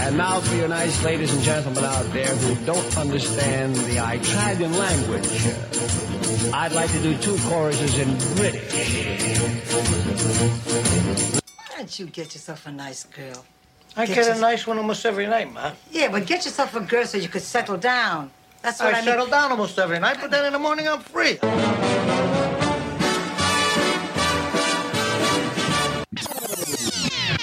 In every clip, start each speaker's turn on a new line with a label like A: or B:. A: And now for you nice ladies and gentlemen out there who don't understand the Italian language, I'd like to do two choruses in British.
B: Why don't you get yourself a nice girl?
C: I get,
B: yourself-
C: a nice one almost every night, Ma.
B: Yeah, but get yourself a girl so you could settle down. That's what I,
C: I,
B: mean.
C: settle down almost every night, but then in the morning I'm free.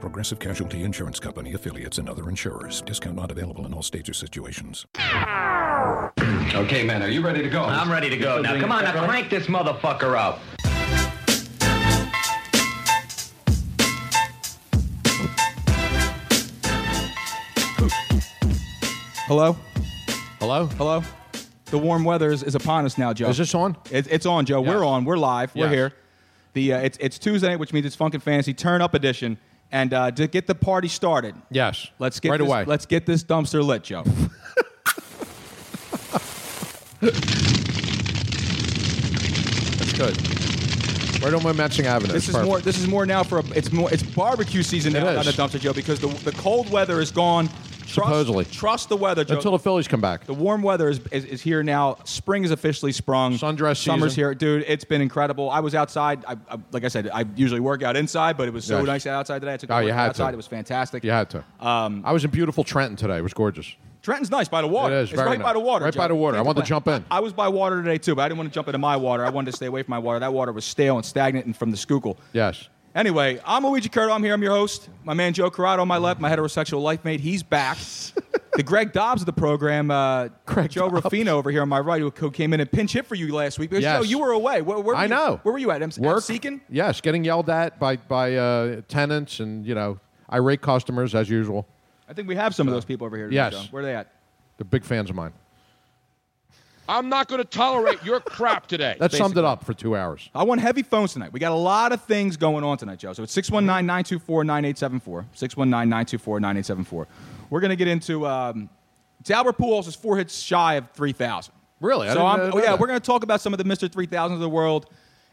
D: Progressive Casualty Insurance Company, affiliates, and other insurers. Discount not available in all states or situations.
E: Okay, man, are you ready to go? I'm ready to go. Now, come on, now crank this motherfucker up.
F: Hello?
G: Hello?
F: Hello? The warm weather is, is upon us now, Joe.
G: Is this on?
F: It, it's on, Joe. We're on. We're live. We're
G: Yes.
F: here. The uh, it's, it's Tuesday, night, which means it's Funk and Fantasy Turn Up Edition. And uh, to get the party started,
G: Yes.
F: let's get
G: Right
F: this,
G: away.
F: Let's get this dumpster lit, Joe.
G: That's good. Right on Matching Avenue.
F: This is more. This is more now for a, it's more. It's barbecue season now
G: It
F: on the
G: is.
F: dumpster, Joe, because the, the cold weather is gone. Trust,
G: Supposedly.
F: trust the weather, Joe.
G: Until the Phillies come back.
F: The warm weather is, is, is here now. Spring is officially sprung. Sundress Summer's
G: season.
F: here. Dude, it's been incredible. I was outside. I, I, like I said, I usually work out inside, but it was so
G: Yes.
F: nice outside today. I took a
G: Oh, you
F: workout
G: had to.
F: outside. It was fantastic.
G: You had to. Um, I was in beautiful Trenton today. It was gorgeous.
F: Trenton's nice by the water.
G: It is,
F: It's
G: very
F: right
G: nice.
F: by the water.
G: Right by
F: Joe.
G: the water. I
F: Can't
G: wanted to
F: complain.
G: jump in.
F: I, I was by water today too, but I didn't want to jump into my water. I wanted to stay away from my water. That water was stale and stagnant and from the Schuylkill.
G: Yes.
F: Anyway, I'm Luigi Curto. I'm here. I'm your host. My man Joe Corrado on my left, my heterosexual life mate. He's back. the Greg Dobbs of the program, uh, Joe Ruffino over here on my right, who- who came in and pinch hit for you last week. Because
G: Yes.
F: Joe, you were away. Where, where were
G: I
F: you-
G: know.
F: Where were you at? I'm
G: Work.
F: Seeking?
G: Yes, getting yelled at by, by uh, tenants and, you know, irate customers as usual.
F: I think we have some of those people over here. today,
G: Yes.
F: Joe. Where are they at?
G: They're big fans of mine.
H: I'm not going to tolerate your crap today.
G: That summed it up for two hours.
F: I want heavy phones tonight. We got a lot of things going on tonight, Joe. So it's 619 924 9874. 619 924 9874. We're going to get into. Um, it's Albert Pujols is four hits shy of 3,000.
G: Really?
F: So
G: I didn't
F: I'm, oh,
G: know- know
F: yeah,
G: that.
F: we're going to talk about some of the Mr. 3,000s of the world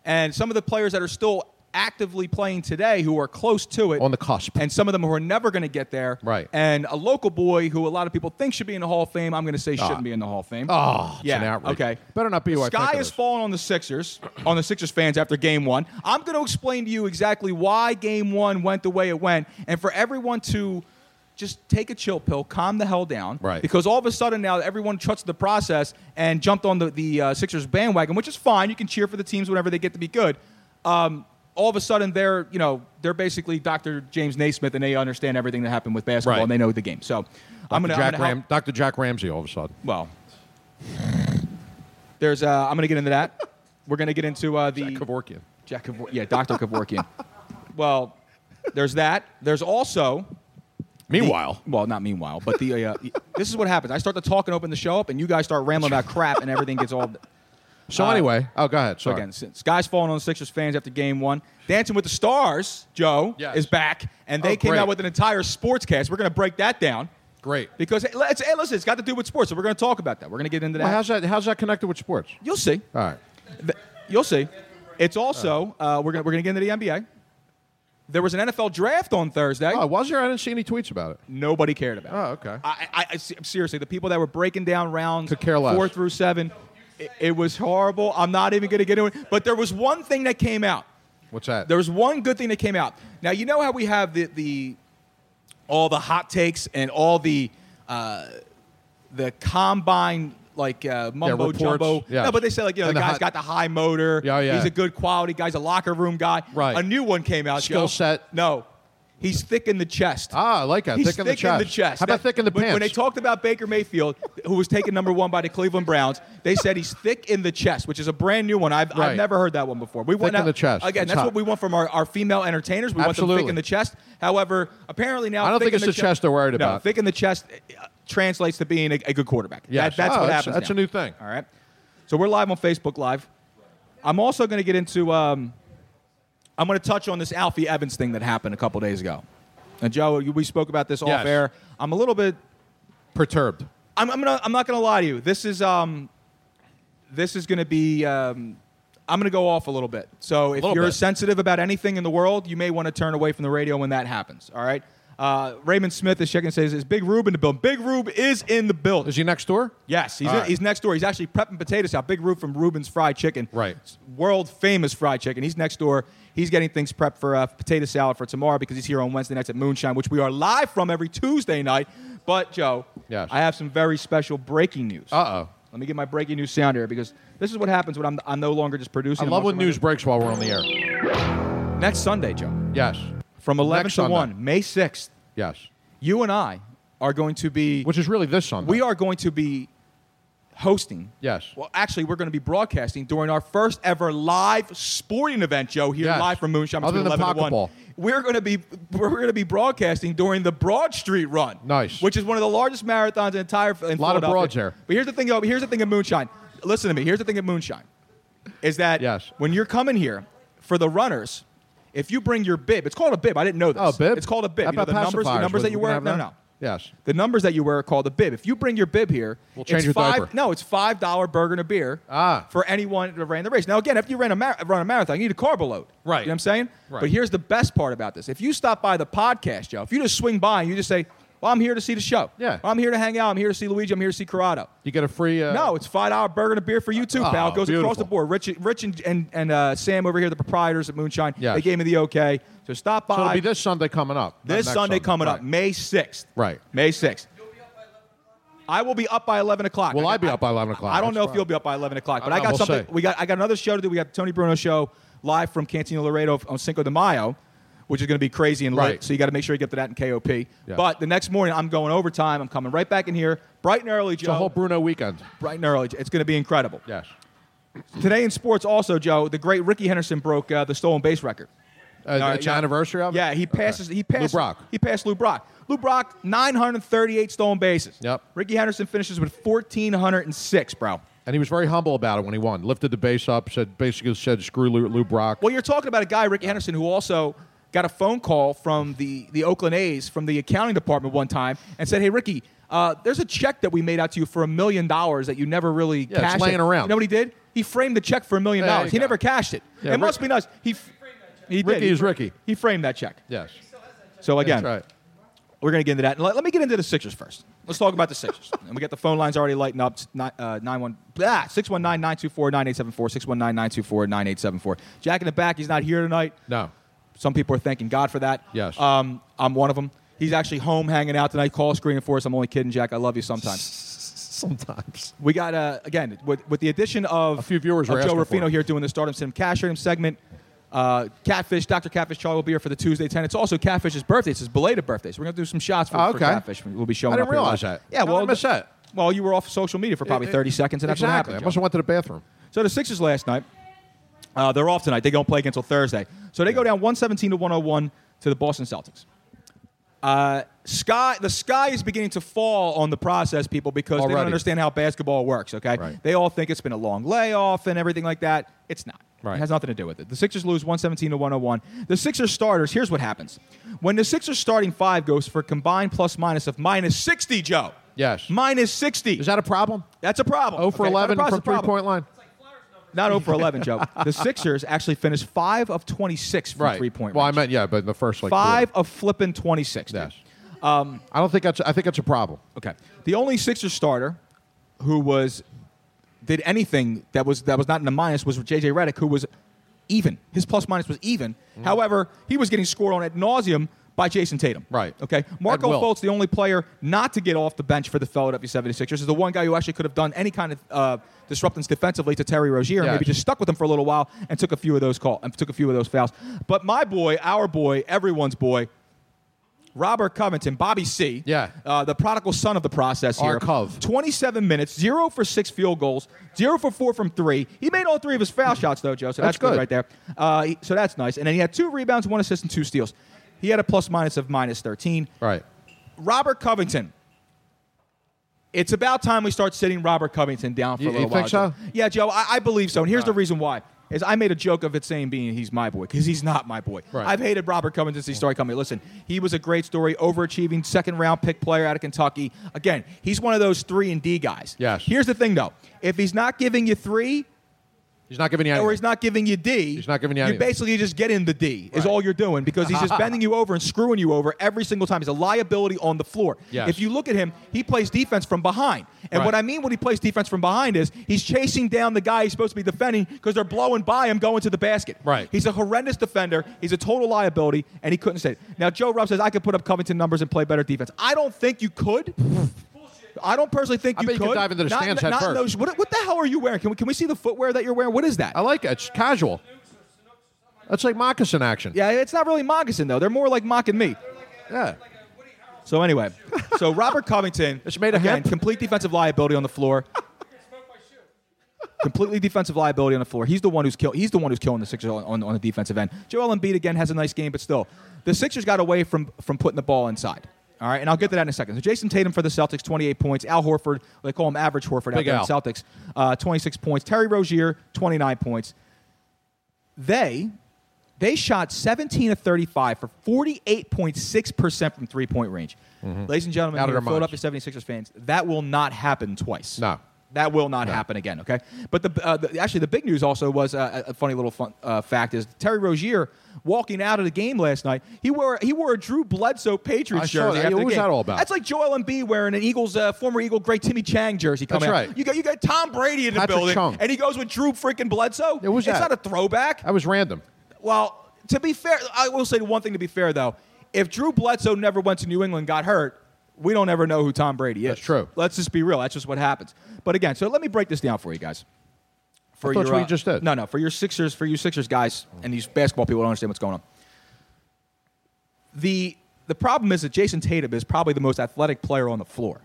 F: and some of the players that are still actively playing today who are close to it. On
G: the cusp.
F: And some of them who are never going to get there. Right. And a local boy who a lot of people think should be in the Hall of Fame, I'm going to say
G: Ah.
F: shouldn't be in the Hall of Fame.
G: Oh, it's
F: yeah.
G: an outrage.
F: Okay.
G: Better not be who I
F: Sky
G: think it
F: is
G: is.
F: falling on the Sixers, on the Sixers fans after game one. I'm going to explain to you exactly why game one went the way it went, and for everyone to just take a chill pill, calm the hell down.
G: Right.
F: Because all of a sudden now everyone trusts the process and jumped on the, the uh, Sixers bandwagon, which is fine. You can cheer for the teams whenever they get to be good. Um, all of a sudden they're, you know, they're basically Dr. James Naismith and they understand everything that happened with basketball
G: Right.
F: and they know the game. So I'm
G: Dr.
F: going
G: Jack
F: to
G: Ram- Dr. Jack Ramsey all of a sudden.
F: Well, there's. Uh, I'm going to get into that. We're going to get into uh, the Jack Kevorkian. Jack Kevorkian. Yeah, Doctor Kevorkian. well, there's that. There's also. Meanwhile, well, not meanwhile, but the uh, this is what happens. I start to talk and open the show up, and you guys start rambling about crap, and everything gets all.
G: So
F: Uh,
G: anyway, oh, go ahead.
F: So
G: Sorry.
F: again, s- Sky's falling on the Sixers fans after Game One. Dancing with the Stars, Joe
G: Yes.
F: is back, and they
G: Oh,
F: came
G: great.
F: out with an entire sports cast. We're going to break that down. Great, because hey, let's hey, listen. It's got to do with sports, so we're going to talk about that. We're going to get into that.
G: Well, how's that? How's that connected with sports?
F: You'll see.
G: All right.
F: Th- You'll see. It's also uh, we're going we're going to get into the NBA. There was an NFL draft on Thursday. Oh,
G: was there? I didn't see any tweets about it.
F: Nobody cared about
G: Oh, okay.
F: it. I, I, I- seriously, the people that were breaking down rounds
G: care less.
F: four through seven, it, it was horrible. I'm not even going to get into it. But there was one thing that came out.
G: What's that?
F: There was one good thing that came out. Now you know how we have the the all the hot takes and all the uh, the combine like uh, mumbo
G: reports,
F: jumbo.
G: yes.
F: No, but they said like you know
G: And
F: the,
G: the
F: guy's
G: hot-
F: got the high motor.
G: Yeah, oh, yeah.
F: He's a good quality guy. He's a locker room guy.
G: Right.
F: A new one came out.
G: Skill
F: Joe.
G: set.
F: No. He's thick in the chest.
G: Ah, I like that.
F: He's
G: thick in the chest. How about
F: That-
G: thick in the
F: when,
G: pants?
F: When they talked about Baker Mayfield, who was taken number one by the Cleveland Browns, they said he's thick in the chest, which is a brand new one. I've, I've
G: Right.
F: never heard that one before. We want
G: Thick in
F: that-
G: the chest.
F: Again,
G: That's
F: that's,
G: hot.
F: what we want from our, our female entertainers. We want them thick
G: Absolutely.
F: in the chest. However, apparently now
G: I don't
F: thick
G: think
F: in
G: it's the chest they're worried
F: No,
G: about.
F: thick in the chest uh, translates to being a, a good quarterback.
G: Yes.
F: That- that's
G: Oh,
F: what
G: that's-
F: happens.
G: that's
F: now.
G: a new thing.
F: All right. So we're live on Facebook Live. I'm also going to get into. Um, I'm going to touch on this Alfie Evans thing that happened a couple days ago. And Joe, you- we spoke about this off
G: Yes.
F: air. I'm a little bit
G: perturbed.
F: I'm, I'm, gonna, I'm not going to lie to you. This is um, this is going to be. Um, I'm going to go off a little bit. So if
G: Little
F: you're
G: bit.
F: sensitive about anything in the world, you may want to turn away from the radio when that happens. All right. Uh, Raymond Smith is checking. Says is Big Rube in the building? Big Rube is in the building.
G: Is he next door?
F: Yes, he's,
G: All
F: in-
G: right.
F: he's next door. He's actually prepping potatoes out. Big Rube from Ruben's Fried Chicken, right? World famous fried chicken. He's next door. He's getting things prepped for uh, potato salad for tomorrow because he's here on Wednesday nights at Moonshine, which we are live from every Tuesday night. But Joe, yes. I have some very special breaking news. Uh oh. Let me get my breaking news sound here because this is what happens when I'm, I'm no longer just
G: I
F: producing. I'm
G: love when
F: also-
G: news breaks while we're on the air.
F: Next Sunday, Joe.
G: Yes.
F: From 11
G: Next
F: to
G: Sunday.
F: 1, May 6th.
G: Yes.
F: You and I are going to be. Which
G: is really this Sunday.
F: We are going to be hosting.
G: Yes.
F: Well, actually, we're going to be broadcasting during our first ever live sporting event, Joe, here
G: Yes.
F: live from Moonshine.
G: Other
F: between
G: than
F: 11 to 1.
G: Packleball.
F: We're going to be we're going to be broadcasting during the Broad Street Run. Nich-
G: Nice.
F: which is one of the largest marathons in the entire. In
G: A lot of
F: Philadelphia.
G: broads there.
F: But here's the thing. though, Here's the thing of moonshine. Listen to me. Here's the thing of moonshine, is that when you're coming here for the runners, if you bring your bib, it's called a bib. I didn't know this. Oh, bib. It's called a bib.
G: How
F: You know,
G: about
F: the numbers, the
G: pacifiers?
F: numbers
G: We-
F: that you
G: we can
F: wear.
G: have
F: No,
G: that?
F: no, no.
G: Yes.
F: The numbers that you wear are called a bib. If you bring your bib here,
G: We'll change
F: it's
G: your
F: five,
G: diaper. Ah.
F: No, it's five dollar burger and a beer for anyone that ran the race. Now, again, if you ran a mar- run a marathon, you need a carb load. Right. You know what I'm saying?
G: Right.
F: But here's the best part about this: if you stop by the podcast, Joe, if you just swing by and you just say, "Well, I'm here to see the show. Yeah. I'm here to hang out. I'm here to see Luigi. I'm here to see Corrado."
G: You get a free. Uh,
F: no, it's five dollar burger and a beer for you too,
G: Oh,
F: pal. It goes across
G: beautiful.
F: the board. Rich, Rich, and and, and uh, Sam over here, the proprietors at Moonshine,
G: Yes.
F: they gave me the okay. So stop by.
G: So it'll be this Sunday coming up. not
F: This
G: next
F: Sunday coming up, May 6th.
G: Right.
F: May 6th. I will be up by 11 o'clock.
G: Will
F: I,
G: I be up by 11 o'clock?
F: I don't
G: That's
F: know if
G: fine.
F: you'll be up by 11 o'clock, but
G: I
F: I,
G: don't
F: got
G: know, we'll
F: something.
G: see.
F: We got I got another show to do. We got the Tony Bruno show live from Cantina Laredo on Cinco de Mayo, which is going to be crazy and late.
G: Right.
F: So you got to make sure you get to that in KOP.
G: Yeah.
F: But the next morning, I'm going overtime. I'm coming right back in here, bright and early, Joe.
G: It's a whole Bruno weekend.
F: bright and early. It's going to be incredible.
G: Yes.
F: Today in sports, also Joe, the great Ricky Henderson broke uh, the stolen base record.
G: Uh,
F: All right,
G: it's
F: yeah.
G: anniversary of it?
F: Yeah, he
G: Okay.
F: passes. He passed.
G: Lou Brock.
F: He passed Lou Brock. Lou Brock, 938 stolen bases. Yep. Ricky Henderson finishes with 1,406, bro.
G: And he was very humble about it when he won. Lifted the base up, said basically said screw Lou, Lou Brock.
F: Well, you're talking about a guy, Ricky Henderson, who also got a phone call from the, the Oakland A's from the accounting department one time and said, "Hey, Ricky, uh, there's a check that we made out to you for a million dollars that you never really
G: Yeah, it's
F: cashed.
G: laying
F: it."
G: around.
F: You know what he did? He framed the check for a million
G: There
F: dollars.
G: you
F: He
G: go.
F: never cashed it.
G: Yeah,
F: it
G: Rick-
F: must be nuts. He. f- He did.
G: Ricky
F: He
G: is
F: fra-
G: Ricky.
F: He framed that check.
G: Yes.
F: So again,
G: That's
F: we're going to get into that. Let, let me get into the Sixers first. Let's talk about the Sixers. and we got the phone lines already lighting up. It's Nine, uh, nine one, blah, 619-924-9874, 619-924-9874. Jack in the back, he's not here tonight.
G: No.
F: Some people are thanking God for that.
G: Yes.
F: Um, I'm one of them. He's actually home hanging out tonight. Call screening for us. I'm only kidding, Jack. I love you sometimes.
G: Sometimes.
F: We got uh, again with, with the addition of a few viewers
G: were
F: of Joe
G: asking for
F: Rufino here doing the Stardom Sim Cash Rating segment. Uh, Catfish, Dr. Catfish, Charlie will be here for the Tuesday 10. It's also Catfish's birthday. It's his belated birthday. So we're going to do some shots for,
G: Oh,
F: for
G: okay.
F: Catfish. We'll be showing
G: I
F: up
G: didn't
F: here
G: realize
F: live.
G: that.
F: Yeah,
G: How
F: well,
G: did I miss
F: the- Well, you were off social media for probably
G: It- it-
F: 30 seconds, and that's
G: exactly.
F: what happened.
G: I must have went to the bathroom.
F: So the Sixers last night, uh, they're off tonight. They don't play again until Thursday. So they go down 117 to 101 to the Boston Celtics. Uh, sky, the sky is beginning to fall on the process, people, because they don't
G: Already.
F: understand how basketball works. Okay, they all think it's been a long layoff and everything like that. It's not. It has nothing to do with it. The Sixers lose 117 to 101. The Sixers starters. Here's what happens when the Sixers starting five goes for combined plus minus of minus 60. Joe.
G: Yes.
F: Minus 60. Is
G: that a problem?
F: That's a problem.
G: 0 for
F: Okay, not a
G: 11
F: problem,
G: from
F: it's a problem.
G: three-point line.
F: Not 0 for 11, Joe. The Sixers actually finished 5 of 26 from
G: Right.
F: three point
G: well,
F: range.
G: I meant yeah, but in the first like
F: Five of flipping 26. Yes. Um,
G: I don't think that's. I think that's a problem.
F: Okay. The only Sixers starter who was did anything that was that was not in the minus was JJ Redick, who was even. His plus minus was even. However, he was getting scored on ad nauseum by Jason Tatum. Right. Okay. Marco
G: will.
F: Fultz, the only player not to get off the bench for the Philadelphia 76ers, is the one guy who actually could have done any kind of uh, disruptance defensively to Terry Rozier, and
G: Yes.
F: maybe just stuck with him for a little while and took a few of those call and took a few of those fouls. But my boy, our boy, everyone's boy, Robert Covington, Bobby C. Yeah. Uh, the prodigal son of the process here.
G: Our Cov.
F: 27 minutes, zero for six field goals, zero for four from three. He made all three of his foul shots, though, Joe, so that's,
G: That's
F: good.
G: good.
F: right there. Uh, he- so that's nice. And then he had two rebounds, one assist, and two steals. He had a plus minus of minus 13.
G: Right.
F: Robert Covington. It's about time we start sitting Robert Covington down for
G: You-
F: a little
G: you
F: while.
G: think
F: Joe.
G: so?
F: Yeah, Joe, I, I believe so. And here's the reason why. Is I made a joke of it saying being he's my boy because he's not my boy. I've hated Robert Cummings since he started coming. Listen, he was a great story, overachieving second round pick player out of Kentucky. Again, he's one of those three and D guys. Yes. Here's the thing though: if he's not giving you three,
G: he's not giving you,
F: or he's not giving you D. He's not giving
G: you
F: You
G: anything.
F: basically just get in the D is all you're doing because he's just bending you over and screwing you over every single time. He's a liability on the floor.
G: Yes.
F: If you look at him, he plays defense from behind. And
G: Right.
F: what I mean when he plays defense from behind is he's chasing down the guy he's supposed to be defending because they're blowing by him going to the basket. Right. He's a horrendous defender. He's a total liability, and he couldn't say it. Now Joe Rupp says I could put up Covington numbers and play better defense. I don't think you could. I don't personally think
G: I
F: you
G: bet you
F: could.
G: could dive into the
F: Not-
G: stands
F: not-
G: head
F: not in
G: first.
F: those- what, what the hell are you wearing? Can we, can we see the footwear that you're wearing? What is that?
G: I like it. It's casual. That's like moccasin action.
F: Yeah, it's not really moccasin though. They're more like mocking me.
G: Yeah.
F: So anyway, so Robert Covington, it's made again, complete defensive liability on the floor. Completely defensive liability on the floor. He's the one who's kill, He's the one who's killing the Sixers on, on, on the defensive end. Joel Embiid again has a nice game, but still, the Sixers got away from from putting the ball inside. All right, and I'll get to that in a second. So Jason Tatum for the Celtics, 28 points. Al Horford, they call him average Horford out
G: Big
F: there in
G: Al.
F: Celtics, uh, 26 points. Terry Rozier, 29 points. They they shot 17 of 35 for 48.6% from three point range.
G: Mm-hmm.
F: Ladies and gentlemen,
G: Out of
F: here,
G: their minds.
F: Philadelphia 76ers fans, that will not happen twice. No. That will not happen again, okay? But the, uh, the actually, the big news also was uh, a a funny little fun, uh, fact is Terry Rozier walking out of the game last night, he wore, he wore a Drew Bledsoe Patriots
G: I saw
F: jersey.
G: that.
F: after the
G: What was
F: game.
G: that all about?
F: That's like Joel Embiid wearing an Eagles, uh, former Eagle great Timmy Chang jersey coming
G: That's
F: out.
G: right.
F: You got, you got Tom Brady in the
G: Patrick
F: building,
G: Chung.
F: and he goes with Drew freaking Bledsoe. It
G: was
F: it's
G: that?
F: not a throwback.
G: That was random.
F: Well, to be fair, I will say one thing to be fair though. If Drew Bledsoe never went to New England, got hurt, we don't ever know who Tom Brady is. That's true. Let's just be real. That's just what happens. But again, so let me break this down for you guys. For
G: I thought
F: your,
G: that's what
F: uh,
G: you just did.
F: No, no. For your Sixers, for you Sixers guys, and these basketball people don't understand what's going on. The the problem is that Jason Tatum is probably the most athletic player on the floor.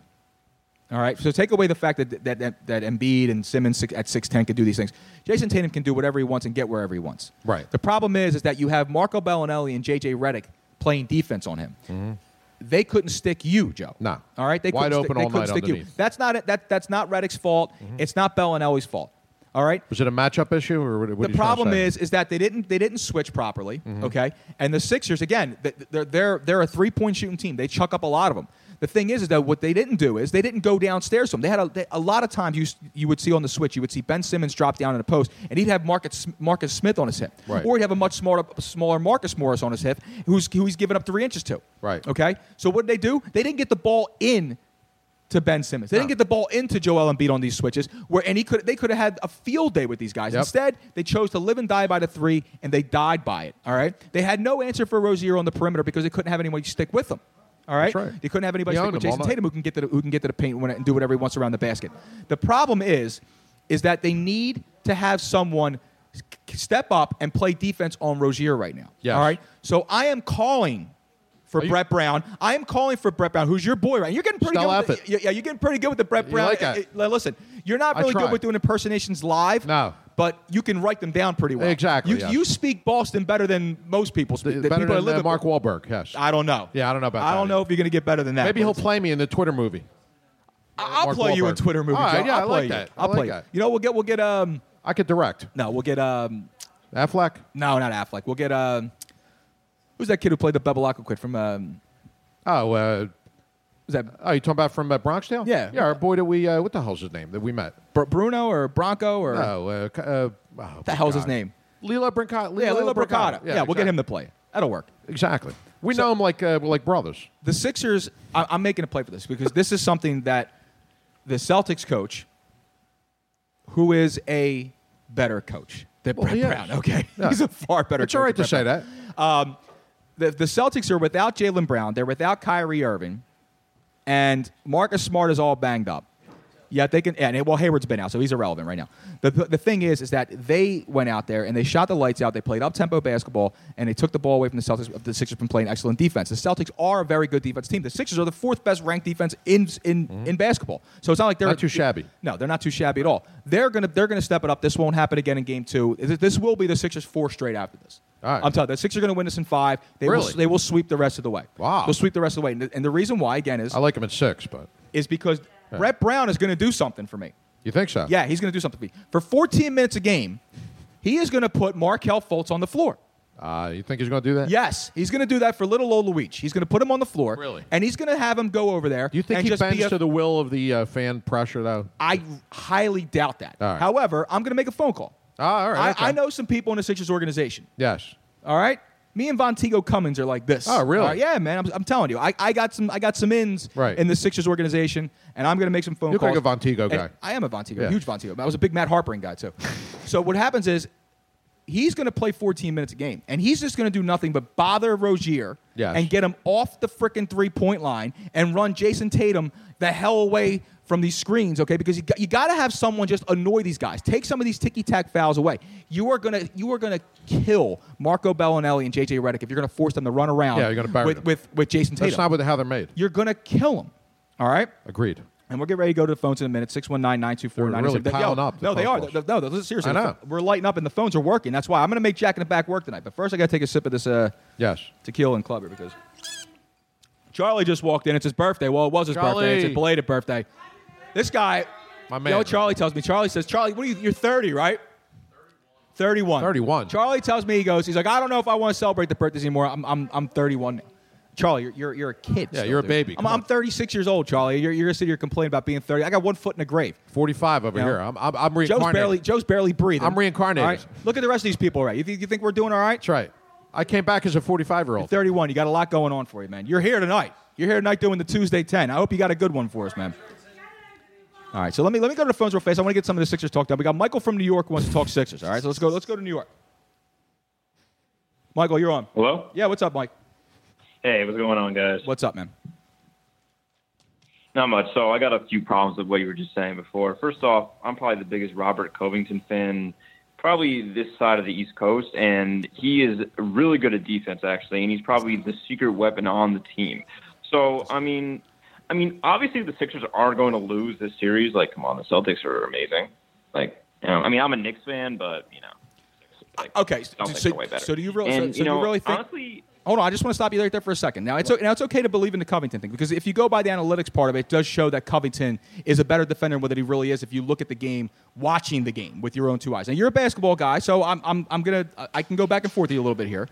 F: All right. So take away the fact that that that, that Embiid and Simmons six- at six ten can do these things. Jason Tatum can do whatever he wants and get wherever he wants. Right. The problem is is that you have Marco Bellinelli and JJ Redick playing defense on him. They couldn't stick you, Joe. No. All right. They
G: Mm-hmm. Wide
F: couldn't stick,
G: open
F: they
G: all
F: couldn't
G: night
F: stick you.
G: underneath. Mm-hmm.
F: That's not it. That that's not Redick's fault. It's not Bellinelli's fault. All right.
G: Was it a matchup issue or what? what
F: the
G: are you trying to
F: problem
G: say? Mm-hmm.
F: is is that they didn't they didn't switch properly. Okay, and the Sixers again, th- they're they're they're a three point shooting team. They chuck up a lot of them. The thing is, is that what they didn't do is they didn't go downstairs to him. They had a, they- a lot of times you s- you would see on the switch, you would see Ben Simmons drop down in a post, and he'd have Marcus Marcus Smith on his hip,
G: Right.
F: or he'd have a much smaller smaller Marcus Morris on his hip, who's who he's given up three inches to. Right. Okay. So what did they do? They didn't get the ball in to Ben Simmons. They didn't get the ball into Joel Embiid on these switches, where and he could they could have had a field day with these guys. Instead, they chose to live and die by the three, and they died by it. All right, they had no answer for Rozier on the perimeter because they couldn't have anybody stick with them. All right,
G: That's right.
F: they couldn't have anybody
G: He
F: stick
G: owned
F: with
G: them all
F: Jason
G: night.
F: Tatum who can get to the, who can get to the paint when, and do whatever he wants around the basket. The problem is, is that they need to have someone s- step up and play defense on Rozier right now.
G: Yes.
F: All right, so I am calling for
G: Are you-
F: Brett Brown. I am calling for Brett Brown, who's your boy, right? You're getting pretty
G: Stell
F: good. With the, yeah, yeah, you're getting pretty good with the Brett
G: You
F: Brown.
G: like that?
F: Uh, uh, Listen, you're not
G: I
F: really
G: try.
F: good with doing impersonations live. No. But you can write them down pretty well.
G: Exactly,
F: You,
G: yes.
F: you speak Boston better than most people. Speak, the
G: Better
F: people
G: than
F: that live
G: uh,
F: in-
G: Mark Wahlberg. Yes.
F: I don't know.
G: Yeah, I don't know about
F: I
G: that.
F: don't know if you're going to get better than that.
G: Maybe he'll play me in the Twitter movie.
F: I'll
G: Mark
F: play you in
G: Wahlberg.
F: Twitter movie.
G: All right,
F: Joe.
G: yeah,
F: I'll
G: I
F: play
G: like
F: you.
G: that. I
F: I'll
G: like
F: play you.
G: that.
F: You know, we'll get we'll get um.
G: I could direct.
F: No, we'll get um.
G: Affleck.
F: No, not Affleck. We'll get um. Who's that kid who played the Bebel Aquaquit from um?
G: Oh, uh,
F: is that?
G: Oh, you talking about from uh, Bronxdale?
F: Yeah.
G: yeah. Our boy that we uh, what the hell's his name that we met?
F: Br- Bruno or Bronco or
G: no? Uh, c- uh, oh,
F: the hell's his name?
G: Lilo Brincata.
F: yeah, Lilo Bricata. Yeah, we'll get him to play. That'll work.
G: Exactly. We know him like uh, we're like brothers.
F: The Sixers. I- I'm making a play for this because this is something that the Celtics coach, who is a better coach than
G: Well,
F: Brett
G: he is.
F: Brown. Okay,
G: Yeah.
F: he's a far better.
G: It's
F: coach
G: all right
F: than
G: to say
F: Brett Brown. Um, the the Celtics are without Jalen Brown. They're without Kyrie Irving, and Marcus Smart is all banged up. Yeah, they can. And well, Hayward's been out, so he's irrelevant right now. The, the thing is, is that they went out there and they shot the lights out. They played up tempo basketball and they took the ball away from the Celtics. The Sixers from playing excellent defense. The Celtics are a very good defense team. The Sixers are the fourth best ranked defense in in, in basketball. So it's not like they're
G: Mm-hmm. Not too shabby.
F: No, they're not too shabby at all. They're gonna they're gonna step it up. This won't happen again in game two. This this will be the Sixers four straight after this. All right. I'm telling you, the Sixers are going to win this in five. They will,
G: Really?
F: they will sweep the rest of the way.
G: Wow.
F: They'll sweep the rest of the way. And the, and the reason why, again, is
G: I like him at six, but
F: is because
G: Yeah.
F: Brett Brown is going to do something for me.
G: you think so?
F: Yeah, he's going to do something for me. For 14 minutes a game, he is going to put Markel Fultz on the floor.
G: Uh, you think he's going to do that?
F: Yes, he's going to do that for little old Luigi. He's going to put him on the floor. Really? And he's going to have him go over there.
G: Do you think
F: and
G: he
F: just be
G: bends
F: a-
G: to the will of the uh, fan pressure though?
F: I highly doubt that.
G: All right. Ah,
F: However, I'm going to make a phone call.
G: all right,
F: I,
G: okay.
F: I know some people in the Sixers organization.
G: Yes.
F: All right. Me and Vontigo Cummins are like this.
G: Oh, really?
F: All right, yeah, man. I'm, I'm telling you, I, I got some I got some ins
G: Right.
F: in the Sixers organization, and I'm going to make some phone
G: You look
F: calls.
G: like a Vontigo
F: And
G: guy.
F: I am a Vontigo,
G: Yeah.
F: huge Vontigo. I was a big Matt Harpering guy too. so what happens is he's going to play 14 minutes a game, and he's just going to do nothing but bother Rozier
G: Yes.
F: and get him off the freaking three point line and run Jason Tatum the hell away from these screens, okay? Because you got, you got to have someone just annoy these guys. Take some of these ticky tack fouls away. You are gonna you are gonna kill Marco Bellinelli and JJ Redick if you're gonna force them to run around.
G: Yeah, you're gonna bury
F: with,
G: them.
F: with with Jason Tatum.
G: That's not what, how they're made.
F: you're gonna kill them. All right.
G: Agreed.
F: And we'll get ready to go to the phones in a minute. 619 924
G: They're really piling up, the
F: No, they
G: phone
F: are.
G: calls.
F: The- the- No, the- seriously.
G: I
F: the
G: know.
F: pho- We're lighting up and the phones are working. That's why I'm going to make Jack in the Back work tonight. But first, I got to take a sip of this uh,
G: yes.
F: tequila and clubber because Charlie just walked in. It's his birthday. Well, it was his birthday. It's
G: Charlie.
F: a belated birthday. This guy,
G: My
F: you know
G: man.
F: what Charlie tells me? Charlie says, Charlie, what are you, you're 30, right? 31.
G: 31.
F: Charlie tells me, he goes, he's like, I don't know if I want to celebrate the birthdays anymore. I'm, I'm, I'm 31 now. Charlie, you're, you're, you're a kid.
G: Yeah,
F: still,
G: you're a
F: dude.
G: baby.
F: I'm,
G: Come
F: I'm
G: on.
F: 36 years old, Charlie. You're, you're going to sit here complaining about being 30. I got one foot in the grave.
G: 45 over
F: You know?
G: here. I'm, I'm, I'm
F: Joe's
G: reincarnated.
F: barely, Joe's barely breathing.
G: I'm reincarnated.
F: All right? Look at the rest of these people, right? You, think you think we're doing all right?
G: That's right. I came back as a 45 year
F: You're
G: old.
F: 31. You got a lot going on for you, man. You're here tonight. You're here tonight doing the Tuesday 10. I hope you got a good one for us, man. All right, so let me let me go to the phones real fast. I want to get some of the Sixers talk done. We got Michael from New York who wants to talk Sixers. All right, so let's go. Let's go to New York. Michael, you're on.
I: Hello?
F: Yeah, what's up, Mike?
I: Hey, what's going on, guys?
F: What's up, man?
I: Not much. So I got a few problems with what you were just saying before. First off, I'm probably the biggest Robert Covington fan, probably this side of the East Coast, and he is really good at defense actually, and he's probably the secret weapon on the team. So I mean, I mean, obviously the Sixers are going to lose this series. Like, come on, the Celtics are amazing. Like, you know, I mean, I'm a Knicks fan, but you know,
F: Okay, so,
I: Celtics
F: so,
I: are way better.
F: so do you really?
I: And,
F: so,
I: you
F: so do
I: know,
F: you really think?
I: honestly-
F: hold on, I just want to stop you right there for a second. Now it's o- now it's okay to believe in the Covington thing because if you go by the analytics part of it, it does show that Covington is a better defender than what he really is. If you look at the game, watching the game with your own two eyes. Now you're a basketball guy, so I'm I'm I'm gonna I can go back and forth with you a little bit here.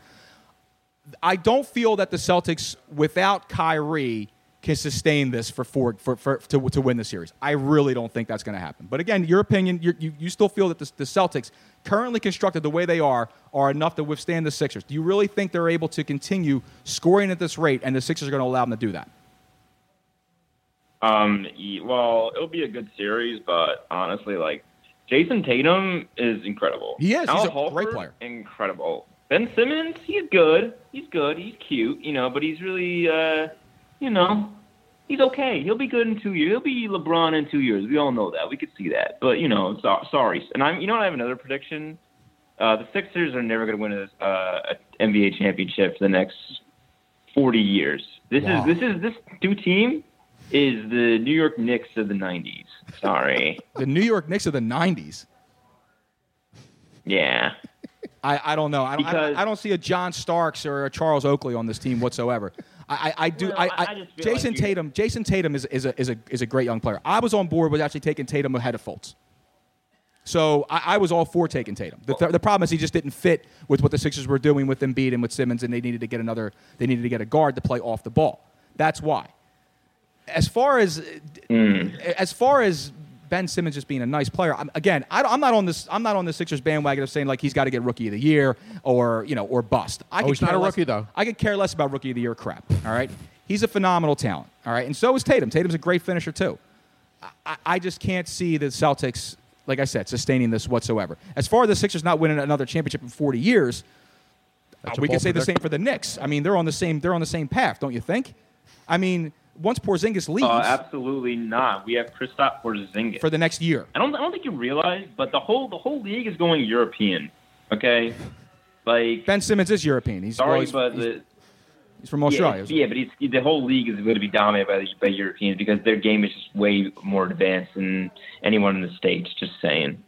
F: I don't feel that the Celtics without Kyrie can sustain this for four for, for to, to win the series. I really don't think that's going to happen. But again, your opinion, you you, you still feel that the, the Celtics, currently constructed the way they are, are enough to withstand the Sixers. Do you really think they're able to continue scoring at this rate, and the Sixers are going to allow them to do that?
I: Um, e- well, it'll be a good series, but honestly, like Jason Tatum is incredible.
F: He is.
I: Al
F: He's a great
I: Horford,
F: player.
I: Incredible. Ben Simmons, he's good. He's good. He's cute, you know, but he's really, uh, you know, he's okay. He'll be good in two years. He'll be LeBron in two years. We all know that. We could see that. But you know, so, sorry. And I'm, you know, what? I have another prediction. Uh, the Sixers are never going to win a, uh, a NBA championship for the next 40 years. This
J: Wow.
I: is this is this new team is the New York Knicks of the 90s. Sorry.
F: The New York Knicks of the '90s.
I: yeah.
F: I, I don't know. I don't, I, don't-
I: Because-
F: I don't see a John Starks or a Charles Oakley on this team whatsoever. I, I, I do. I, I,
I: feel like
F: Jason
I: you-
F: Tatum. Jason Tatum is, is, a, is, a, is a great young player. I was on board with actually taking Tatum ahead of Fultz. So I, I was all for taking Tatum. The, th- the problem is he just didn't fit with what the Sixers were doing with Embiid and with Simmons, and they needed to get another. They needed to get a guard to play off the ball. That's why. As far as
I: Hmm.
F: as far as Ben Simmons just being a nice player, I'm, again, I, am not on this. I'm not on the Sixers bandwagon of saying like he's got to get Rookie of the Year or you know or bust. I
G: Oh,
F: could
G: he's not
F: care
G: a
F: less-
G: rookie, though.
F: I could care less about Rookie of the Year crap. All right, he's a phenomenal talent. All right, and so is Tatum. Tatum's a great finisher too. I, I just can't see the Celtics, like I said, sustaining this whatsoever. As far as the Sixers not winning another championship in 40 years, uh,
G: a
F: we can
G: bold
F: say the
G: prediction.
F: same for the Knicks. I mean, they're on the same they're on the same path, don't you think? I mean, once Porzingis leaves
I: Uh, absolutely not. We have Kristaps Porzingis.
F: for the next year,
I: I don't. I don't think you realize, but the whole the whole league is going European. Okay, like
F: Ben Simmons is European. He's,
I: sorry,
F: well, he's,
I: but
F: he's-
I: the,
F: he's from Australia.
I: Yeah, yeah but he's, the whole league is going to be dominated by, the, by Europeans because their game is just way more advanced than anyone in the states. Just saying.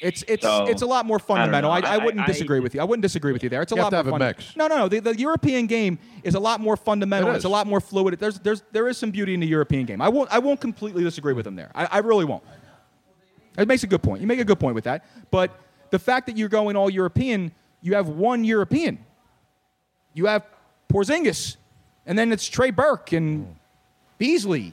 F: It's it's
I: So,
F: it's a lot more
I: I don't
F: fundamental. I,
I: know.
F: I,
I: I-
F: wouldn't
I: I-
F: disagree with you. I wouldn't disagree with you there. It's a
G: You have
F: lot
G: to have
F: more
G: a
F: funda-
G: mix.
F: No, no, no. The, the European game is a lot more fundamental.
G: It
F: it's a
G: is.
F: lot more fluid. There's there's there is some beauty in the European game. I won't I won't completely disagree with him there. I, I really won't. It makes a good point. You make a good point with that. But the fact that you're going all European, you have one European. You have Porzingis, and then it's Trey Burke and Beasley.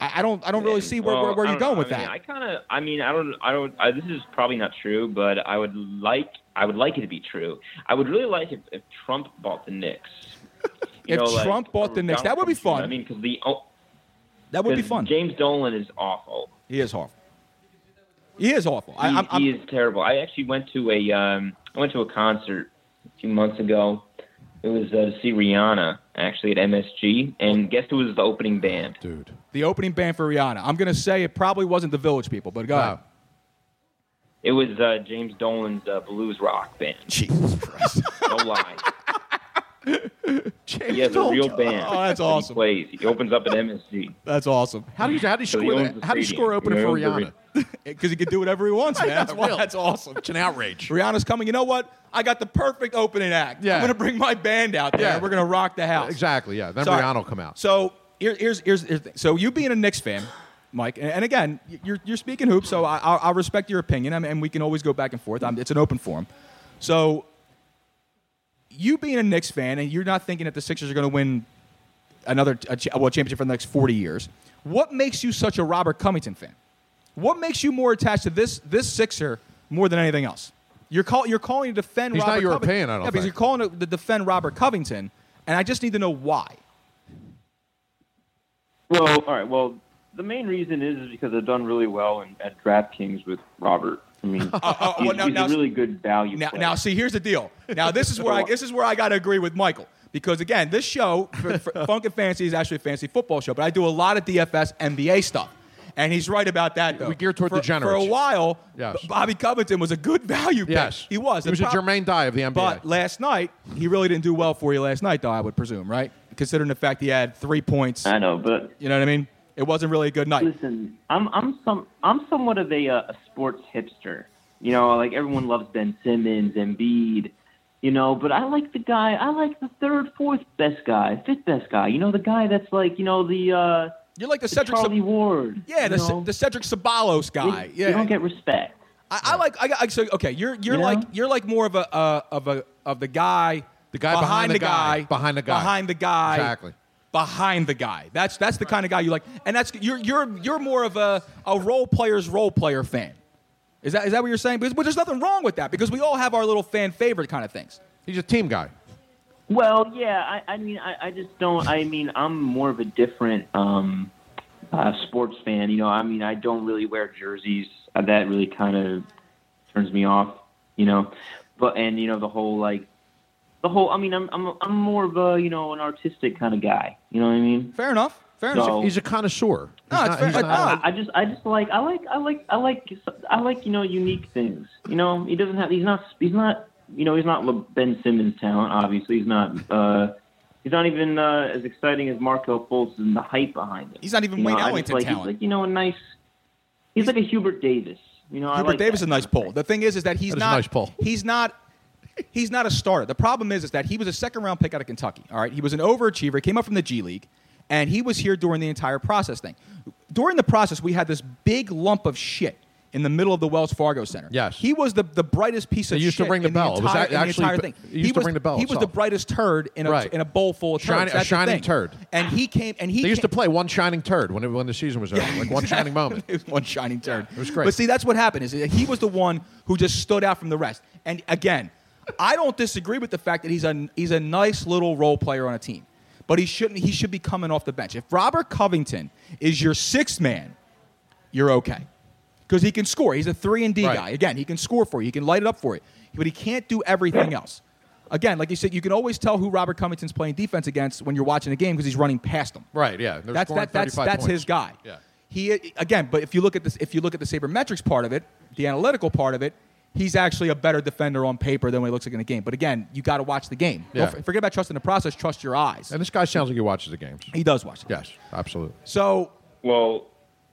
F: I, I don't I don't really see where,
I: Well,
F: where, where
I: I
F: you're
I: don't
F: going
I: know.
F: with
I: I mean,
F: that.
I: I kind of. I mean, I don't. I don't. I, this is probably not true, but I would like. I would like it to be true. I would really like if, if Trump bought the Knicks. You
F: If
I: know, like,
F: Trump bought the
I: or
F: Knicks, that
I: Donald
F: would be
I: Trump,
F: fun.
I: I mean, because the oh,
F: That would be
I: 'cause
F: fun.
I: James Dolan is awful.
F: He is awful. He is awful. I,
I: he,
F: I'm, I'm,
I: he is terrible. I actually went to a um, I went to a concert a few months ago. It was uh, to see Rihanna actually at MSG, and guess who was the opening band?
G: Dude,
F: the opening band for Rihanna. I'm going to say it probably wasn't the Village People, but go ahead.
I: it was uh, James Dolan's uh, blues rock band.
F: Jesus Christ!
I: no lie. James he has a
F: Dolan.
I: real band.
F: Oh, that's
I: that
F: awesome.
I: He plays. He opens up at MSG.
F: That's awesome.
G: How do you how do you
I: So he
G: score
I: owns
G: that?
I: the
G: How do you
I: stadium.
G: score opening
I: He
G: for
I: owns the
G: Rihanna?
F: Because he can do whatever he wants,
G: I
F: man.
G: know,
F: That's, why-
G: really.
F: that's awesome.
G: It's an outrage.
F: Rihanna's coming. You know what? I got the perfect opening act.
G: Yeah.
F: I'm going to bring my band out there.
G: Yeah.
F: and We're going to rock the house.
G: Exactly. Yeah. Then
F: Sorry.
G: Rihanna will come out.
F: So here, here's here's, here's the thing. so you being a Knicks fan, Mike, and, and again, you're you're speaking hoops, so I I'll, I'll respect your opinion, I mean, and we can always go back and forth. I'm, it's an open forum. So you being a Knicks fan, and you're not thinking that the Sixers are going to win another a, cha- well championship for the next 40 years. What makes you such a Robert Covington fan? What makes you more attached to this this Sixer more than anything else? You're call, you're calling to defend.
G: He's not
F: Robert Covington.
G: European, I don't
F: Yeah, because you're
G: think.
F: calling to, to defend Robert Covington, and I just need to know why.
I: Well, all right. Well, the main reason is, is because they've done really well in, at DraftKings with Robert. I mean, he's,
F: Oh, now-
I: he's
F: now-
I: a really good value.
F: Now,
I: player.
F: now, see, here's the deal. Now, this is where I this is where I got to agree with Michael because again, this show, for, for Funk and Fancy, is actually a fancy football show, but I do a lot of DFS NBA stuff, and he's right about that. Though.
G: We gear toward
F: for, For
G: degenerates.
F: a while,
G: Yes.
F: B- Bobby Covington was a good value pick.
G: Yes.
F: he was.
G: He was
F: The
G: a
F: prob-
G: Jermaine Dye of the NBA.
F: But last night, he really didn't do well for you last night, though. I would presume, right? Considering the fact he had three points.
I: I know, but
F: You know what I mean? It wasn't really a good night.
I: Listen, I'm I'm some I'm somewhat of a, uh, a sports hipster. You know, like everyone loves Ben Simmons, Embiid, you know, but I like the guy. I like the third, fourth best guy, fifth best guy. You know, the guy that's like, you know, the uh,
F: You're like the Cedric Sab-
I: Charlie Ward.
F: Yeah, the,
I: you know?
F: C- the Cedric Sabalos guy.
I: You-
F: yeah,
I: you don't get respect.
F: I, I like. I, I so okay. You're you're
I: You
F: like
I: know?
F: you're like more of a uh, of a of the guy. The
G: guy behind the guy, behind the guy.
F: Behind the guy.
G: Exactly.
F: behind the guy. That's that's the kind of guy you like, and that's you're you're you're more of a, a role player's role player fan. Is that is that what you're saying? Because well, there's nothing wrong with that because we all have our little fan favorite kind of things.
G: He's a team guy.
J: Well, yeah. I, I mean, I, I just don't. I mean, I'm more of a different um, uh, sports fan. You know, I mean, I don't really wear jerseys. Uh, that really kind of turns me off. You know, but and you know the whole like the whole. I mean, I'm I'm I'm more of a you know an artistic kind of guy. You know what I mean?
F: Fair enough. Fair
G: He's a-
J: So-
G: He's a connoisseur.
J: no,
G: it's not- fair- he's not-
J: I, I just, I just like, I like, I like, I like, I like, you know, unique things. You know, he doesn't have, he's not, he's not, you know, he's not Le- Ben Simmons' talent. Obviously, he's not, uh, he's not even uh, as exciting as Marco Fultz and the hype behind him.
F: He's not even
J: you know,
F: Wayne
J: I just
F: Ellington
J: like,
F: talent.
J: He's like, you know, a nice. He's, like a Hubert Davis. You know, I
F: Hubert
J: like
F: Davis is
J: that.
F: a nice poll. The thing is, is that he's
J: That is a
F: not.
J: nice poll.
F: He's not. He's not a starter. The problem is, is that he was a second round pick out of Kentucky. All right, he was an overachiever. He came up from the G League, and he was here during the entire process thing. During the process, we had this big lump of shit in the middle of the Wells Fargo Center. Yes, he was the, the brightest piece
G: They
F: of
G: used to
F: shit
G: ring the
F: in
G: bell. It was
F: entire,
G: a-
F: in the
G: actually
F: entire
G: b-
F: thing.
G: it used
F: he
G: to
F: was,
G: ring the bell
F: He was the
G: itself.
F: brightest turd in a
G: Right.
F: in a bowl full of turds.
G: Shining- a
F: That's the
G: shining
F: thing.
G: turd.
F: And he came. And he
G: they used
F: came-
G: to play one shining turd when, it, when the season was over, like one shining moment.
F: It was one shining turd. It
G: was great.
F: But see, that's what happened is that he was the one who just stood out from the rest. And again, I don't disagree with the fact that he's a he's a nice little role player on a team, but he shouldn't. He should be coming off the bench. If Robert Covington is your sixth man, you're okay because he can score. He's a three and D guy. Again, he can score for you. He can light it up for you, but he can't do everything else. Again, like you said, you can always tell who Robert Covington's playing defense against when you're watching a game because he's running past him.
G: Right, yeah. They're
F: That's
G: scoring
F: that, that's
G: 35
F: that's
G: points.
F: his guy.
G: Yeah.
F: He again, but if you look at this, if you look at the sabermetrics part of it, the analytical part of it, he's actually a better defender on paper than what he looks like in the game. But again, you got to watch the game.
G: Yeah.
F: Don't f- forget about trusting the process. Trust your eyes.
G: And this guy sounds like he watches the games.
F: He does watch. The
G: Yes, absolutely.
F: So
I: Well,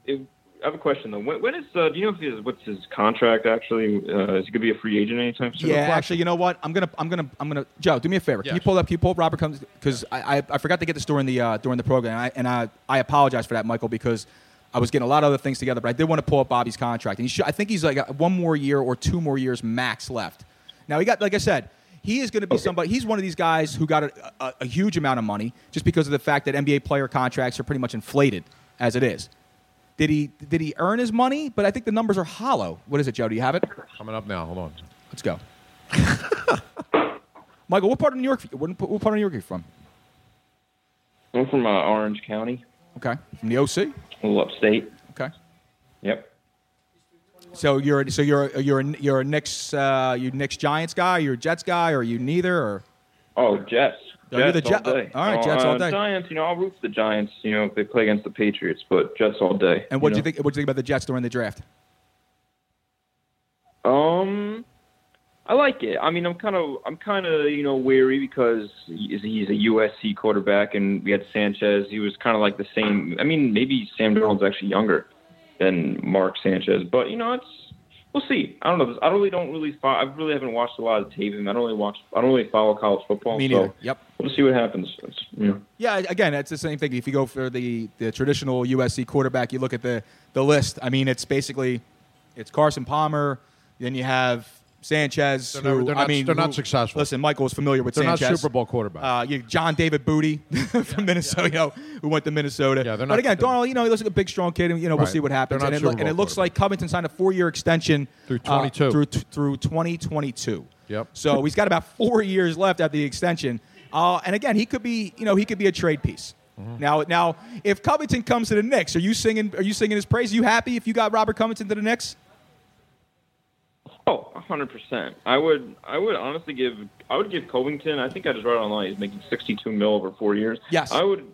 I: it, I have a question though. When, when is uh, do you know if his, what's his contract actually? Uh, is he gonna be a free agent anytime soon?
F: yeah, actually, you know what? I'm gonna, I'm gonna, I'm gonna. Joe, do me a favor. Can you pull up? Can you pull up Robert comes? Because I, I, I forgot to get this during the uh, during the program, and I, and I, I apologize for that, Michael, because I was getting a lot of other things together. But I did want to pull up Bobby's contract, and he should, I think he's like got one more year or two more years max left. Now he got, like I said, he is going to be somebody. He's one of these guys who got a, a, a huge amount of money just because of the fact that NBA player contracts are pretty much inflated as it is. Did he did he earn his money? But I think the numbers are hollow. What is it, Joe? Do you have it?
G: Coming up now. Hold on.
F: Let's go. Michael, what part of New York? What, what part of New York are you from?
I: I'm from uh, Orange County,
F: Okay, from the OC.
I: a little upstate.
F: Okay.
I: Yep.
F: So you're so you're you're you're a Knicks uh, you Knicks Giants guy, you're a Jets guy, or you neither? Or
I: Oh, Jets.
F: Oh, you're the
I: Jets
F: Jet-
I: all day.
F: all right,
I: Oh,
F: Jets all
I: uh,
F: day.
I: Giants. You know, I'll root for the Giants. You know, if they play against the Patriots, but Jets all day.
F: and what do
I: know?
F: you think? What do you think about the Jets during the draft?
I: Um, I like it. I mean, I'm kind of, I'm kind of, you know, weary because he's he's a USC quarterback, and we had Sanchez. He was kind of like the same. I mean, maybe Sam Darnold's actually younger than Mark Sanchez, but you know, it's we'll see. I don't know. I really don't really. Follow, I really haven't watched a lot of tape, and I don't really watch. I don't really follow college football.
F: Me
I: so
F: neither. Yep.
I: We'll see what happens. It's, you know.
F: Yeah, again, it's the same thing. If you go for the, the traditional USC quarterback, you look at the, the list. I mean, it's basically it's Carson Palmer, then you have Sanchez.
G: They're not-
F: who-
G: they're
F: I
G: not-
F: mean,
G: they're not
F: who-
G: successful.
F: Listen, Michael is familiar with
G: They're not
F: Sanchez.
G: Super Bowl quarterbacks.
F: Uh, you, John David Booty from Minnesota, you know, who went to Minnesota. Yeah, they're
G: not-
F: but again, Donald, you know, he looks like a big, strong kid, and you know, we'll
G: Right.
F: see what happens.
G: They're
F: And
G: not
F: it, loo-
G: Super
F: and
G: Bowl
F: it looks like Covington signed a four-year extension through
G: 22.
F: through t- through 2022.
G: Yep.
F: So he's got about four years left at the extension. Uh, and again, he could be, you know, he could be a trade piece.
G: Mm-hmm.
F: Now, now, if Covington comes to the Knicks, are you singing? Are you singing his praise? Are you happy if you got Robert Covington to the Knicks?
I: Oh, a hundred percent. I would, I would honestly give, I would give Covington. I think I just read online. He's making sixty-two mil over four years.
F: Yes.
I: I would,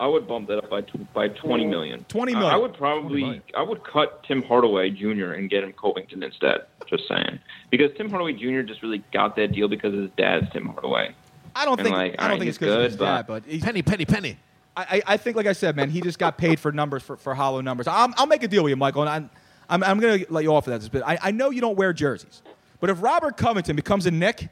I: I would bump that up by tw- by twenty million.
F: 20
I: I-
F: million.
I: I would probably, I would cut Tim Hardaway Jr. and get him Covington instead. Just saying, because Tim Hardaway Jr. just really got that deal because his dad's Tim Hardaway.
F: I don't
I: And,
F: think.
I: like,
F: I don't
I: all right,
F: think
I: he's
F: it's because of his
I: good,
F: dad, but penny, penny, penny. I, I I think, like I said, man, he just got paid for numbers for, for hollow numbers. I'm, I'll make a deal with you, Michael, and I'm I'm, I'm going to let you off of that. But I, I know you don't wear jerseys, but if Robert Covington becomes a Nick,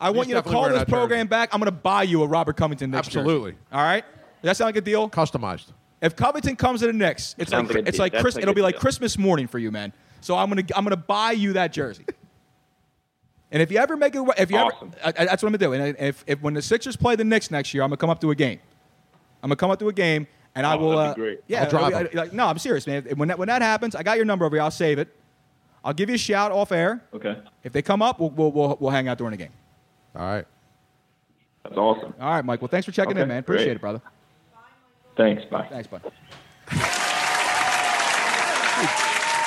F: I want you to
G: definitely
F: call
G: wearing
F: this
G: that
F: program back. I'm going to buy you a Robert Covington Knicks jersey.
G: Absolutely.
F: All right. Does that sound like a deal?
G: Customized.
F: If Covington comes to the Knicks, it's
G: Sounds
F: like,
G: like a
F: it's
G: deal.
F: like
G: That's
F: Chris,
G: like a
F: it'll be like
G: deal.
F: Christmas morning for you, man. So I'm gonna I'm gonna buy you that jersey. and if you ever make it, if you ever, I, I- that's what I'm gonna do. And if, if when the Sixers play the Knicks next year, I'm gonna come up to a game. I'm I'm gonna come up to a game and I
K: Oh,
F: will.
K: that'd
F: uh,
K: be great.
F: Yeah,
K: I'll drive
F: I- I-
K: him.
F: like, no, I'm serious, man. When that when that happens, I got your number over here. I'll save it. I'll give you a shout off air.
I: Okay.
F: If they come up, we'll we'll, we'll, we'll hang out during the game.
G: All right.
I: That's awesome.
F: All right, Mike. Well, thanks for checking
I: Okay,
F: in, man. Appreciate
I: great.
F: it, brother.
I: Thanks. Bye.
F: Thanks, bud.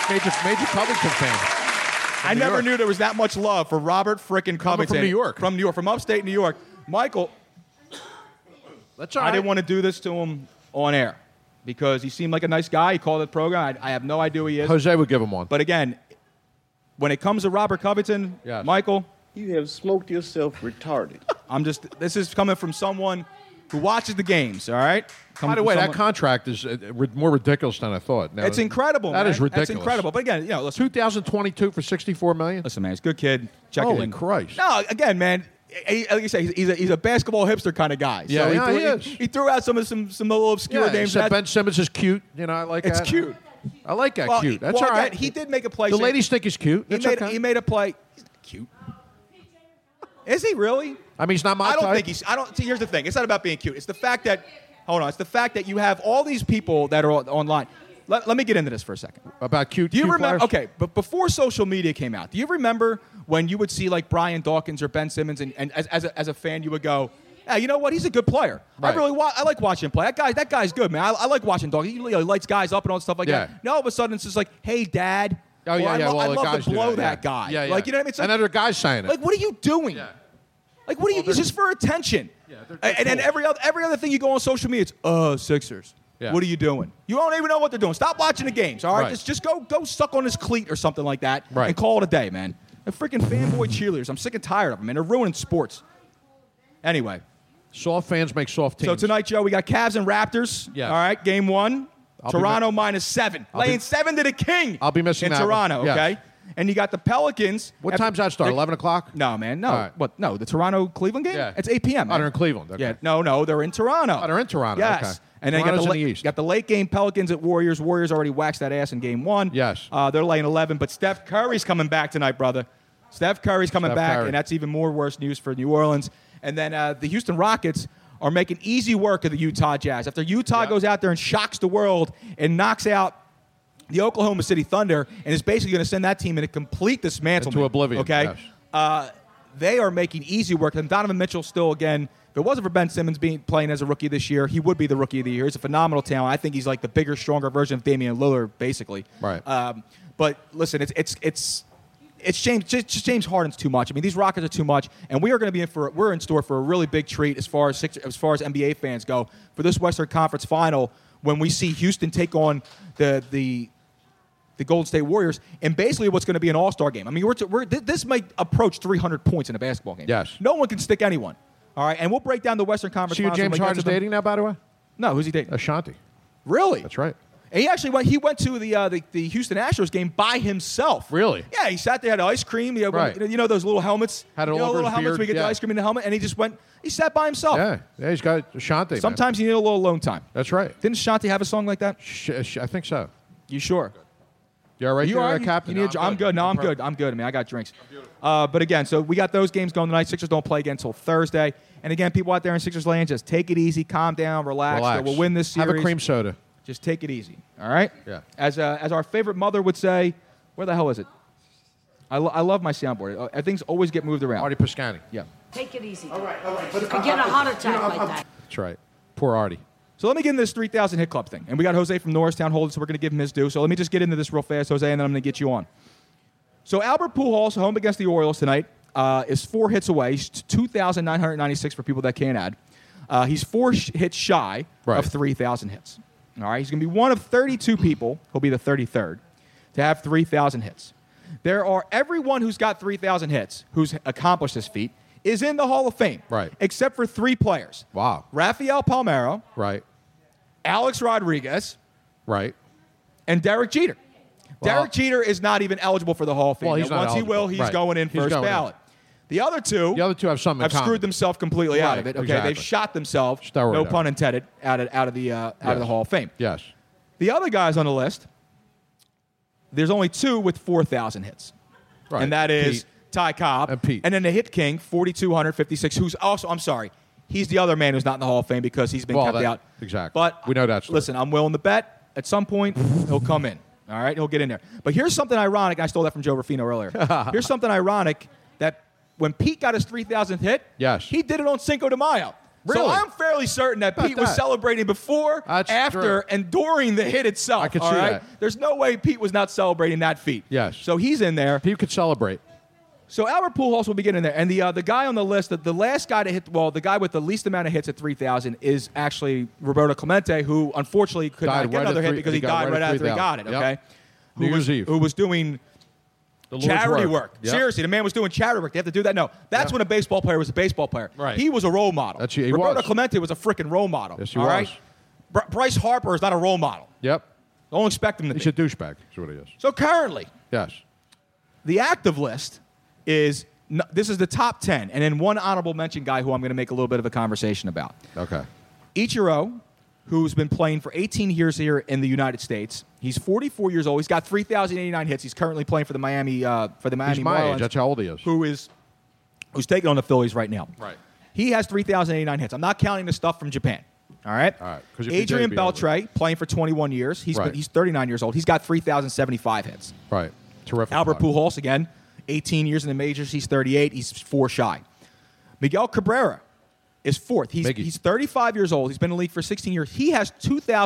G: Major, major Covington fan.
F: I
G: New
F: never
G: York.
F: knew there was that much love for Robert frickin' Covington
G: New York.
F: from New York, from upstate New York. Michael,
G: That's
F: I didn't want to do this to him on air because he seemed like a nice guy. He called the program. I, I have no idea who he is.
G: Jose would give him one.
F: But again, when it comes to Robert Covington, Michael,
K: you have smoked yourself retarded.
F: I'm just. This is coming from someone who watches the games. All right. Coming
G: By the
F: from
G: way, that
F: someone-
G: contract is uh, uh, ri- more ridiculous than I thought. Now,
F: it's incredible.
G: That
F: man.
G: is ridiculous.
F: That's incredible. But again, you know, listen,
G: 2022 for 64 million.
F: Listen, man, he's a good kid. Check
G: Holy
F: it in.
G: Christ!
F: No, again, man. he- like you say, he's- he's a, he's a basketball hipster kind of guy.
G: Yeah,
F: so
G: yeah,
F: he,
G: he
F: threw,
G: is.
F: he threw out some of some some little obscure
G: Yeah,
F: names.
G: except
F: and I-
G: Ben Simmons is cute. You know, I like
F: It's
G: that.
F: cute.
G: I like that
F: Well, he-
G: cute. That's
F: well,
G: all right.
F: again, he did make a play.
G: The
F: saying-
G: ladies think he's cute.
F: He
G: That's
F: made,
G: okay.
F: he made a play. He's cute. Is he really?
G: I mean, he's not my
F: I don't
G: type.
F: think he's. I don't. See, here's the thing. It's not about being cute. It's the fact that. Hold on. It's the fact that you have all these people that are on- online. Let, let me get into this for a second.
G: about cute.
F: Do you
G: cute
F: remember?
G: players?
F: Okay, but before social media came out, do you remember when you would see like Brian Dawkins or Ben Simmons, and, and as, as, a, as a fan, you would go, "Yeah, you know what? He's a good player.
G: Right.
F: I really wa- I like watching him play. That guy, that guy's good, man. I, I like watching Dawkins. He, you know, he lights guys up and all that stuff like
G: Yeah.
F: that. Now all of a sudden, it's just like, "Hey, Dad."
G: Oh yeah,
F: Or, I,
G: yeah.
F: lo-
G: well,
F: I
G: the
F: love
G: guys
F: to
G: do
F: blow
G: yeah.
F: that guy.
G: Yeah, yeah.
F: Like you know what I mean? It's like,
G: Another guy saying it.
F: like, what are you doing? Like, what are you? This is for attention. and then every other every other thing you go on social media, it's uh Sixers.
G: Yeah.
F: What are you doing? You don't even know what they're doing. Stop watching the games. All right,
G: Right.
F: just just go go suck on his cleat or something like that,
G: Right.
F: and call it a day, man. The freaking fanboy cheerleaders. I'm sick and tired of them, man. They're ruining sports. Anyway,
G: soft fans make soft teams.
F: so tonight, Joe, we got Cavs and Raptors.
G: Yes.
F: All right, game one.
G: I'll be
F: Toronto minus seven,
G: I'll be-
F: laying seven to the king.
G: I'll be missing
F: in
G: that one.
F: Toronto.
G: Yes.
F: Okay, and you got the Pelicans.
G: What
F: After-
G: time's that start?
F: the-
G: 11 o'clock?
F: no, man, no.
G: All right.
F: What? No, the Toronto Cleveland game.
G: Yeah.
F: it's 8 p.m.
G: Oh,
F: man.
G: they're in Cleveland. Okay.
F: Yeah, no, no, they're in Toronto.
G: Oh, they're in Toronto.
F: Yes.
G: Okay.
F: And then you got the,
G: Toronto's
F: la-
G: in the East.
F: got the late game Pelicans at Warriors. Warriors already waxed that ass in game one.
G: Yes.
F: Uh, they're laying 11, but Steph Curry's coming back tonight, brother. Steph Curry's coming
G: Steph
F: back,
G: Curry.
F: and that's even more worse news for New Orleans. And then uh, the Houston Rockets are making easy work of the Utah Jazz. After Utah goes out there and shocks the world and knocks out the Oklahoma City Thunder and is basically going to send that team in a complete dismantlement.
G: Into oblivion,
F: Okay.
G: yes.
F: Uh, they are making easy work. And Donovan Mitchell still, again, if it wasn't for Ben Simmons being playing as a rookie this year, he would be the rookie of the year. He's a phenomenal talent. I think he's like the bigger, stronger version of Damian Lillard, basically.
G: Right.
F: Um, but listen, it's it's it's it's James just, just James Harden's too much. I mean, these Rockets are too much, and we are going to be in for we're in store for a really big treat as far as six, as far as NBA fans go for this Western Conference Final when we see Houston take on the the the Golden State Warriors and basically what's going to be an All Star game. I mean, we're, t- we're th- this might approach 300 points in a basketball game.
G: Yes.
F: no one can stick anyone. All right, and we'll break down the Western Conference.
G: See you
F: Finals when
G: James
F: we get to
G: Harden's
F: them.
G: dating now, by the way?
F: No, who's he dating?
G: Ashanti.
F: Really?
G: That's right.
F: And he actually went. He went to the, uh, the the Houston Astros game by himself.
G: Really?
F: Yeah, he sat there had ice cream. You know,
G: Right.
F: you know, you know those little helmets.
G: Had it
F: you
G: all
F: know,
G: over
F: little
G: his
F: helmets.
G: beard,
F: We get
G: yeah.
F: the ice cream in the helmet, and he just went. He sat by himself.
G: Yeah. Yeah, he's got Ashanti. man.
F: Sometimes you need a little alone time.
G: That's right.
F: Didn't Shanti have a song like that?
G: Sh- uh, sh- I think so.
F: You sure?
G: You all right
F: you
G: there,
F: are
G: uh, Captain?
F: You need a dr- I'm, good. No, I'm good. I'm good. I mean, I got drinks. Uh, but again, so we got those games going tonight. Sixers don't play again until Thursday. And again, people out there in Sixers land, just take it easy, calm down, relax.
G: Relax.
F: We'll win this series.
G: Have a cream soda.
F: Just take it easy. All right.
G: Yeah.
F: As uh, as our favorite mother would say, where the hell is it? I, lo- I love my soundboard. Uh, Uh, things always get moved around. Artie
G: Piscani.
F: Yeah.
L: Take it easy. All right, all right. But I get a heart attack like that.
G: That's right. Poor Artie.
F: So let me get into this 3,000 hit club thing. And we got Jose from Norristown holding, so we're going to give him his due. So let me just get into this real fast, Jose, and then I'm going to get you on. So Albert Pujols, home against the Orioles tonight, uh, is four hits away. He's 2,996 for people that can't add. Uh, he's four sh- hits shy
G: Right.
F: of 3,000 hits. All right, he's going to be one of 32 people. He'll be the 33rd to have 3,000 hits. There are everyone who's got 3,000 hits who's accomplished this feat is in the Hall of Fame. Right. Except for three players.
G: Wow.
F: Rafael Palmero.
G: Right.
F: Alex Rodriguez.
G: Right.
F: And Derek Jeter. Derek Jeter is not even eligible for the Hall of Fame.
G: Well, he's
F: Now,
G: not
F: Once he
G: eligible.
F: will, he's
G: Right.
F: going in
G: He's
F: first
G: going in.
F: ballot. The other two, the
G: other two have something in
F: have
G: common.
F: screwed themselves completely out
G: Right,
F: of it. Okay,
G: exactly.
F: they've shot themselves.
G: Steroid
F: no
G: out.
F: pun intended. Out of out of the uh, out
G: Yes.
F: of the Hall of Fame.
G: Yes.
F: The other guys on the list, there's only two with 4,000 hits.
G: Right.
F: And that is
G: Pete.
F: Ty Cobb. And Pete. And then the hit king, 4,256, who's also, I'm sorry, He's the other man who's not in the Hall of Fame because he's been
G: Well,
F: kept
G: that-
F: out.
G: Exactly.
F: But
G: we know that. Story.
F: Listen, I'm willing to bet at some point he'll come in. All right, he'll get in there. But here's something ironic. I stole that from Joe Rafino earlier. here's something ironic that when Pete got his 3,000th hit, yes, he did it on Cinco de Mayo. So
G: Really?
F: I'm fairly certain that
G: About
F: Pete was
G: that.
F: celebrating before, after,
G: true.
F: and during the hit itself.
G: I could
F: all
G: see
F: right?
G: that.
F: There's no way Pete was not celebrating that feat. Yes. So he's in there.
G: Pete could celebrate.
F: So Albert Pujols will be getting in there, and the uh, the guy on the list, the, the last guy to hit, well, the guy with the least amount of hits at three thousand is actually Roberto Clemente, who unfortunately could not
G: Died
F: get
G: right at
F: another hit
G: three-
F: because
G: he
F: he
G: got
F: died
G: right
F: right
G: at
F: after he got it.
G: 3,000.
F: Okay,
G: Yep.
F: who
G: New
F: was,
G: Year's Eve.
F: who was doing
G: Lord's
F: charity
G: work.
F: work?
G: Yep.
F: Seriously, the man was doing charity work. They have to do that. No, that's when a baseball player was a baseball player. Right. He was a role model. That's,
G: he
F: Roberto
G: was.
F: Clemente was a freaking role model.
G: Yes, he
F: all
G: was.
F: right? Br- Bryce Harper is not a role model.
G: Yep.
F: Don't expect him to
G: He's
F: be.
G: a douchebag. Is what he is.
F: So currently,
G: Yes.
F: the active list is n- this is the top 10 and then one honorable mention guy who i'm going to make a little bit of a conversation about
G: Okay.
F: ichiro who's been playing for 18 years here in the united states he's 44 years old he's got 3089 hits he's currently playing for the miami uh, for the miami
G: He's my
F: Marlins,
G: age. That's how old he is.
F: who is who's taking on the phillies right now right he has 3089 hits i'm not counting the stuff from japan all right all right
G: 'cause if he did,
F: adrian
G: he'd be older.
F: beltre playing for 21 years He's
G: Right.
F: he's 39 years old he's got 3075 hits
G: Right. Terrific.
F: Albert Pujols again, 18 years in the majors. He's 38. He's four shy. Miguel Cabrera is fourth. He's, he's 35 years old. He's been in the league for 16 years. He has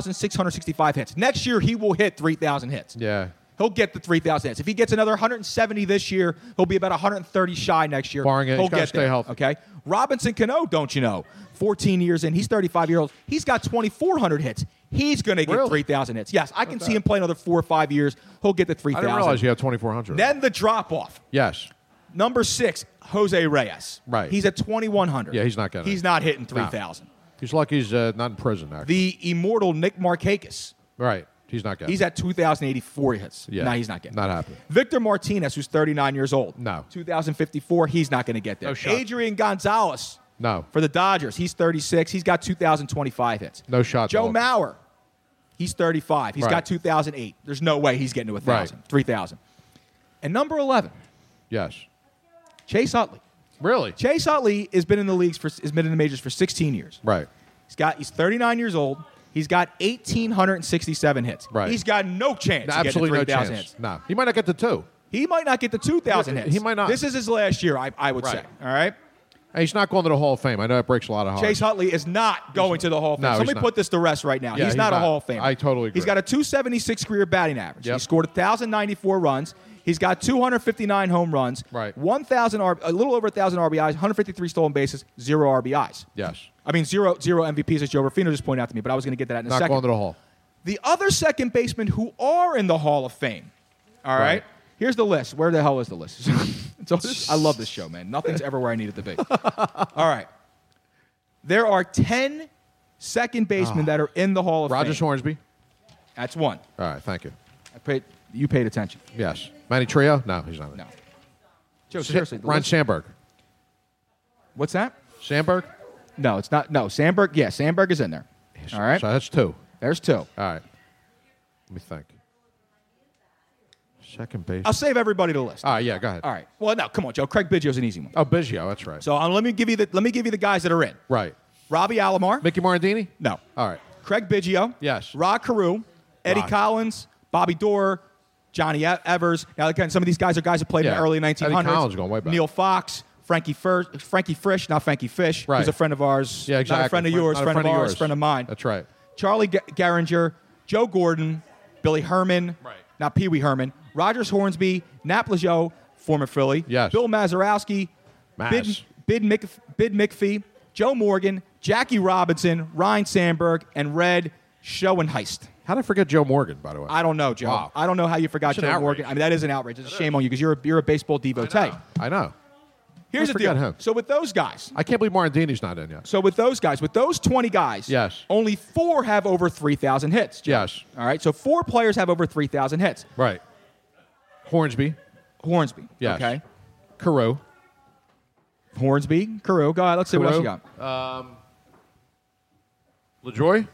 F: 2,665 hits. Next year, he will hit 3,000 hits.
G: Yeah.
F: He'll get the 3,000 hits. If he gets another 170 this year, he'll be about 130 shy next year.
G: Barring it, he's
F: he'll
G: gotta
F: get
G: stay
F: there,
G: healthy.
F: Okay. Robinson Cano, don't you know? 14 years in. He's 35 years old. He's got 2,400 hits. He's going to get
G: Really?
F: 3,000 hits. Yes, I can
G: Not
F: see
G: bad.
F: him play another four or five years. He'll get the 3,000.
G: I didn't realize you had 2,400.
F: Then the drop off.
G: yes.
F: Number six, Jose Reyes. Right. He's at 2,100.
G: Yeah, he's not getting.
F: He's
G: it.
F: not hitting
G: No.
F: 3,000.
G: He's lucky he's uh, not in prison. Actually.
F: The immortal Nick Markakis.
G: right. He's not getting.
F: He's
G: it.
F: at 2,084 hits.
G: Yeah.
F: No, he's not getting
G: Not happening.
F: Victor Martinez, who's 39 years old. No. 2054, he's not going to get there.
G: No shot.
F: Adrian Gonzalez
G: No.
F: for the Dodgers, he's 36. He's got 2,025 hits.
G: No shot.
F: Joe
G: dog.
F: Mauer, he's 35. He's
G: Right.
F: got 2,008. There's no way he's getting to 1,000, 3,000. And number 11,
G: Yes.
F: Chase Utley.
G: Really?
F: Chase Utley has been in the leagues for has been in the majors for 16 years.
G: Right.
F: He's got he's 39 years old. He's got 1867 hits.
G: Right.
F: He's got no chance.
G: No,
F: of getting to
G: absolutely no
F: 3,000
G: chance.
F: Hits.
G: No. He might not get the two.
F: He might not get the 2,000 hits.
G: He might not.
F: This is his last year, I, I would
G: Right.
F: say. All right.
G: And he's not going to the Hall of Fame. I know that breaks a lot of hearts.
F: Chase Utley is not going to the Hall of Fame.
G: No,
F: So let
G: he's
F: me
G: not.
F: put this to rest right now.
G: Yeah,
F: he's,
G: he's
F: not, a
G: not.
F: Hall of Famer.
G: I totally agree.
F: He's got a 276 career batting average. He scored 1,094 runs. He's got 259 home runs. Right. 1,000 R- a little over 1,000 RBIs, 153 stolen bases, zero RBIs.
G: Yes.
F: I mean, zero zero MVPs, as Joe Rufino just pointed out to me, but I was going to get to that in a
G: Not
F: second.
G: going to the Hall.
F: The other second basemen who are in the Hall of Fame. All right.
G: Right.
F: Here's the list. Where the hell is the list? It's all- I love this show, man. Nothing's ever where I need it to be. All right. There are 10 second basemen that are in the Hall of
G: Rogers
F: Fame.
G: Ah. Hornsby.
F: That's one.
G: All right. Thank you.
F: I paid, you paid attention.
G: Yes. Manny Trio? No, he's not. No.
F: Joe, seriously. the
G: Ron
F: list-
G: Sandberg.
F: What's that?
G: Sandberg?
F: No, it's not. No, Sandberg. Yeah, Sandberg is in there. All right.
G: So that's two.
F: There's two. All
G: right. Let me think. Second base.
F: I'll save everybody to the list.
G: All right. Yeah. Go ahead.
F: All right. Well, no, come on, Joe. Craig Biggio's an easy one.
G: Oh, Biggio. That's right.
F: So um, let me give you the let me give you the guys that are in.
G: Right.
F: Robbie Alomar.
G: Mickey Morandini?
F: No.
G: All right.
F: Craig Biggio. Yes. Rod Carew. Eddie
G: Rod.
F: Collins. Bobby Dorr. Johnny E- Evers. Now again, some of these guys are guys that played in
G: Yeah.
F: the early 1900s.
G: Eddie Collins going way back.
F: Neil Fox. Frankie, Fir- Frankie Frisch, not Frankie Fish,
G: Right.
F: who's a friend of ours.
G: Yeah, exactly.
F: Not a friend of yours,
G: Not a
F: friend,
G: friend
F: of
G: of
F: ours,
G: yours.
F: friend of mine.
G: That's right.
F: Charlie G- Garringer, Joe Gordon, Billy Herman, right. not Pee Wee Herman, Rogers Hornsby, Nat Leggio, former Philly, yes. Bill Mazurowski, Bid, Bid, Mc, Bid McPhee, Joe Morgan, Jackie Robinson, Ryan Sandberg, and Red Schoenheist.
G: How did I forget Joe Morgan, by the way?
F: I don't know, Joe.
G: Wow.
F: I don't know how you forgot
G: That's an
F: Joe
G: outrage.
F: Morgan. I mean, that is an outrage. It's a shame on you because you're a, you're a baseball devotee.
G: I know.
F: Here's
G: I
F: the deal.
G: forgot him.
F: So with those guys,
G: I can't believe Morandini's not in yet.
F: so with those guys, with those 20 guys, yes. only four have over 3,000 hits. Joe.
G: Yes.
F: All right. So four players have over 3,000 hits.
G: Right. Hornsby.
F: Hornsby.
G: Yes.
F: Okay.
G: Carew.
F: Hornsby. Carew. Go ahead. Let's see what else you got.
G: Um, LaJoy?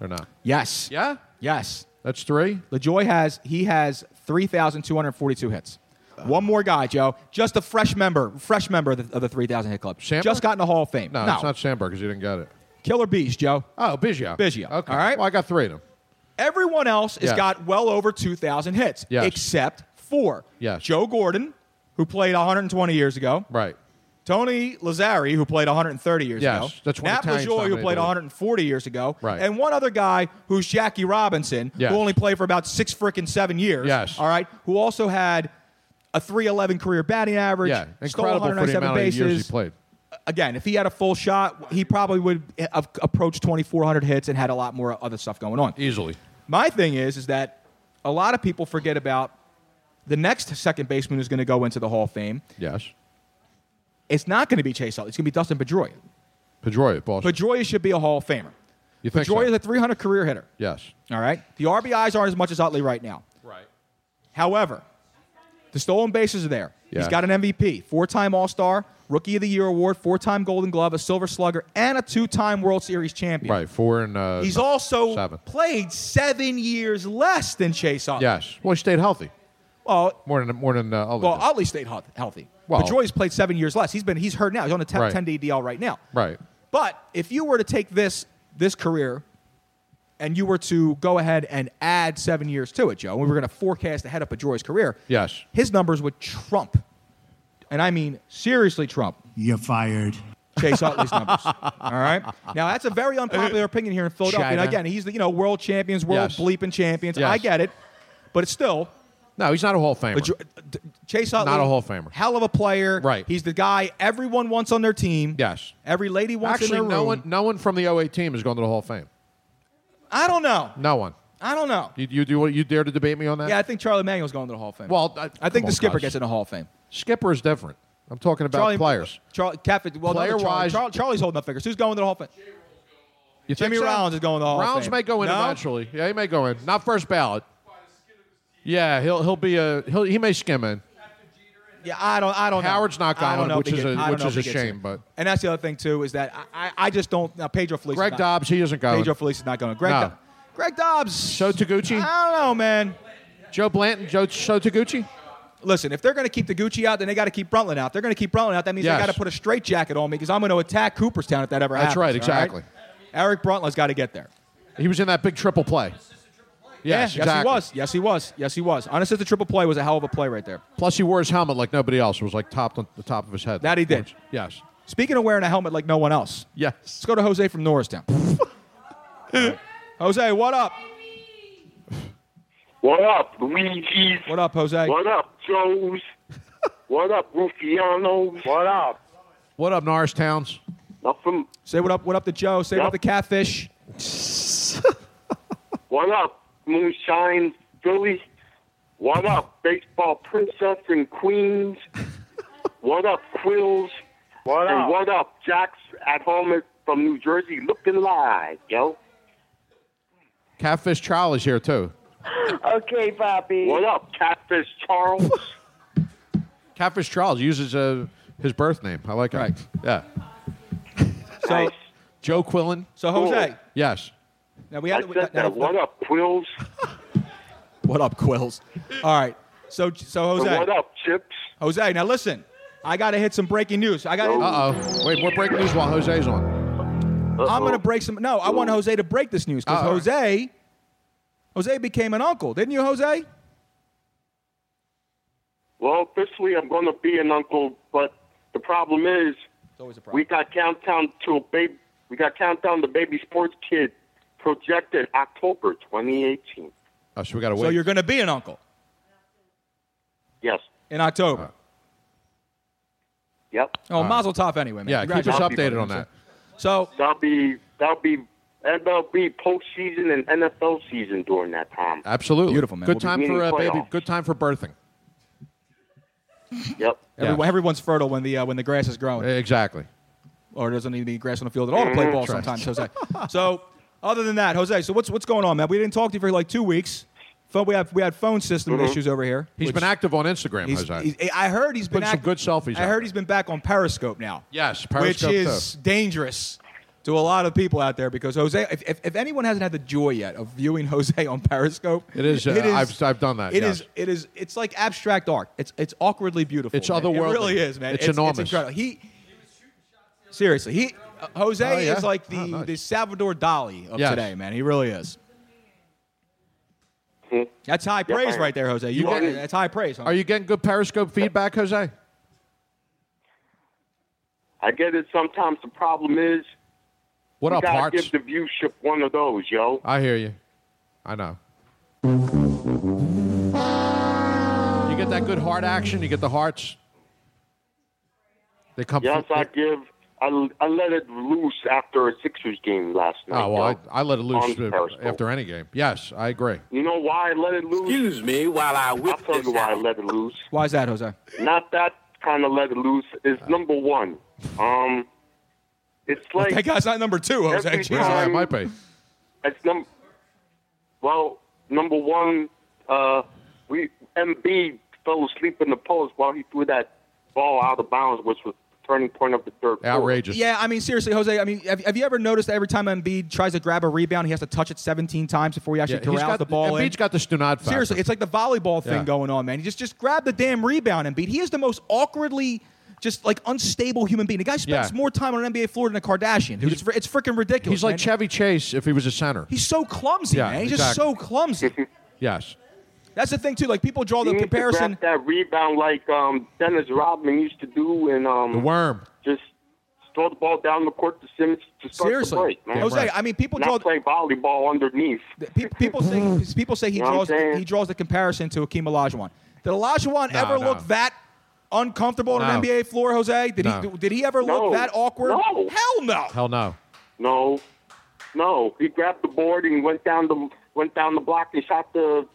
G: Or not?
F: Yes.
G: Yeah?
F: Yes.
G: That's three.
F: LaJoy has he has 3,242 hits. One more guy, Joe. Just a fresh member, fresh member of the, of the 3,000 Hit Club. Just got in the Hall of Fame.
G: No, it's not Sandberg because you didn't get it.
F: Killer Beast, Joe.
G: Oh, Biggio.
F: Biggio.
G: Okay.
F: All right.
G: Well, I got three of them.
F: Everyone else has
G: Yeah.
F: got well over 2,000 hits,
G: Yes.
F: except four.
G: Yes.
F: Joe Gordon, who played 120 years ago.
G: Right.
F: Tony Lazzari, who played 130 years
G: Yes,
F: ago.
G: that's when
F: Nat
G: Italians
F: LaJoie, who
G: dominated
F: played
G: the league.
F: 140 years ago.
G: Right.
F: And one other guy who's Jackie Robinson,
G: Yes.
F: who only played for about six frickin' seven years. Yes. All right. Who also had a 311 career batting average.
G: Yeah,
F: stole
G: incredible for the
F: 197
G: amount
F: bases
G: of years he played.
F: again, if he had a full shot, he probably would have approached 2,400 hits and had a lot more other stuff going on.
G: Easily.
F: My thing is, is that a lot of people forget about the next second baseman who's going to go into the Hall of Fame.
G: Yes.
F: It's not going to be Chase Elliott. It's going to be Dustin Pedroia.
G: Pedroia, at Boston.
F: Pedroia should be a Hall of Famer.
G: You think so?
F: Pedroia is a 300 career hitter.
G: Yes.
F: All right. The RBIs aren't as much as Utley right now.
G: Right.
F: However, the stolen bases are there. He's
G: Yeah.
F: got an MVP, four time All Star, Rookie of the Year award, four time Golden Glove, a Silver Slugger, and a two time World Series champion.
G: Right. Four and uh,
F: He's also
G: seven.
F: played seven years less than Chase Utley.
G: Yes. Well, he stayed healthy.
F: Well,
G: more than more than uh, Utley
F: Well,
G: did.
F: Utley stayed hot- healthy.
G: Well-
F: but Joy's played seven years less. He's been he's hurt now. He's on a 10,
G: Right.
F: 10 day DL right now.
G: Right.
F: But if you were to take this this career and you were to go ahead and add seven years to it, Joe, and we were going to forecast ahead of Pedroia's career,
G: Yes.
F: his numbers would trump, and I mean seriously trump,
M: You're fired.
F: Chase Utley's numbers. All right. Now that's a very unpopular opinion here in Philadelphia. And
G: China.
F: again, he's the you know world champions, world
G: Yes.
F: bleeping champions.
G: Yes.
F: I get it, but it's still.
G: No, he's not a Hall of Famer.
F: Chase Utley,
G: Not a Hall of Famer.
F: Hell of a player. Right. He's the guy everyone wants on their team.
G: Yes.
F: Every lady wants
G: Actually,
F: in their
G: no
F: room.
G: one no one from the 08 team has gone to the Hall of Fame.
F: I don't know.
G: No one.
F: I don't know.
G: You you do you dare to debate me on that?
F: Yeah, I think Charlie Manuel's going to the Hall of Fame.
G: Well, uh, I,
F: I think the skipper gets in the Hall of Fame.
G: Skipper is different. I'm talking about
F: Charlie-
G: players.
F: Charlie, Cap, well, Player
G: Player
F: Charlie,
G: wise-
F: Charlie, Charlie's holding up figures. Who's going to the Hall of Fame?
G: You
F: Jimmy
G: think so?
F: Rollins is going to the Hall of
G: Rollins
F: Fame.
G: may go in
F: No?
G: eventually. Yeah, he may go in. Not first ballot. Yeah, he'll he'll be a he'll he may skim in.
F: Yeah, I don't. I don't. know.
G: Howard's not
F: I don't
G: going,
F: know if
G: which
F: he
G: is
F: gets-
G: a-
F: I don't
G: which
F: know
G: is
F: if
G: a
F: he gets
G: shame,
F: in.
G: but-
F: and that's the other thing too is that I I, I just don't. Now Pedro Feliz.
G: Greg Dobbs, he isn't going.
F: Pedro Feliz is not going. Greg.
G: No.
F: Dobbs. Greg Dobbs.
G: So Taguchi.
F: I don't know, man.
G: Joe Blanton. Joe So Taguchi.
F: Listen, if they're going to keep the Gucci out, then they got to keep Bruntlin out. They're going to keep Bruntlin out. That means
G: Yes.
F: they got to put a straitjacket on me because I'm going to attack Cooperstown if that ever
G: That's
F: happens.
G: right,
F: all
G: exactly.
F: Eric Bruntlin's got to get there.
G: He was in that big triple play. Yes,
F: yeah, yes, he
G: exactly.
F: was. Yes, he was. Yes, he was. Honestly, the triple play was a hell of a play right there.
G: Plus, he wore his helmet like nobody else. It was like topped on the top of his head.
F: That he did.
G: Yes.
F: Speaking of wearing a helmet like no one else,
G: yes.
F: Let's go to Jose from Norristown. Jose, what up?
N: What up, Luigi's?
F: What up, Jose?
N: What up, Joes? what up, Rufianos? What up?
G: What up, Norris Towns?
N: Nothing.
F: Say what up. What up to Joe? Say what up to Catfish.
N: What up, Moonshine Philly? What up, Baseball Princess and Queens? what up, Quills? What
O: up?
N: And what up, Jacks at home from New Jersey looking live, yo?
G: Catfish Charlie's here too.
O: okay, Bobby.
N: What up, Catfish Charles?
G: Catfish Charles uses uh, his birth name. I like it. Right. Yeah.
F: So,
G: Joe Quillen.
F: So Jose.
G: Yes.
F: Now we had.
N: I said that. What up, Quills?
F: What up, Quills? All right. So, so Jose.
N: What up, Chips?
F: Jose, now listen. I got to hit some breaking news. I got.
G: Uh oh. Wait, more breaking news while Jose's on.
F: I'm going to break some. No, I want Jose to break this news because
G: Oh, all right.
F: Jose, Jose became an uncle, didn't you, Jose?
N: Well, officially, I'm going to be an uncle, but the problem is, we got countdown to a baby. We got countdown to baby sports kid projected October 2018.
G: Oh, so we got to wait.
F: So you're going to be an uncle
N: Yes.
F: in October.
N: Yep.
F: Oh, Mazel Tov anyway, man.
G: Yeah, keep us
F: Congratulations.
G: updated on that.
F: So
N: that'll be that'll be MLB postseason and NFL season during that time.
G: Absolutely.
F: Beautiful, man.
G: Good
F: We'll be-
G: time for uh,
N: Meaning
G: baby.
N: playoffs.
G: Good time for birthing.
N: Yep.
F: Everyone, everyone's fertile when the uh, when the grass is growing,
G: Exactly.
F: or there doesn't need to be grass on the field at all to play
G: Mhm.
F: ball
G: That's right.
F: sometimes, Jose. so, other than that, Jose, so what's what's going on, man? We didn't talk to you for like two weeks. Phone, we had we had phone system
N: Mm-hmm.
G: Mhm.
F: issues over here.
G: He's
F: which-
G: been active on Instagram,
F: He's-
G: Jose.
F: he's- I heard he's been
G: Putting some
F: act-
G: good selfies
F: I
G: out
F: heard he's been back on Periscope now.
G: Yes,
F: which
G: Periscope
F: is dangerous. to a lot of people out there because Jose, if, if, if anyone hasn't had the joy yet of viewing Jose on Periscope,
G: It is, uh, I've- I've done that,
F: It
G: yes.
F: is- It is. It's like abstract art. It's it's awkwardly beautiful.
G: It's
F: man.
G: otherworldly.
F: It really is, man.
G: It's
F: It's
G: enormous.
F: incredible. He seriously. He uh, Jose
G: Oh, yeah?
F: is like the
G: Oh, nice.
F: the Salvador Dali of
G: Yes.
F: today, man. He really is. That's high praise right there, Jose. You,
G: You
F: are-
G: get-
F: that's high praise. Huh?
G: Are you getting good Periscope feedback, Jose?
N: I get it. Sometimes the problem is
G: What
N: you
G: up,
N: gotta
G: Parts?
N: give the viewship one of those, yo.
G: I hear you. I know. You get that good heart action. You get the hearts. They come.
N: Yes,
G: from-
N: I give. I, I let it loose after a Sixers game last night.
G: oh well, I,
N: yo,
G: I let it
N: on
G: loose uh,
N: Periscope.
G: after any game. Yes, I agree.
N: You know why I let it loose? Excuse me while I whip I'll tell you why I let it loose.
F: Why is that, Jose?
N: Not that kind of let it loose. Is number one. Um, it's like
F: that guy's not number two, Jose.
N: every
F: Jesus.
N: time-
G: Might be.
N: It's num. Well, number one, uh, we MB fell asleep in the post while he threw that ball out of bounds, which was the turning point of the third. quarter.
F: Yeah, I mean, seriously, Jose. I mean, have, have you ever noticed that every time Embiid tries to grab a rebound, he has to touch it 17 times before he actually
G: Yeah, he's
F: corrals
G: got
F: the ball? in?
G: Embiid's got the Stunad factor.
F: Seriously, it's like the volleyball thing
G: Yeah.
F: going on, man. He just just grab the damn rebound and beat. He is the most awkwardly just like unstable human being. The guy spends
G: Yeah.
F: more time on an NBA floor than a Kardashian. Dude, it's fr- it's freaking ridiculous.
G: He's like
F: man.
G: Chevy Chase if he was a center.
F: He's so clumsy,
G: Yeah,
F: man. He's just
G: exactly.
F: so clumsy.
G: yes.
F: That's the thing too. Like people draw
N: He
F: the
N: needs to
F: comparison.
N: grab that rebound like um, Dennis Rodman used to do, and um,
G: The worm.
N: just throw the ball down the court to Simmons to start
F: Seriously.
N: the break. Man.
F: Damn Jose, right. I mean, people
N: Not
F: draw-
N: play volleyball underneath.
F: Pe- People say people say he
N: You know what I'm
F: draws he draws the comparison to Akeem Olajuwon. Did Olajuwon
N: No,
F: ever
N: no.
F: look that uncomfortable on an
N: No.
F: NBA floor, Jose? Did
G: No.
F: he did he ever
N: No.
F: look that awkward?
N: No.
F: Hell no.
G: Hell no.
N: No, no. He grabbed the board and went down the went down the block and shot the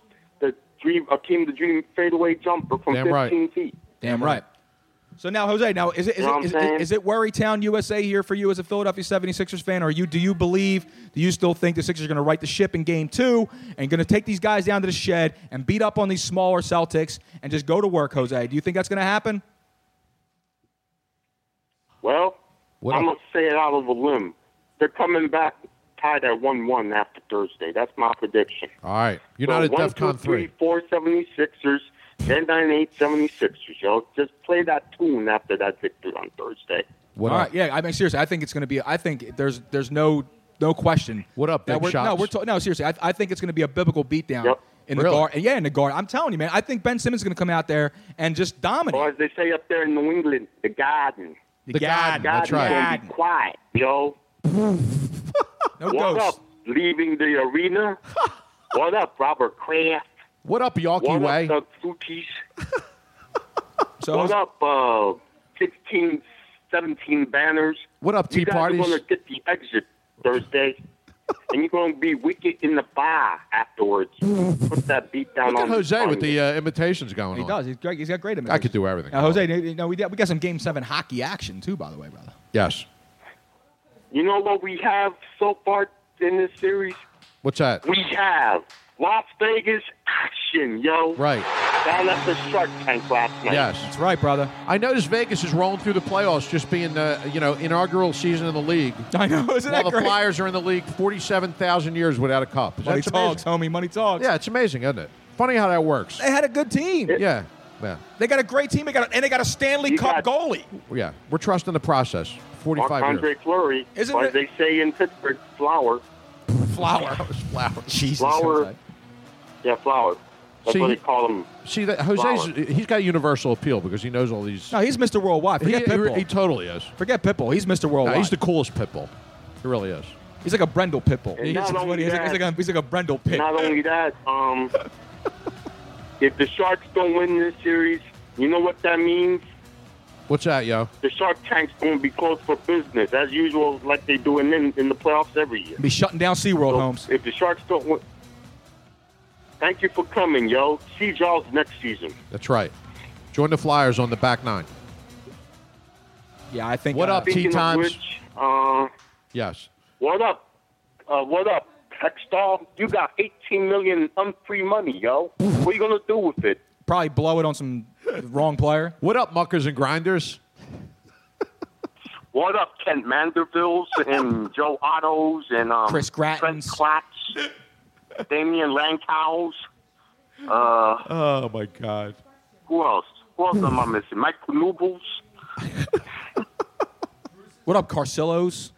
N: the dream Akeem the dream fadeaway jumper from
F: Damn right.
N: 15 feet.
F: Damn right. So now, Jose, now is it is
N: You know what
F: it,
N: I'm
F: is, it,
N: saying?
F: is it Worrytown USA here for you as a Philadelphia 76ers fan, or you do you believe do you still think the Sixers are going to right the ship in Game Two and going to take these guys down to the shed and beat up on these smaller Celtics and just go to work, Jose? Do you think that's going to happen?
N: Well,
F: What
N: I'm
F: up?
N: gonna say it out of a limb. They're coming back tied at one-one after Thursday. That's my prediction.
G: All right. You're
N: So
G: not at
N: one,
G: DEFCON
N: two, three,
G: 3.
N: four 76ers, 10 9 8 76ers, yo. Just play that tune after that victory on Thursday.
G: What
F: All
G: up?
F: right, yeah. I mean, seriously, I think it's going to be. I think there's there's no no question. What up,
G: big
F: we're, No,
G: shots?
F: we're ta- no seriously. I, I think it's going to be a biblical beatdown
N: Yep.
F: in the
N: Really?
F: guard. Yeah, in the guard. I'm telling you, man. I think Ben Simmons is going to come out there and just dominate.
N: Or as they say up there in New England, the garden.
F: The The garden, that's right.
N: gonna be quiet, yo.
F: No
N: what
G: ghosts.
N: up, leaving the arena? what up, Robert Kraft?
G: What up,
N: what
G: Yawkey Way?
N: up, Doug Flutie?
F: So-
N: what up, uh, 16, 17 banners?
G: What up,
N: you
G: tea
N: guys
G: parties?
N: are going to get the exit Thursday, and you're going to be wicked in the bar afterwards. Put that beat down
G: Look
N: on
G: at Jose
N: on
G: with the uh, imitations going
F: He
G: on.
F: does. He's, great. he's got great.
G: I could do everything.
F: Now, Jose, you know, we, got- we got some Game Seven hockey action too, by the way, brother.
G: Yes.
N: You know what we have so far in this series?
G: What's that?
N: We have Las Vegas action, yo.
G: Right.
N: Down at the Shark Tank last night.
G: Yes. That's
F: right, brother.
G: I noticed Vegas is rolling through the playoffs, just being the you know inaugural season in the league.
F: I know, isn't
G: While
F: that
G: the
F: great?
G: Flyers are in the league 47,000 years without a cup. Is
F: Money
G: that
F: talks, homie. Money talks.
G: Yeah, it's amazing, isn't it? Funny how that works.
F: They had a good team.
G: Yeah. Yeah.
F: They got a great team. They got a, and they got a Stanley Cup goalie.
G: Yeah. We're trusting the process. 45
N: Andre
G: years.
N: Fleury,
F: Isn't
N: or
F: it-
N: as they say in Pittsburgh, Flower.
F: Flower.
G: Flower.
F: Jesus.
N: Flower. Yeah, Flower. That's
G: See,
N: what they
G: he-
N: call him.
G: See that Jose's he's got universal appeal because he knows all these
F: No, he's Mr. Worldwide. Forget
G: He- he-
F: Pitbull.
G: he totally is.
F: Forget Pitbull. He's Mr. Worldwide.
G: he's the coolest Pitbull. He really is.
F: He's like a Brendel Pitbull.
N: And
F: He's,
N: not
F: he's
N: only
F: like- he's
N: that-
F: like, he's like a, he's like a Brendel Pit.
N: Not only that, um, if the Sharks don't win this series, you know what that means?
G: What's that, yo?
N: The Shark Tank's going to be closed for business, as usual, like they do in, in, in the playoffs every year.
F: Be shutting down SeaWorld, Holmes.
N: If the Sharks don't win. Thank you for coming, yo. See y'all next season.
G: That's right. Join the Flyers on the back nine.
F: Yeah, I think.
G: What
N: Uh,
G: up, T
N: speaking of
G: Times?
N: which, uh,
G: Yes.
N: what up? Uh, what up, Hextall? You got 18 million in unfree money, yo. What are you going to do with it?
F: Probably blow it on some wrong player.
G: What up, muckers and grinders?
N: What up, Kent Mandervilles and Joe Ottos and um,
F: Chris
N: Trent Klatz, Damian Lankows. Uh,
F: Oh my God.
N: who else? Who else am I missing? Mike Knubles.
F: What up, Carcillos?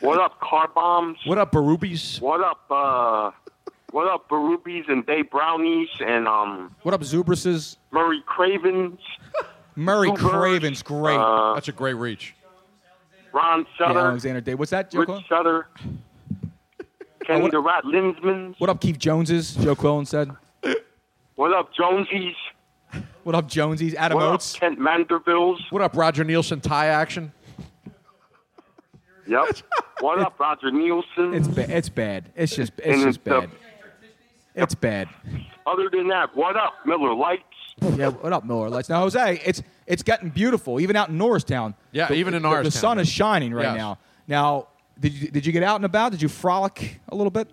N: What up, Car Bombs?
F: What up, Barubis?
N: What up? Uh, what up, Barubies and Dave Brownies and um,
F: What up, Zubrises?
N: Murray Cravens,
F: Murray
N: Zubrus,
F: Craven's great.
N: uh,
F: That's a great reach.
N: Ron
F: Yeah,
N: Sutter,
F: Alexander Day. What's that, Joe
N: Rich
F: Quillen?
N: Sutter, Kenny the Rat Linsman.
F: What up, Keith Joneses? Joe Quillen said.
N: What up, Jonesies?
F: What up, Jonesies? Adam
N: What up,
F: Oates?
N: Kent Mandervilles.
G: What up, Roger Nielsen tie action?
N: Yep. What up, Roger Nielsen?
F: It's ba- it's bad. It's just
N: And
F: it's just
N: it's, uh,
F: bad. It's bad.
N: Other than that, what up, Miller Lights?
F: Yeah, what up, Miller? Lights. Now, Jose, it's it's gotten beautiful, even out in Norristown.
G: Yeah,
F: The-
G: even in
F: the- The
G: Norristown.
F: sun is shining right
G: Yes.
F: now. Now, did you, did you get out and about? Did you frolic a little bit?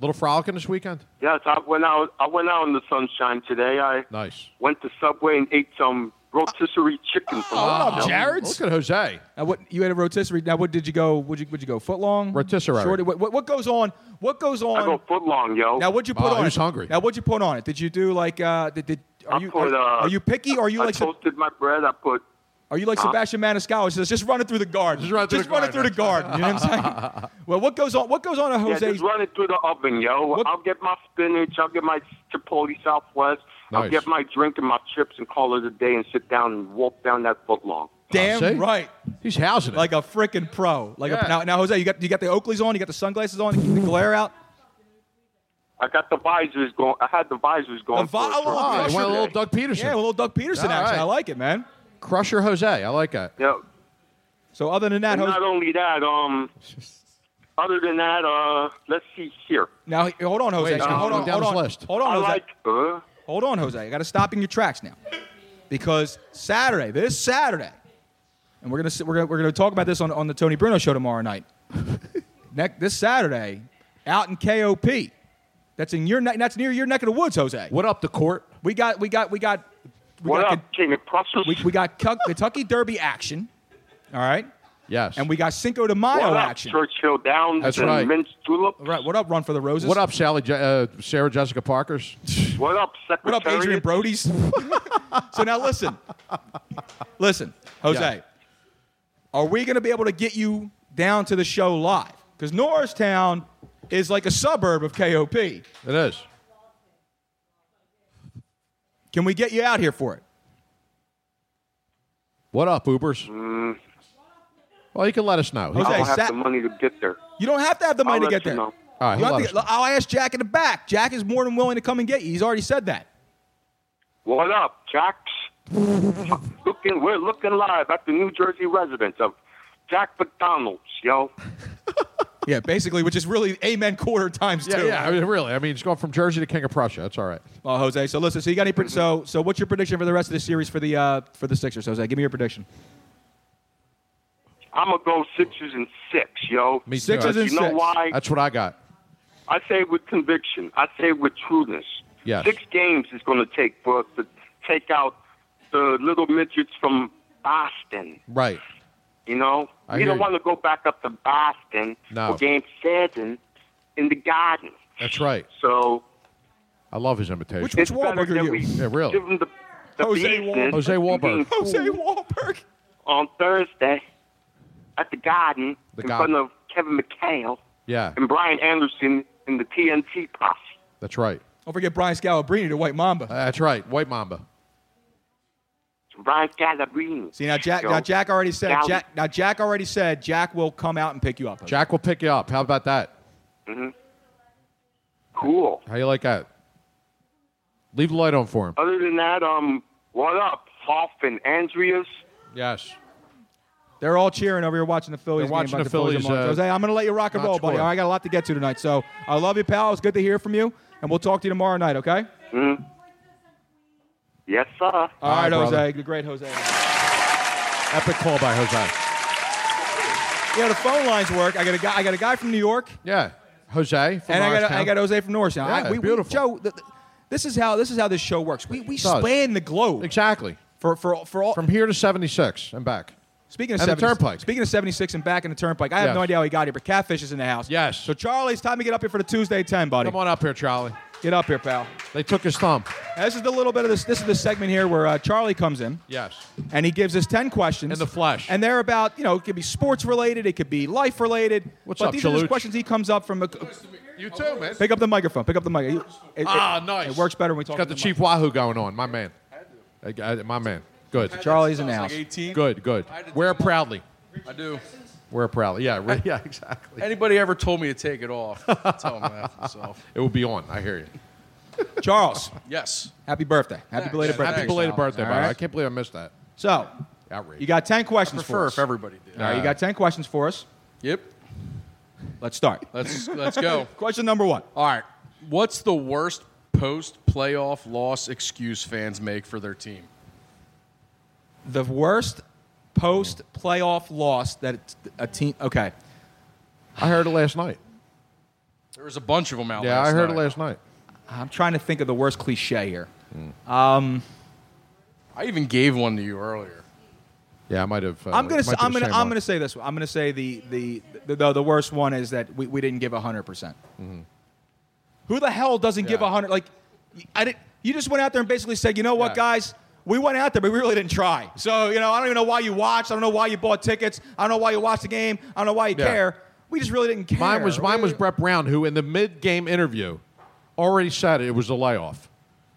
G: Little frolicking this weekend?
N: Yes, I went out. I went out in the sunshine today. I
G: nice.
N: Went to Subway and ate some rotisserie chicken. Oh,
G: Look at Jose.
F: Now, what you had a rotisserie? Now, what did you go? Would you would you go foot long?
G: Rotisserie.
F: Shorty, what, what what goes on? What goes on? Oh,
N: I go foot long, yo.
F: Now, what'd you put
N: Wow,
F: on?
N: Oh, he was
F: it?
N: hungry.
F: Now, what'd you put on it? Did you do like uh? Did, did are
N: I
F: you
N: put, uh,
F: are, are you picky? Or are you
N: I
F: like some-
N: toasted my bread. I put.
F: Are you like
N: Huh?
F: Sebastian Maniscalco? He Says just run it through the guard. Just run it
N: through the
F: it through the guard. You know what I'm saying? well, what goes on? What goes on at
N: Yeah,
F: Jose's?
N: just run it through the oven, yo. I'll get my spinach. I'll get my Chipotle Southwest. I'll
F: Nice.
N: get my drink and my chips and call it a day and sit down and walk down that foot long.
F: Damn right.
G: He's housing it
F: like a freaking pro. Like
N: Yeah.
F: a, now, now, Jose, you got you got the Oakleys on. You got the sunglasses on. to keep the glare out.
N: I got the visors going. I had the visors going.
F: vi-
N: for-
F: oh,
N: for-
F: I
G: want a little Doug Peterson.
F: Yeah, a little Doug Peterson
G: All
F: action.
G: right.
F: I like it, man.
G: Crusher Jose. I like that.
N: Yeah.
F: So other than
N: And
F: that, Jose,
N: not only that, um, other than that, uh, let's see here.
F: now hold on, Jose.
N: Wait,
F: Now,
N: I'm
F: hold on,
N: going down
F: hold
N: his
F: on,
N: list.
F: hold on,
N: I
F: Jose.
N: like- uh-huh.
F: hold on, Jose. I got to stop in your tracks now, because Saturday, this Saturday, and we're gonna sit- we're gonna, we're gonna talk about this on on the Tony Bruno show tomorrow night. Next, this Saturday, out in KOP. That's in your neck. That's near your neck of the woods, Jose. What
G: up the court?
F: We got we got we got. We
N: What
F: got
N: up, King of Prussia?
F: We, we got Cu- Kentucky Derby action. All right.
G: Yes.
F: And we got Cinco de Mayo
N: what up,
F: action.
N: Churchill Downs
G: That's
N: and
G: right.
N: Mince Tulip?
F: All right. What up, Run for the Roses?
G: What up, Sally? Je- uh, Sarah Jessica Parker's?
N: What up,
F: What up, Adrian Brody's? so now listen, listen, Jose,
G: Yeah.
F: are we going to be able to get you down to the show live? Because Norristown is like a suburb of KOP. It
G: is.
F: Can we get you out here for it?
G: What up, Ubers? Well, you can let us know.
N: I don't Mm. have
F: Sa-
N: the money to get there.
F: You don't have to have the money
N: I'll
F: to
N: let
F: get
N: you
F: there.
N: know.
F: You
G: All right,
F: don't
G: he'll
F: have
G: let
F: to get- I'll ask Jack in the back. Jack is more than willing to come and get you. He's already said that.
N: What up, Jacks? looking, we're looking live at the New Jersey residence of Jack McDonald's, yo.
F: Yeah, basically, which is really amen quarter times
G: yeah,
F: two.
G: yeah, I mean, Uh, really. I mean, it's going from Jersey to King of Prussia. That's all right.
F: Well, Uh, Jose, so listen, so you got any? Pre- so, so what's your prediction for the rest of the series for the uh, for the Sixers, Jose? Give me your prediction.
N: I'm going to go sixes and six, yo.
G: Me too.
N: Because you know why?
G: That's what I got.
N: I say it with conviction. I say it with trueness.
G: Yes.
N: Six games is going to take for us to take out the little midgets from Boston.
G: Right.
N: You know,
G: I
N: we
G: hear
N: don't
G: you.
N: want to go back up to Boston
G: No.
N: for Game Seven in the Garden.
G: That's right.
N: So
G: I love his imitation.
N: Which- which It's better Wahlberg are that you? we
G: Yeah, really.
N: give them the, the
G: Jose
N: business
G: Wahlberg. Jose
N: in
G: Wahlberg.
N: Game
F: Jose
N: Two
F: Wahlberg.
N: on Thursday at the Garden
G: The
N: in
G: Garden.
N: front of Kevin McHale
G: Yeah,
N: and Brian Anderson in the TNT posse.
G: that's right.
F: Don't forget Brian Scalabrine to White Mamba.
G: That's right. White Mamba.
N: Brian Scalabrine.
F: See now, Jack.
N: Yo.
F: Now Jack already said.
N: Gal-
F: Jack, now Jack already said. Jack will come out and pick you up. Jose.
G: Jack will pick you up. How about that?
N: Mhm. Cool.
G: How you like that? Leave the light on for him.
N: Other than that, um, what up, Hoff and Andreas?
G: Yes.
F: They're all cheering over here watching the Phillies.
G: They're
F: game,
G: watching
F: but
G: the Phillies,
F: are-
G: uh,
F: Jose, I'm going to let you rock and
G: not
F: roll, buddy.
G: score.
F: All right, I got a lot to get to tonight. So I love you, pal. It's good to hear from you, and we'll talk to you tomorrow night. Okay.
N: Mm. Yes, sir. All
F: All right,
G: All right,
F: Jose.
G: brother.
F: The great Jose.
G: Epic call by Jose.
F: Yeah, the phone lines work. I got a guy. I got a guy from New York.
G: Yeah, Jose. From
F: and I got,
G: Norristown.
F: I got Jose from Norristown. I-
G: Yeah,
F: we,
G: beautiful.
F: We, Joe, th- th- this is how this is how this show works. We we
G: It does.
F: span the globe
G: exactly
F: for for for all.
G: from here to seventy six and back.
F: Speaking of
G: And the
F: 70
G: turnpike.
F: Speaking of 76 and back in the turnpike, I have
G: Yes.
F: no idea how he got here, but Catfish is in the house. Yes. So, Charlie, it's time to get up here for the Tuesday 10, buddy. Come on up here, Charlie. Get up here, pal. They took his thumb. this is the little bit of this. This is the segment here where uh, Charlie comes in.
G: Yes.
F: And he gives us 10 questions. In the flesh. And they're about, you know, it could be sports related, it could be life related.
G: What's
F: but
G: up,
F: these are just
G: Chaluch?
F: questions he comes up from. A,
G: You too, man.
F: pick up the microphone. Pick up the mic. It- it-
G: ah, nice.
F: It works better when we talk
G: Got
F: to
G: the Chief Wahoo going on, my man. I got it, My man. Good.
F: Charlie's in the house. 18.
G: Good, good. Wear proudly.
M: I do.
G: Wear proudly. Yeah, re- yeah, exactly.
M: Anybody ever told me to take it off? I tell them that. So.
G: It will be on. I hear you.
F: Charles.
M: Yes.
F: Happy birthday. Happy
M: Thanks.
F: belated birthday.
G: Happy belated
F: Charles.
G: birthday,
F: All
G: brother.
F: right?
G: I can't believe I missed that.
F: So,
G: Outrage.
F: you got 10 questions
M: I prefer
F: for us.
M: if everybody did.
F: All right, you got 10 questions for us.
M: Yep.
F: Let's start.
M: Let's let's go.
F: Question number one.
M: All right. What's the worst post playoff loss excuse fans make for their team?
F: The worst post playoff loss that it's- a team. Okay.
G: I heard it last night.
M: There was a bunch of them out.
G: Yeah,
M: Oh, last
G: I heard
M: night.
G: it last night.
F: I'm trying to think of the worst cliche here.
G: Hmm.
F: Um,
M: I even gave one to you earlier.
G: Yeah, I might have. Uh,
F: I'm gonna.
G: might
F: Say,
G: do the
F: I'm gonna.
G: same
F: I'm
G: one.
F: gonna say this. One. I'm gonna say the the the, the, the worst one is that we, we didn't give hundred percent.
G: Mm-hmm.
F: Who the hell doesn't give give hundred? Like, I didn't. You just went out there and basically said, you know what,
M: Yeah.
F: guys. We went out there, but we really didn't try. So, you know, I don't even know why you watched. I don't know why you bought tickets. I don't know why you watched the game. I don't know why you
G: Yeah.
F: care. We just really didn't care.
G: Mine was mine was Brett Brown, who in the mid-game interview already said it was a layoff,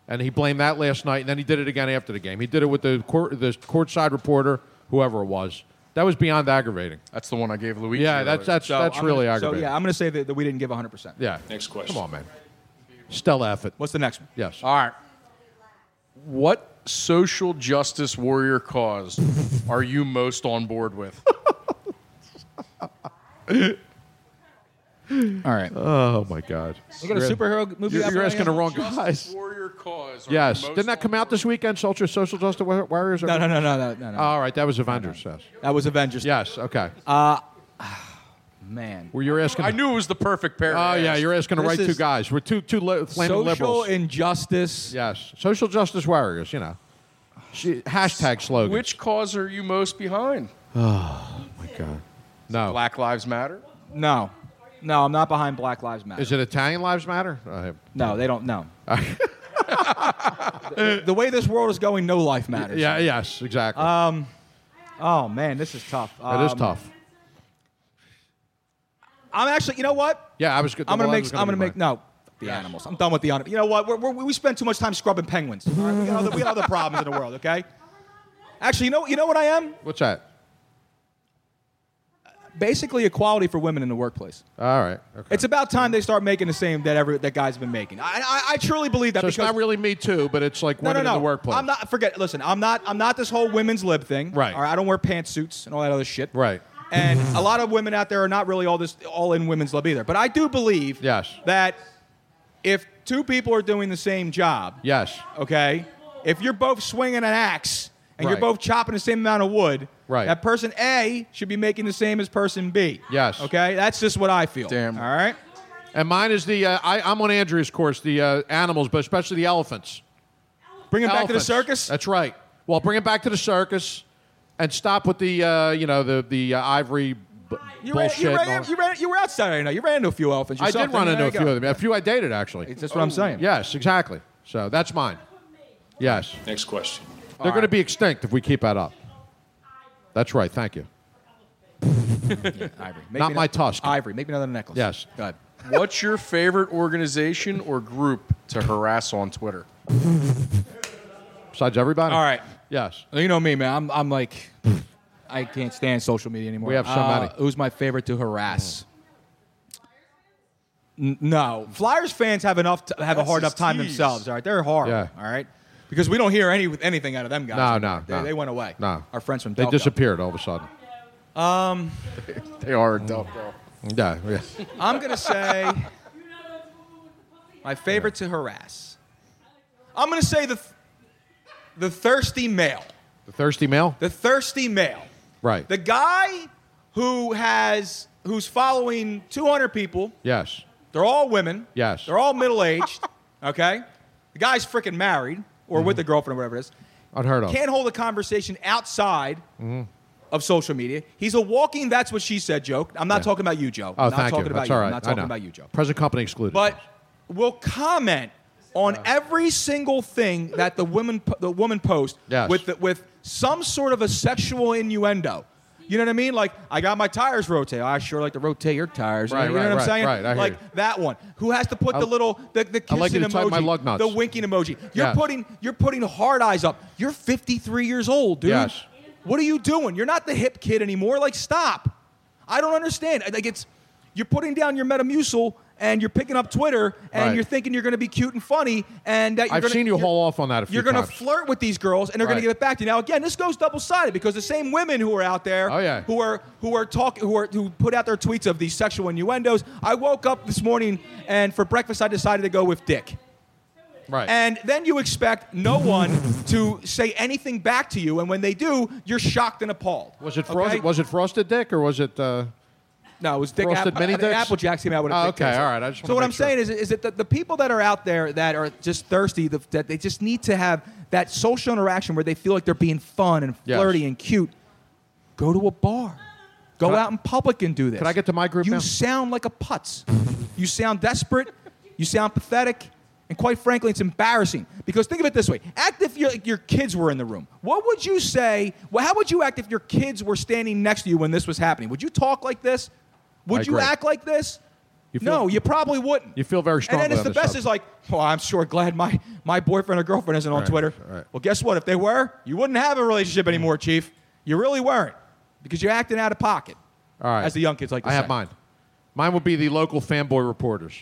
G: and he blamed that last night, and then he did it again after the game. He did it with the court, the courtside reporter, whoever it was. That was beyond aggravating.
M: That's the one I gave Luigi.
G: Yeah, that's that's
F: So
G: that's
F: I'm
G: really
F: gonna,
G: aggravating.
F: So, yeah, I'm going to say that, that we didn't give 100%.
G: yeah.
M: Next
G: Come on, man. Stella Effort.
F: What's the next one?
G: Yes.
M: All right. What social justice warrior cause are you most on board with?
F: All right.
G: Oh my God.
F: We got a superhero movie
G: You're,
F: out
G: you're
F: right
G: asking
F: now?
G: the wrong
F: Justice
G: guys.
M: Warrior cause.
G: Yes. Didn't that come out this weekend? Social Social Justice Wa- Warriors.
F: No, no, no, no, no, no, no.
G: All right, that was Avengers. Yes.
F: That was Avengers.
G: Yes. Okay.
F: Uh, man.
G: Were you asking?
M: I knew it was the perfect pair. to
G: Oh yeah,
M: ask.
G: you're asking the
M: This
G: right two
M: is
G: guys. We're two two li- flaming
F: Social
G: liberals.
F: injustice.
G: Yes, social justice warriors. You know, she, hashtag slogan.
M: Which cause are you most behind?
G: oh my god, no.
M: Black Lives Matter.
F: No. No, I'm not behind Black Lives Matter.
G: Is it Italian lives matter? Uh,
F: No, they don't. No. the, the way this world is going, no life matters.
G: yeah. Yes. Exactly.
F: Um, oh man, this is tough.
G: That is
F: Um,
G: tough.
F: I'm actually, you know what?
G: Yeah, I was. good-
F: I'm
G: well,
F: gonna make.
G: that was
F: I'm gonna
G: be
F: make.
G: mine.
F: No, the animals. I'm done with the animals. You know what? We're, we're, we spend too much time scrubbing penguins. All right? we, got other, we got other problems in the world. Okay. Actually, you know. You know what I am?
G: What's that?
F: Basically, equality for women in the workplace.
G: All right. Okay.
F: It's about time they start making the same that every that guys have been making. I, I, I truly believe that.
G: So it's
F: because-
G: not really me too, but it's like
F: no,
G: women
F: no, no.
G: in the workplace.
F: I'm not. Forget. Listen, I'm not. I'm not this whole women's lib thing. Right. All right. I don't wear pantsuits and all that other shit.
G: Right.
F: And a lot of women out there are not really all this all in women's lib either. But I do believe
G: yes.
F: that if two people are doing the same job,
G: Yes.
F: okay, if you're both swinging an axe and you're
G: Right.
F: both chopping the same amount of wood,
G: Right.
F: that person A should be making the same as person B.
G: Yes.
F: Okay, that's just what I feel. Damn. All right.
G: And mine is the. Uh, I, I'm on Andrew's course. The uh, animals, but especially the elephants.
F: Bring 'em back to the
G: circus. That's right. Well, bring it back to the circus, and stop with the uh, you know the the uh, ivory. B-
F: You ran,
G: bullshit.
F: you,
G: and
F: ran,
G: all that.
F: you, ran, you were out Saturday night. You ran into a few elephants.
G: I
F: Yourself,
G: did run
F: didn't you?
G: into a
F: There you
G: few
F: go.
G: of them. A few I dated, actually.
F: That's what I'm saying.
G: Yes, exactly. So that's mine. Yes.
M: Next question.
G: They're going to be extinct if we keep that up. That's right. Thank you.
F: Ivory.
G: Not
F: me
G: my
F: ano-
G: tusk.
F: Ivory. Make me another necklace.
G: Yes.
F: Go ahead.
M: What's your favorite organization or group to harass on Twitter?
G: Besides everybody.
F: All right.
G: Yes.
F: You know me, man. I'm, I'm like, I can't stand social media anymore.
G: We have so
F: Uh,
G: many.
F: Who's my favorite to harass? N- no, Flyers fans have enough t- have a
M: That's
F: hard
M: his
F: enough time
M: tease.
F: themselves. All right, they're hard.
G: Yeah.
F: All right, because we don't hear any anything out of them guys.
G: No,
F: anymore.
G: no,
F: they,
G: no.
F: they went away.
G: No.
F: our friends from
G: They
F: Delco.
G: disappeared all of a sudden.
F: Um,
M: They are adult though.
G: Yeah. yeah.
F: I'm gonna say my favorite to harass. I'm gonna say the th- the thirsty male.
G: The thirsty male?
F: The thirsty male.
G: Right.
F: The guy who has who's following 200 people.
G: Yes.
F: They're all women.
G: Yes.
F: They're all middle aged. Okay. The guy's freaking married or with a girlfriend or whatever it is.
G: Unheard Mm-hmm. of.
F: Can't hold a conversation outside
G: Mhm.
F: of social media. He's a walking that's what she said joke. I'm not talking about you, Joe.
G: Oh,
F: I'm not
G: thank
F: talking
G: you.
F: about
G: That's
F: you.
G: all right.
F: I'm not
G: I
F: talking
G: know.
F: about you, Joe.
G: Present company excluded.
F: But will comment on every single thing that the woman po- the woman posts
G: Yes.
F: with the, with some sort of a sexual innuendo. You know what I mean? Like, I got my tires rotated. I sure like to rotate your tires.
G: Right,
F: you know
G: right,
F: what I'm
G: right,
F: saying?
G: right. I hear
F: like
G: you.
F: that one. Who has to put
G: I-
F: the little the, the
G: I
F: kissing
G: like you to type
F: emoji,
G: my lug nuts.
F: the winking emoji? You're
G: Yes.
F: putting you're putting hard eyes up. You're 53 years old, dude.
G: Yes.
F: What are you doing? You're not the hip kid anymore. Like, stop. I don't understand. Like, it's you're putting down your Metamucil and you're picking up Twitter and
G: Right.
F: you're thinking you're going to be cute and funny and that you're
G: I've
F: gonna,
G: seen you
F: you're-
G: haul off on that a few
F: You're gonna
G: times.
F: flirt with these girls and they're going
G: Right.
F: to give it back to you. Now, again, this goes double sided because the same women who are out there,
G: Oh,
F: who are who are talking, who are who put out their tweets of these sexual innuendos. I woke up this morning and for breakfast I decided to go with dick.
G: Right.
F: And then you expect no one to say anything back to you, and when they do, you're shocked and appalled.
G: was it frosted? Was it frosted dick or was it? Uh,
F: no, it was dick
G: frosted
F: app-
G: mini
F: I think
G: dicks?
F: Apple Jacks came out with a
G: Oh,
F: dick
G: okay,
F: taste.
G: all right. I just
F: so
G: wanna
F: what
G: make
F: I'm
G: sure.
F: saying is, is that the, the people that are out there that are just thirsty, the, that they just need to have that social interaction where they feel like they're being fun and
G: Yes.
F: flirty and cute. Go to a bar. Go
G: Can I-
F: out in public and do this.
G: Can I get to my group
F: You
G: now?
F: sound like a putz. you sound desperate. You sound pathetic. And quite frankly, it's embarrassing because think of it this way: act if your your kids were in the room. What would you say? Well, how would you act if your kids were standing next to you when this was happening? Would you talk like this? Would
G: I
F: you
G: agree.
F: act like this? no, you probably wouldn't.
G: You feel very
F: And
G: strongly.
F: then it's
G: on
F: the
G: this
F: best
G: subject.
F: is like, well, I'm sure glad my, my boyfriend or girlfriend isn't on
G: Right,
F: Twitter.
G: right.
F: Well, guess what? If they were, you wouldn't have a relationship anymore, Chief. You really weren't because you're acting out of pocket.
G: All right.
F: As the young kids like to
G: I have
F: say.
G: mine. Mine would be the local fanboy reporters.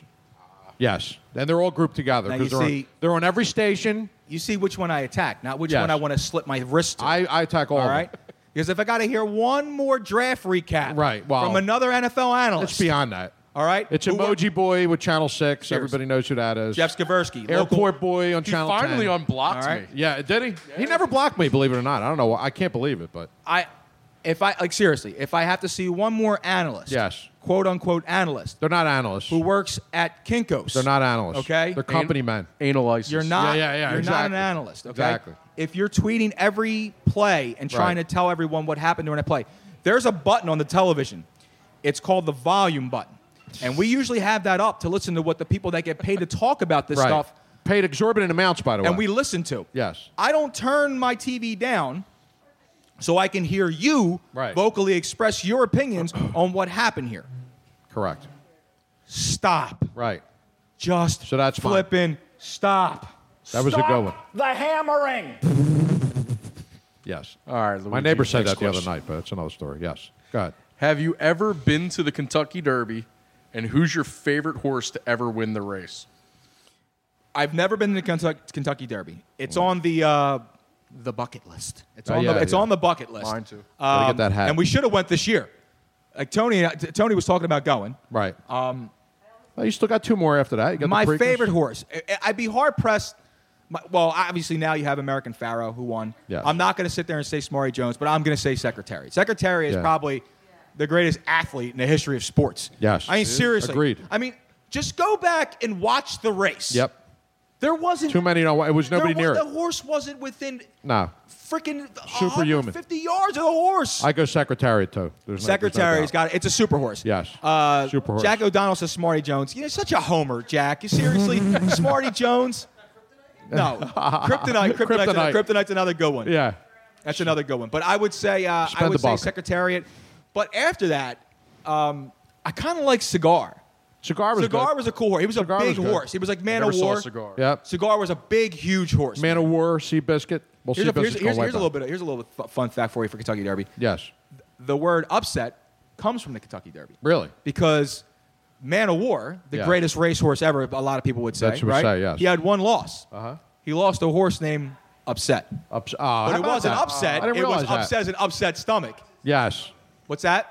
G: Yes. And they're all grouped together.
F: Now,
G: 'cause
F: you
G: they're on-
F: see-
G: they're on every station.
F: You see which one I attack, not which
G: Yes.
F: one I want to slip my wrist to.
G: I, I attack all
F: All
G: of them.
F: right? Because if I got to hear one more draft recap
G: Right, wow.
F: from another NFL analyst,
G: It's beyond that.
F: All right?
G: It's
F: Who won-
G: Emoji Boy with Channel 6.
F: Cheers.
G: Everybody knows who that is.
F: Jeff Skaversky.
G: Airport
F: local-
G: Boy on Channel 10.
M: finally unblocked
F: All right.
M: me.
G: Yeah, did he? He never blocked me, believe it or not. I don't know. why- I can't believe it, but
F: I, if I like seriously, if I have to see one more analyst,
G: Yes.
F: quote unquote analyst,
G: they're not analysts.
F: who works at Kinkos,
G: They're not analysts.
F: Okay,
G: They're company men.
M: Analysis.
F: You're not.
G: Yeah, yeah, yeah.
F: You're not an
G: exactly.
F: analyst. Okay?
G: Exactly.
F: If you're tweeting every play and trying
G: Right.
F: to tell everyone what happened during a play, there's a button on the television. It's called the volume button, and we usually have that up to listen to what the people that get paid to talk about this
G: Right.
F: stuff
G: Paid exorbitant amounts, by the way.
F: and we listen to.
G: Yes.
F: I don't turn my TV down so I can hear you
G: Right.
F: vocally express your opinions on what happened here.
G: Correct.
F: Stop.
G: Right.
F: Just
G: so that's fine.
F: flipping stop.
G: That was a good one.
L: The hammering.
G: Yes.
M: All right. Luigi,
G: My neighbor said
M: next
G: that the
M: question.
G: other night, but it's another story. Yes. Go ahead.
M: Have you ever been to the Kentucky Derby? And who's your favorite horse to ever win the race?
F: I've never been to the Kentuck- Kentucky Derby. It's on the uh, the bucket list. It's
G: Oh,
F: on
G: yeah,
F: the it's
G: yeah.
F: on the bucket list. Um,
M: Mine too.
G: Gotta get that hat.
F: And we should have went this year. Like Tony, uh, Tony was talking about going.
G: Right.
F: Um,
G: Well, you still got two more after that. You got the
F: my
G: Preakness.
F: favorite horse. I- I'd be hard pressed. My, well, obviously now you have American Pharaoh who won.
G: Yes.
F: I'm not going to sit there and say Smarty Jones, but I'm going to say Secretary. Secretary is
G: Yeah.
F: probably the greatest athlete in the history of sports.
G: Yes.
F: I mean seriously.
G: Agreed.
F: I mean just go back and watch the race.
G: Yep.
F: There wasn't
G: Too many. No, it was
F: there
G: nobody
F: wa-
G: near
F: The
G: it.
F: horse wasn't within
G: No.
F: freaking
G: Superhuman.
F: 50 yards of Oh, the horse.
G: I go Secretariat, too. There's no-
F: Secretary's
G: there's no doubt.
F: got it. It's a super horse.
G: Yes.
F: Uh,
G: Super horse.
F: Jack O'Donnell says Smarty Jones. You're such a homer, Jack. You seriously, Smarty Jones? No, kryptonite, kryptonite,
G: Kryptonite.
F: kryptonite's, kryptonite's another good one.
G: Yeah.
F: that's another good one. But I would say, uh, I
G: Spend the
F: would say
G: buck.
F: Secretariat. But after that, um, I kind of like Cigar.
G: Cigar was
F: Cigar
G: good.
F: was a cool horse. He was
G: Cigar
F: a
G: was
F: big
G: good.
F: horse. He was like man
M: Never
F: of
M: saw
F: war.
M: Cigar.
G: Yep.
F: Cigar was a big, huge horse.
G: Man of War, Seabiscuit. Well,
F: Here's a, here's,
G: Seabiscuit's gonna
F: here's-
G: wipe
F: here's a
G: out.
F: little bit. Here's a little fu- fun fact for you for Kentucky Derby.
G: Yes.
F: The word upset comes from the Kentucky Derby
G: Really?
F: because Man of War, the
G: Yeah.
F: greatest racehorse ever, a lot of people would say,
G: That's what we
F: right?
G: say, yes.
F: He had one loss.
G: Uh-huh.
F: He lost to a horse named Upset.
G: Ups- uh,
F: but it wasn't upset.
G: I didn't
F: it
G: realize
F: was
G: that.
F: upset as an upset stomach.
G: Yes.
F: What's that?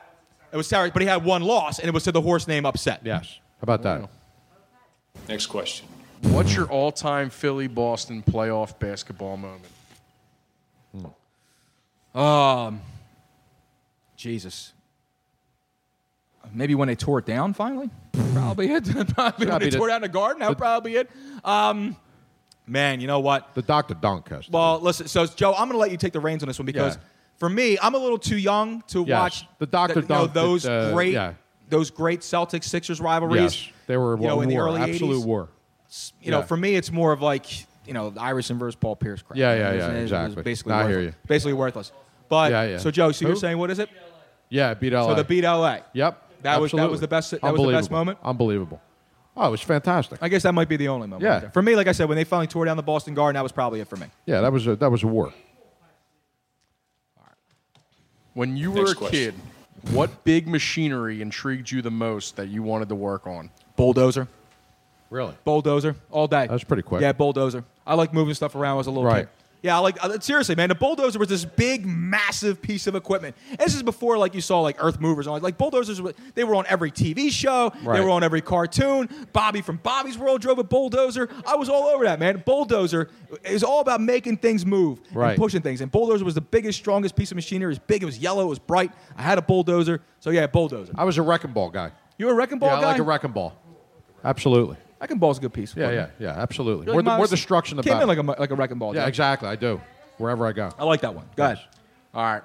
F: It was Sarah, but he had one loss, and it was to the horse named Upset.
G: Yes. How about that?
M: Next question. What's your all-time Philly Boston playoff basketball moment?
F: Um, Jesus. Maybe when they tore it down finally? Probably it. probably when
G: Probably
F: they
G: the-
F: tore down the garden, that would probably be it. Um, man, you know what?
G: The Dr. Dunk has.
F: Well, listen, so Joe, I'm going to let you take the reins on this one because
G: Yeah.
F: for me, I'm a little too young to
G: Yes.
F: watch
G: The Dr.
F: you know,
G: dunked it,
F: those
G: uh,
F: great
G: yeah.
F: those great Celtics Sixers rivalries.
G: Yes. They were
F: you know,
G: a
F: in the
G: war,
F: early
G: absolute
F: 80s.
G: war.
F: S- You know,
G: Yeah.
F: for me, it's more of like you know Iverson versus Paul Pierce crap.
G: Yeah,
F: You know,
G: yeah,
F: it was-
G: yeah,
F: it was
G: exactly.
F: Basically,
G: I hear
F: worthless. Basically worthless. But
G: Yeah, yeah.
F: so Joe, so you're
G: Who?
F: saying what is it?
G: Yeah, beat LA.
F: So the beat LA.
G: Yep.
F: That was- that
G: absolutely.
F: was the best- that was the best
G: Unbelievable.
F: moment?
G: Unbelievable. Oh, it was fantastic.
F: I guess that might be the only moment.
G: Yeah.
F: there. For me, like I said, when they finally tore down the Boston Garden, that was probably it for me.
G: Yeah, that was a, that was a war.
M: When you were
F: Next
M: a
F: question.
M: kid, what big machinery intrigued you the most that you wanted to work on?
F: Bulldozer.
G: Really?
F: Bulldozer all day. That's
G: pretty quick.
F: Yeah, bulldozer. I like moving stuff around as a little
G: Right.
F: kid. Yeah, I like uh, seriously, man. The bulldozer was this big, massive piece of equipment. And this is before like you saw like earth movers on. Like bulldozers, were- they were on every TV show. They
G: Right.
F: were on every cartoon. Bobby from Bobby's World drove a bulldozer. I was all over that, man. Bulldozer is all about making things move
G: Right.
F: and pushing things. And bulldozer was the biggest, strongest piece of machinery. It was big. It was yellow. It was bright. I had a bulldozer. So yeah, bulldozer.
G: I was a wrecking ball guy.
F: You were a wrecking ball
G: yeah,
F: guy.
G: I like a wrecking ball. Absolutely.
F: Wrecking ball's a good piece.
G: Yeah,
F: wasn't
G: yeah,
F: it?
G: yeah. Absolutely.
F: You're
G: More,
F: like
G: the-
F: my-
G: more destruction.
F: Came
G: about
F: in
G: it.
F: like a like a wrecking ball.
G: yeah,
F: dude.
G: exactly. I do. Wherever I go.
F: I like that one. Go ahead.
M: All right.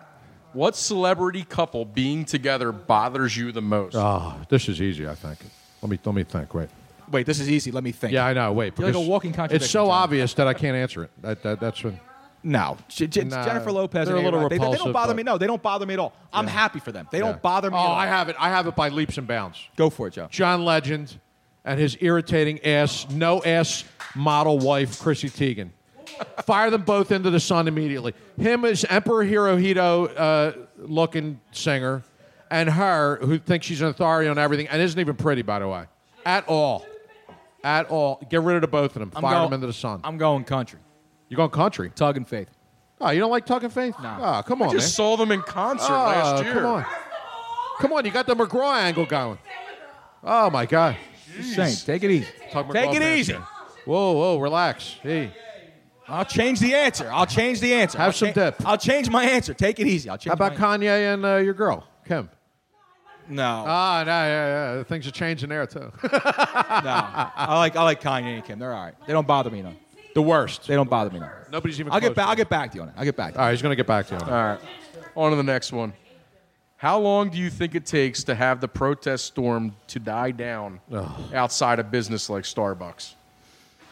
M: What celebrity couple being together bothers you the most?
F: Ah.
G: Oh, this is easy. I think. Let me let me think. Wait.
F: Wait, this is easy. Let me think.
G: Yeah, I know. Wait.
F: You're like a
G: because
F: walking contradiction,
G: It's so
F: Tom.
G: obvious that I can't answer it. That, that that's when.
F: No, J- J- Jennifer Lopez.
G: They're
F: and
G: a little
F: A-Rod, they, they
G: repulsive,
F: don't bother
G: but-
F: me. No, they don't bother me at all. I'm happy for them. They
G: Yeah.
F: don't bother me.
G: Oh,
F: at all.
G: I have it. I have it by leaps and bounds.
F: Go for it, Joe.
G: John Legend and his irritating ass, no ass model wife, Chrissy Teigen. Fire them both into the sun immediately. Him as Emperor Hirohito uh, looking singer, and her who thinks she's an authority on everything and isn't even pretty, by the way, at all, at all. Get rid of the both of them.
F: I'm
G: Fire
F: going-
G: them into the sun.
F: I'm going country.
G: You're going country.
F: Tug and faith.
G: Oh, you don't like Talking Faith? No. Oh, come on,
M: I just
G: man.
M: saw them in concert
G: Oh,
M: last year.
G: Come on. Come on, you got the McGraw angle going. Oh my God.
F: Saint, take it easy.
G: Talk
F: Take
G: McGraw
F: it
G: fans
F: easy.
G: here. Whoa, whoa, relax. Hey.
F: I'll change the answer. I'll change the answer. Have some depth. I'll change my answer. Take it easy. I'll change.
G: How about Kanye and uh, your girl, Kim?
F: No.
G: Ah, no, yeah, yeah. Things are changing there too.
F: no. I like I like Kanye and Kim. They're all right. They don't bother me none.
G: The worst.
F: They don't bother me none.
G: Nobody's even.
F: I'll get
G: close.
F: back. I'll get back to you on it. I'll get back. To you.
G: All right, he's gonna get back to you.
M: All right. On to the next one. How long do you think it takes to have the protest storm to die down outside a business like Starbucks?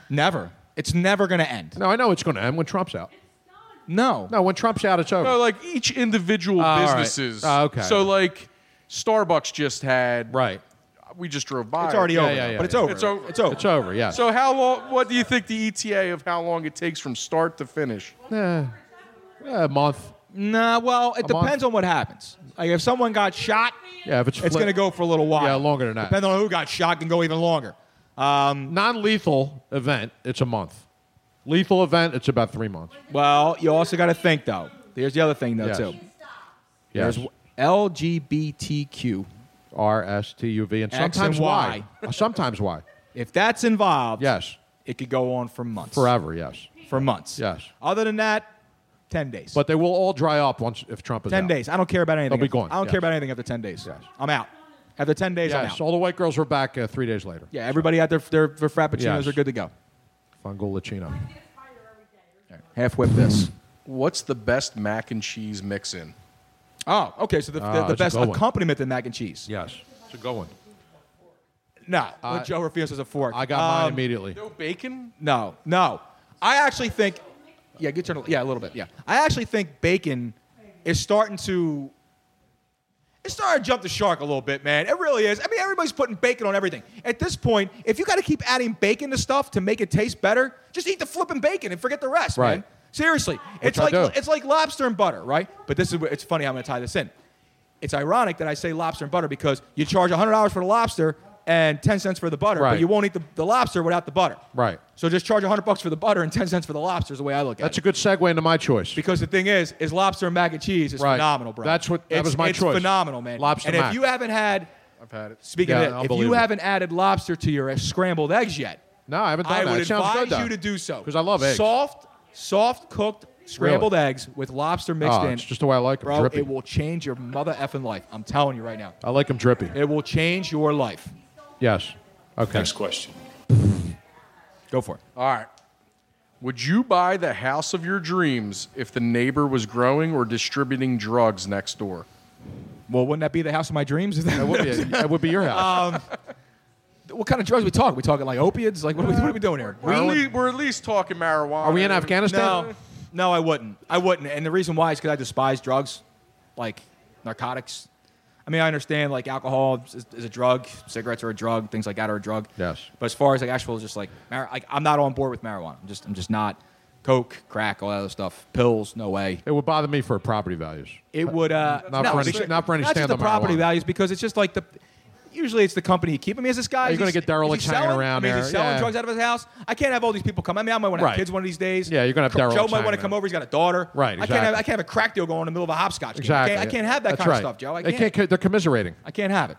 F: Never. It's never going to end.
G: No, I know it's going to end when Trump's out.
F: No.
G: No, when Trump's out, it's over.
M: No, like each individual
G: Ah, all right.
M: businesses.
G: Ah, okay.
M: So like Starbucks just had
G: right.
M: We just drove by.
F: It's
M: it.
F: already Yeah, over yeah, now, yeah, but it's yeah. over.
M: It's over.
F: It's over. It's over, yeah.
M: So how long? What do you think the ETA of how long it takes from start to finish?
G: Yeah. a month.
F: Nah, well, it
M: A month?
F: depends on what happens. Like if someone got shot,
G: Yeah, if it's
F: it's
G: flip-
F: going to go for a little while.
G: Yeah, longer than that.
F: Depending on who got shot, can go even longer. Um,
G: Non-lethal event, it's a month. Lethal event, it's about three months.
F: Well, you also got to think though. There's the other thing though
G: Yes.
F: too.
G: Yes.
F: There's LGBTQ.
G: R S T U V and Uh,
F: X and
G: sometimes
F: Y.
G: why? sometimes why?
F: If that's involved,
G: yes,
F: it could go on for months.
G: Forever, yes.
F: For months.
G: Yes.
F: Other than that, ten days.
G: But they will all dry up once if Trump is
F: ten
G: out.
F: days. I don't care about anything.
G: They'll be
F: after-
G: gone,
F: I don't
G: yes.
F: care about anything after ten days. I'm out. After ten days, I'm
G: Yes,
F: out.
G: all the white girls were back uh, three days later.
F: yeah, everybody out there, their, their frappuccinos
G: Yes.
F: are good to go.
G: Fungal Latino.
F: Half whip this.
M: What's the best mac and cheese mix in?
F: Oh, okay. So the, the-
M: Ah,
F: the,
M: it's a
F: best
M: good one.
F: accompaniment to mac and cheese.
G: Yes. It's a good one.
F: No,
G: I-
F: Joe Rufio says a fork.
G: I got mine
F: Um,
G: immediately.
M: No bacon.
F: No, no. I actually think, yeah, get your, yeah, a little bit, yeah. I actually think bacon is starting to, it's starting to jump the shark a little bit, man. It really is. I mean, everybody's putting bacon on everything. At this point, if you got to keep adding bacon to stuff to make it taste better, just eat the flipping bacon and forget the rest,
G: Right.
F: man. Seriously, it's
G: I
F: like
G: do.
F: it's like lobster and butter, right? But this is where- it's funny. I'm going to tie this in. It's ironic that I say lobster and butter because you charge $100 for the lobster and 10 cents for the butter,
G: Right.
F: but you won't eat the, the lobster without the butter.
G: Right.
F: So just charge 100 bucks for the butter and 10 cents for the lobster is the way I look at
G: That's
F: it.
G: a good segue into my choice.
F: Because the thing is, is lobster and mac and cheese is
G: Right.
F: phenomenal, bro.
G: That's what- that
F: It's-
G: was my
F: it's
G: choice.
F: phenomenal, man.
G: Lobster
F: And
G: mac.
F: if you haven't had,
M: I've had it.
F: speaking
G: Yeah,
F: of it, if you
G: unbelievable.
F: haven't added lobster to your scrambled eggs yet,
G: no, I haven't done
F: I
G: that.
F: would
G: it sounds
F: advise
G: good, though.
F: you to do so.
G: Because I love eggs.
F: Soft, soft cooked scrambled eggs with lobster mixed
G: Oh,
F: in.
G: it's just the way I like 'em,
F: Bro,
G: drippy.
F: it will change your mother effing life. I'm telling you right now.
G: I like them drippy.
F: It will change your life.
G: Yes. Okay.
M: question.
F: Go for it.
M: All right. Would you buy the house of your dreams if the neighbor was growing or distributing drugs next door?
F: Well, wouldn't that be the house of my dreams? That
M: would be- that would be your house.
F: Um, what kind of drugs we talking? We talking like opiates? Like what are we, what are we doing here?
M: We're at, least, we're at least talking marijuana.
F: No, no, I wouldn't. I wouldn't. And the reason why is because I despise drugs, like narcotics. I mean, I understand like alcohol is, is a drug, cigarettes are a drug, things like that are a drug.
G: Yes.
F: But as far as like actual, just like, mar- like I'm not on board with marijuana. I'm just, I'm just not. Coke, crack, all that other stuff, pills, no way.
G: It would bother me for property values.
F: It would uh,
G: Not
F: no,
G: for any-
F: because-
G: not for any
F: not just the
G: stand-up
F: property
G: marijuana.
F: values because it's just like the. Usually it's the company you keep. I mean, is this guy?
G: You're
F: is
G: gonna
F: he-
G: get
F: is he
G: derelicts hanging
F: selling?
G: around
F: I mean, Is
G: there.
F: he selling
G: Yeah.
F: drugs out of his house? I can't have all these people come. I mean, I might want to
G: Right.
F: have kids one of these days.
G: Yeah, you're gonna have
F: Joe
G: derelicts
F: might want
G: hanging
F: to come over. He's got a daughter.
G: Right,
F: I can't have.
G: exactly.
F: I can't have a crack deal going in the middle of a hopscotch. game.
G: Exactly.
F: I, can't, I can't have that
G: That's
F: kind
G: right.
F: of stuff, Joe. I
G: They
F: can't.
G: co- They're commiserating.
F: I can't have it.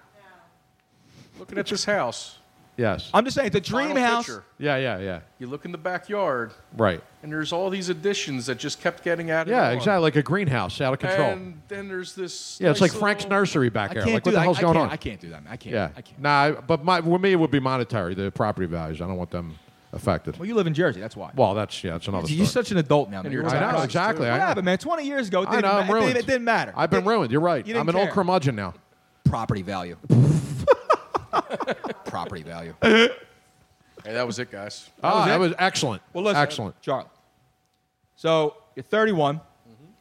M: Looking at this house.
G: Yes.
F: I'm just saying, the dream
M: Final
F: house.
M: picture.
G: Yeah, yeah, yeah.
M: You look in the backyard,
G: Right.
M: and there's all these additions that just kept getting added.
G: Yeah,
M: on.
G: exactly. Like a greenhouse out of control.
M: And then there's this.
G: yeah, it's
M: nice
G: like Frank's
M: little-
G: nursery back
M: I
G: there.
M: can't
G: Like,
M: do
G: what the
M: that.
G: hell's
M: I
G: going
M: can't-
G: on?
M: I can't do that, man. I can't.
G: Yeah.
M: I can't.
G: Nah, I- but my, with me, it would be monetary, the property values. I don't want them affected.
F: Well, you live in Jersey. That's why.
G: Well, that's, yeah, it's another
F: You're
G: story.
F: such an adult now. man.
G: And you're
F: You're
G: I know,
F: talking-
G: exactly, I
F: What
G: know.
F: happened, man? Twenty years ago, it
G: I
F: didn't,
G: know, I'm
F: ma- it,
G: ruined.
F: didn't, it didn't matter.
G: I've been ruined. You're right.
F: You
G: I'm
F: didn't
G: an old
F: care.
G: curmudgeon now.
F: Property value. Property value.
M: Hey, that was it, guys.
F: Ah, that was
G: Oh, excellent.
F: Well, listen,
G: Excellent.
F: Charlie. So you're 31.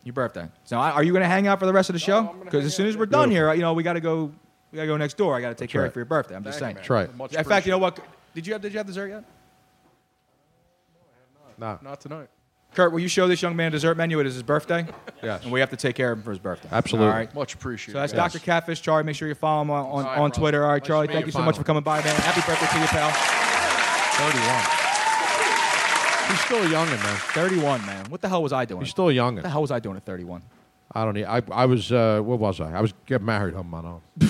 F: Your birthday. So I- are you going to hang out for the rest of the show? Because as soon as we're done here, you know we got to go. We got to go next door. I got to take care of
G: right.
F: it for your birthday. I'm just saying.
G: Thank you, man. That's right. Much
F: In fact, you know what? Did you have Did you have dessert yet?
G: No.
M: Not tonight.
F: Kurt, will you show this young man a dessert menu? It is his birthday.
G: Yes.
F: And we have to take care of him for his birthday.
G: Absolutely.
F: All right.
M: Much
F: So
M: appreciated.
F: that's
M: guys.
F: Dr. Catfish, Charlie. Make sure you follow him on, on,
M: All right,
F: on
M: brother.
F: Twitter. All right,
M: Nice
F: Charlie,
M: to meet
F: thank
M: you,
F: you so much
M: finally.
F: for coming by, man. Happy birthday to you, pal.
G: 31. He's still a youngin',
F: 31,
G: man.
F: man. What the hell was I doing?
G: He's still a youngin'. What
F: the hell was I doing at 31?
G: I don't need. I, I was. Uh, what was I? I was getting married on my own.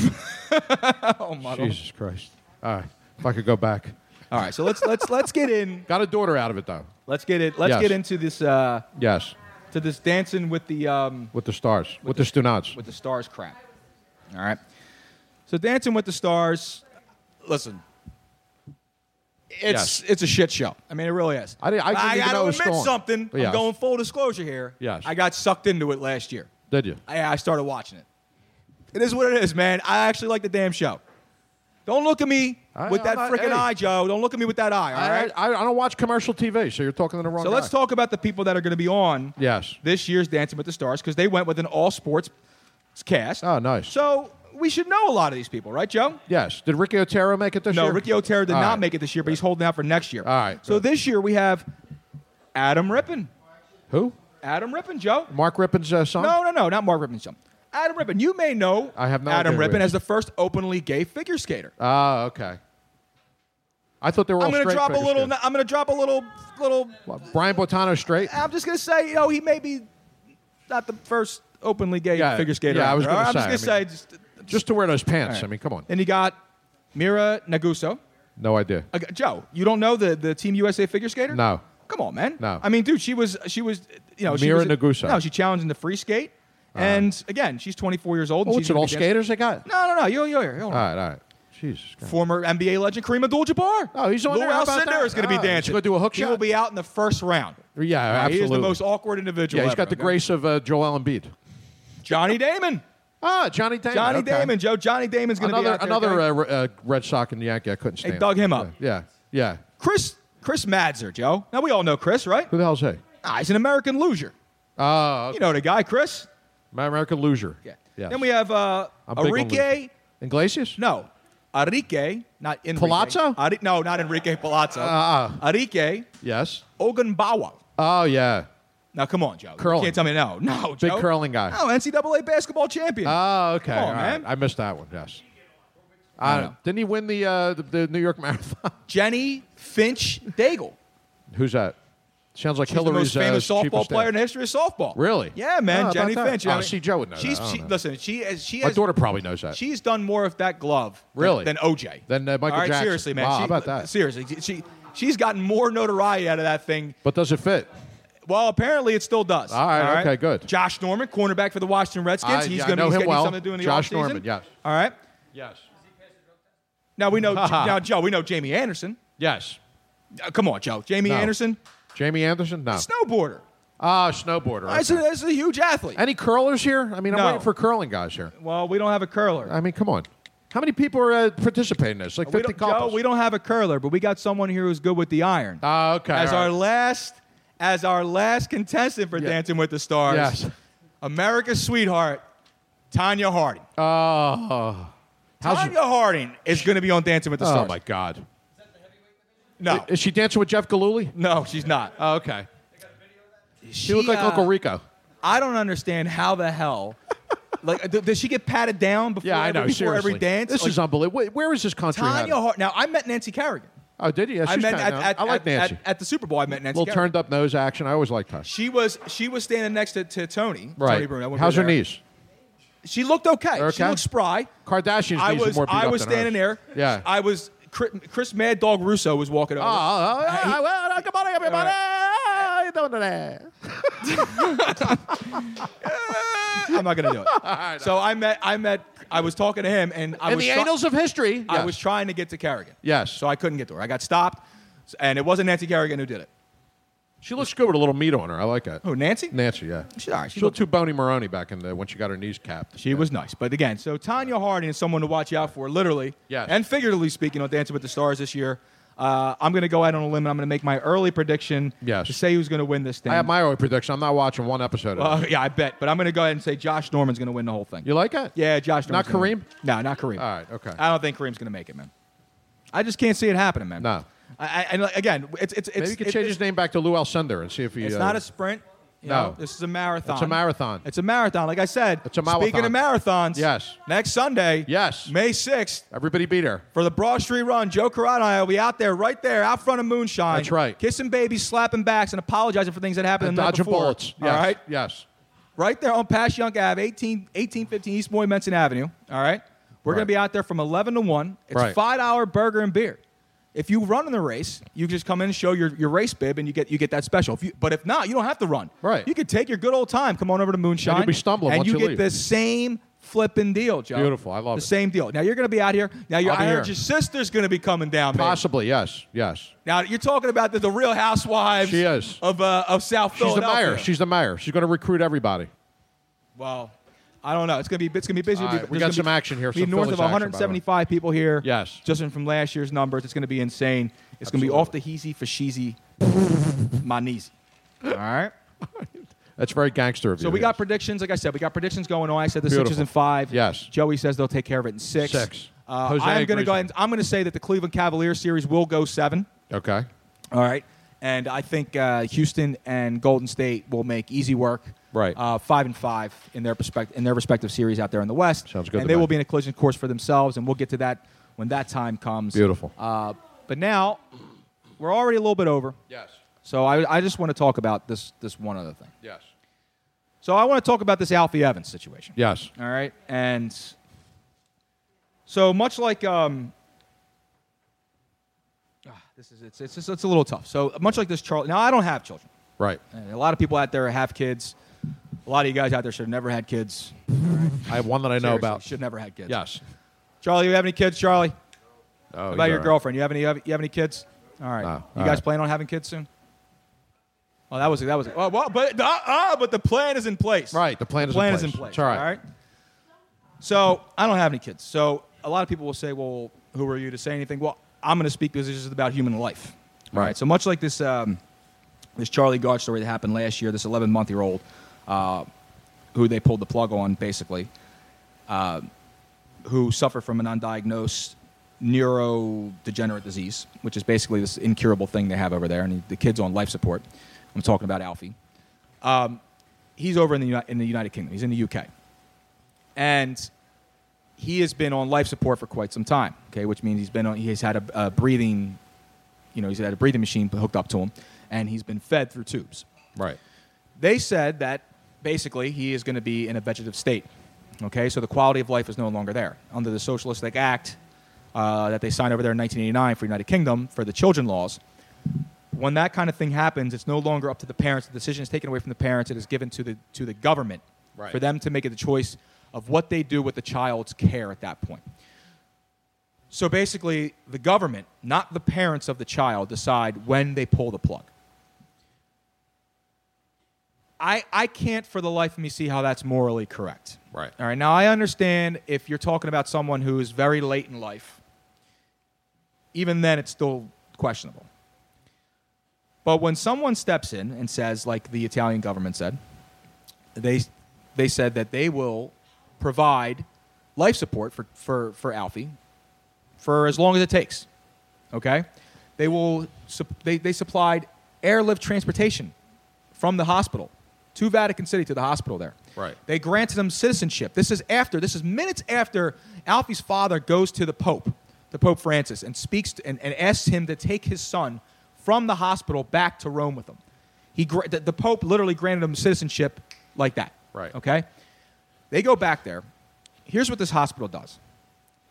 F: oh my
G: Jesus Christ! All right, if I could go back.
F: All right, so let's let's let's get in.
G: Got a daughter out of it though.
F: Let's get it. Let's
G: Yes.
F: get into this uh,
G: Yes,
F: to this dancing with the um,
G: with the stars, with, the, Stunats.
F: with the stars crap. All right. So dancing with the stars. Listen, it's it's a shit show. I mean, it really is.
G: I, did, I, didn't
F: I
G: even
F: gotta
G: know it was
F: admit
G: still on.
F: something.
G: Yes.
F: I'm going full disclosure here.
G: Yes.
F: I got sucked into it last year.
G: Did you?
F: I, I started watching it. It is what it is, man. I actually like the damn show. Don't look at me
G: I-
F: with that
G: I'm not-
F: freaking
G: hey.
F: eye, Joe. Don't look at me with that eye. All
G: I,
F: right.
G: I, I don't watch commercial TV, so you're talking to the wrong.
F: So let's
G: guy.
F: talk about the people that are going to be on
G: Yes.
F: this year's Dancing with the Stars because they went with an all sports cast.
G: Oh, nice.
F: So we should know a lot of these people, right, Joe?
G: Yes. Did Ricky Otero make it this
F: no,
G: year?
F: Ricky Otero did
G: All
F: not
G: right.
F: make it this year, but he's holding out for next year. All
G: right.
F: So this year we have Adam Rippon.
G: Who?
F: Adam Rippon, Joe.
G: Mark Rippon's uh, son.
F: No, no, no, not Mark Rippon's son. Adam Rippon. You may know
G: I have no
F: Adam
G: idea who
F: Rippon
G: he
F: as the first openly gay figure skater.
G: Ah, okay. I thought they were.
F: I'm
G: going
F: gonna
G: to
F: drop a little. I'm going to drop a little. Little.
G: Brian Botano straight.
F: I'm just going to say, you know, he may be not the first openly gay
G: Yeah,
F: figure skater.
G: yeah, I
F: out
G: was
F: there.
G: gonna
F: I'm
G: say,
F: just
G: I
F: going
G: mean-
F: to say. Just,
G: Just to wear those pants.
F: All right.
G: I mean, come on.
F: Then you got Mira Naguso.
G: No idea.
F: Uh, Joe, you don't know the, the Team USA figure skater?
G: No.
F: Come on, man.
G: No.
F: I mean, dude, she was she was you know she
G: Mira
F: was
G: Nagusa.
F: No, she challenged in the free skate, and again, she's 24 years old.
G: Oh,
F: and
G: it's
F: she's
G: an
F: gonna
G: all
F: be
G: skaters
F: dancing-
G: they got.
F: No, no, no. You, you, you,
G: All
F: you
G: right, all right. Jesus. Christ.
F: Former NBA legend Kareem Abdul-Jabbar. Oh,
G: he's on
F: Lou
G: there. How about
F: Alcindor
G: that?
F: is going to
G: Ah,
F: be
G: he's
F: dancing.
G: gonna do a hook
F: he
G: shot.
F: will be out in the first round.
G: Yeah,
F: Right,
G: absolutely.
F: He is the most awkward individual.
G: Yeah, he's
F: ever,
G: got the
F: okay?
G: grace of uh, Joel Embiid.
F: Johnny Damon.
G: Ah, Johnny Damon.
F: Johnny
G: okay.
F: Damon, Joe. Johnny Damon's going to be
G: Another
F: out there,
G: another
F: okay?
G: uh, re- uh, Red Sox and Yankee. I couldn't
F: They
G: stand.
F: dug him up.
G: Yeah, yeah.
F: Chris Chris Madzer, Joe. Now we all know Chris, right?
G: Who the hell's he?
F: Ah, he's an American loser.
G: Uh,
F: You know the guy, Chris.
G: American loser. Yeah. Yes.
F: Then we have uh,
G: I'm big on
F: Enrique.
G: Iglesias?
F: No, Enrique, not Enrique.
G: Palazzo?
F: Ari- no, not Enrique Palazzo.
G: Ah.
F: Enrique
G: Yes.
F: Ogunbawa.
G: Oh yeah.
F: Now come on, Joe. You
G: Curling.
F: can't tell me no, no,
G: Big
F: Joe.
G: curling guy.
F: No, NCAA basketball champion.
G: Oh, okay.
F: Come on,
G: all right.
F: man.
G: I missed that one. Yes. I don't know. Didn't he win the, uh, the the New York Marathon?
F: Jenny Finch Daigle.
G: Who's that? Sounds like
F: She's the
G: Hillary's
F: most famous
G: uh, chief of
F: softball
G: staff.
F: player in the history of softball.
G: Really?
F: Yeah, man.
G: Oh, about
F: Jenny
G: that.
F: Finch. you know
G: Oh,
F: what I mean?
G: see, Joe would know
F: She's,
G: that. I don't
F: she,
G: know.
F: Listen, she has. She
G: My
F: has,
G: daughter probably knows that.
F: She's done more of that glove. than-
G: Really?
F: Than, OJ.
G: Then uh, Michael
F: All right,
G: Jackson.
F: seriously, man.
G: Wow,
F: she,
G: how about that?
F: Seriously, she she's gotten more notoriety out of that thing.
G: But does it fit?
F: Well, apparently it still does.
G: All right, okay, good.
F: Josh Norman, cornerback for the Washington Redskins.
G: I-
F: he's
G: yeah, I
F: going
G: know
F: to
G: him
F: be
G: well.
F: something to do in the
G: Josh
F: offseason.
G: Norman, yes.
F: All right.
G: Yes.
F: Now we know now Joe. We know Jamie Anderson.
G: Yes.
F: Uh, come on, Joe. Jamie
G: No.
F: Anderson.
G: Jamie Anderson? No.
F: Snowboarder.
G: Ah, snowboarder.
F: That's a, that's a huge athlete.
G: Any curlers here? I mean, I'm
F: No.
G: waiting for curling guys here.
F: Well, we don't have a curler.
G: I mean, come on. How many people are uh, participating in this? Like
F: we
G: 50
F: don't, Joe,
G: couples?
F: we don't have a curler, but we got someone here who's good with the iron.
G: Ah, okay.
F: As
G: all
F: our
G: right.
F: last, as our last contestant for Dancing with the Stars,
G: Yes.
F: America's sweetheart, Tanya Harding.
G: Oh,
F: Tanya Harding is going to be on Dancing with the
G: Oh,
F: Stars.
G: my God.
F: No,
G: Is she dancing with Jeff Galooly?
F: No, she's not.
G: Oh, okay.
F: She uh,
G: looked like Uncle Rico.
F: I don't understand how the hell. Like, d- does she get patted down before,
G: Yeah, I know.
F: every, before
G: seriously.
F: every dance?
G: This
F: Like,
G: is unbelievable. Wait, Where is this country?
F: Tanya
G: headed?
F: Harding. Now, I met Nancy Kerrigan.
G: Oh, did you? Yeah,
F: I
G: she's
F: met
G: kinda
F: at,
G: known.
F: at,
G: I like
F: at- at-
G: Nancy.
F: At, the Super Bowl, I met Nancy.
G: little
F: Kerrigan.
G: turned up nose action. I always liked her.
F: She was she was standing next to, to Tony. Tony
G: Right.
F: Bruno, when we
G: How's
F: were
G: her
F: there.
G: knees?
F: She looked okay.
G: They're
F: She
G: okay?
F: looked spry.
G: Kardashian's
F: I
G: knees are
F: was
G: more beat
F: I
G: up
F: was
G: than hers.
F: standing there.
G: Yeah.
F: I was Chris, Chris Mad Dog Russo was walking over.
G: oh, well, come on, everybody. How you doing today?
F: I'm not gonna do it. so I met I met I was talking to him and I
G: In
F: was
G: the
F: try-
G: annals of history,
F: I
G: yes.
F: was trying to get to Carrigan.
G: Yes.
F: So I couldn't get to her. I got stopped, s- and it wasn't Nancy Kerrigan who did it.
G: She looks good with a little meat on her. I like it.
F: Who, Nancy?
G: Nancy, yeah.
F: She's all right.
G: She looked too bony Maroney back in the when she got her knees capped.
F: She was nice, but again, so Tanya Harding is someone to watch out for, literally
G: Yes.
F: and figuratively speaking, on Dancing with the Stars this year. Uh, I'm going to go out on a limb and I'm going to make my early prediction to say who's going to win this thing.
G: I have my only prediction. I'm not watching one episode.
F: Well,
G: of it.
F: yeah, I bet, but I'm going to go ahead and say Josh Norman's going to win the whole thing.
G: You like it?
F: Yeah, Josh.
G: Not
F: Norman's gonna win. No, not Kareem.
G: All right. Okay.
F: I don't think Kareem's going to make it, man. I just can't see it happening, man. No. I, I, and like, again, it's it's it's
G: Maybe you could
F: it-
G: change
F: it's,
G: his name back to Lou Alcindor and see if he.
F: it's
G: uh,
F: not a sprint. you
G: No.
F: know, this is a marathon.
G: It's a marathon.
F: It's a marathon. Like I said,
G: It's a
F: Speaking of marathons,
G: Yes.
F: Next Sunday,
G: yes,
F: May sixth.
G: Everybody be there.
F: For the Broad Street Run, Joe Corrado and I will be out there, right there, out front of Moonshine.
G: That's right.
F: Kissing babies, slapping backs, and apologizing for things that happened
G: And
F: the night
G: dodging
F: before.
G: bullets.
F: All
G: Yes,
F: right?
G: Yes.
F: Right there on Pass Young Ave, 18, 1815 East Boy Menson Avenue. All right? We're
G: Right.
F: going to be out there from 11 to 1. It's
G: Right.
F: $5 burger and beer. If you run in the race, you just come in and show your, your race bib and you get you get that special. If you, but if not, you don't have to run. Right. You could take your good old time, come on over to Moonshine.
G: be stumbling
F: And
G: once
F: you,
G: you
F: get
G: leave.
F: the same flipping deal, Joe.
G: Beautiful. I love
F: the
G: it.
F: same deal. Now you're going to be out here. Now you're,
G: I'll be
F: I heard your
G: here.
F: sister's going to be coming down. baby.
G: Possibly. Yes. Yes.
F: Now you're talking about the, the Real Housewives.
G: She is.
F: of uh, of South
G: She's the
F: Philadelphia.
G: mayor. She's the mayor. She's going to recruit everybody.
F: Well, I don't know. It's gonna be it's gonna be busy.
G: All
F: It'll be-
G: right, we
F: there's
G: got
F: gonna
G: some action here,
F: Be
G: some
F: north
G: Phillies
F: of
G: action, by the way.
F: 175 people here.
G: Yes.
F: just in from last year's numbers. It's gonna be insane. It's gonna be off the heezy for sheezy, my knees. All right.
G: That's very gangster of you.
F: So we got predictions. Like I said, we got predictions going on. I said the Sixers
G: Beautiful.
F: in five.
G: Yes.
F: Joey says they'll take care of it in six.
G: Six.
F: Uh,
G: Jose
F: I'm going to
G: agrees
F: go
G: with
F: ahead and I'm going to say that the Cleveland Cavaliers series will go seven.
G: Okay.
F: All right. And I think uh, Houston and Golden State will make easy work.
G: Right.
F: Uh, five and five in their perspect- in their respective series out there in the West. Sounds
G: good
F: And
G: to
F: they
G: me.
F: will be in a collision course for themselves, and we'll get to that when that time comes.
G: Beautiful.
F: Uh, but now we're already a little bit over.
G: Yes.
F: So I, I just want to talk about this this one other thing.
G: Yes.
F: So I want to talk about this Alfie Evans situation.
G: Yes.
F: All right. And so much like um, ah, this is it's it's, just, it's a little tough. So much like this Charlie. Now I don't have children.
G: Right.
F: And a lot of people out there have kids. A lot of you guys out there should have never had kids.
G: I have one that I know
F: Seriously,
G: about.
F: Should have never had kids.
G: Yes.
F: Charlie, you have any kids, Charlie?
G: Oh,
F: What about
G: you're
F: your
G: right. Oh,
F: girlfriend? You have any? You have, you have any kids? All right. you
G: all
F: guys
G: right.
F: plan on having kids soon? Well, that was that was. Oh, well, but uh, uh, but the plan is in place. Right.
G: The plan,
F: plan
G: is in place. It's all right.
F: All right. So I don't have any kids. So a lot of people will say, "Well, who are you to say anything?" Well, I'm going to speak because this is about human life. All
G: Right.
F: right. So much like this, um, this Charlie Gard story that happened last year, this 11 month year old, uh, who they pulled the plug on basically, uh, who suffered from an undiagnosed neurodegenerate disease, which is basically this incurable thing they have over there, and he- the kid's on life support. I'm talking about Alfie. Um, he's over in the, Uni- in the United Kingdom. He's in the UK. And he has been on life support for quite some time, okay, which means he's been on, he has had a, a breathing, you know, he's had a breathing machine hooked up to him, and he's been fed through tubes.
G: Right.
F: They said that basically he is going to be in a vegetative state, okay, so the quality of life is no longer there. Under the Socialistic Act uh, that they signed over there in 1989 for United Kingdom for the children laws, when that kind of thing happens, it's no longer up to the parents. The decision is taken away from the parents. It is given to the to the government
G: Right.
F: for them to make the choice of what they do with the child's care at that point. So basically, the government, not the parents of the child, decide when they pull the plug. I, I can't for the life of me see how that's morally correct. Right. All right. Now, I understand if you're talking about someone who is very late in life, even then it's still questionable. But when someone steps in and says, like the Italian government said, they, they said that they will provide life support for, for, for Alfie for as long as it takes. Okay? They, will, sup- they, they supplied airlift transportation from the hospital to Vatican City to the hospital there.
G: Right.
F: They granted him citizenship. This is after, this is minutes after Alfie's father goes to the Pope, the Pope Francis, and speaks to, and, and asks him to take his son from the hospital back to Rome with him. He, gra- the, the Pope literally granted him citizenship like that. Right. Okay? They go back there. Here's what this hospital does.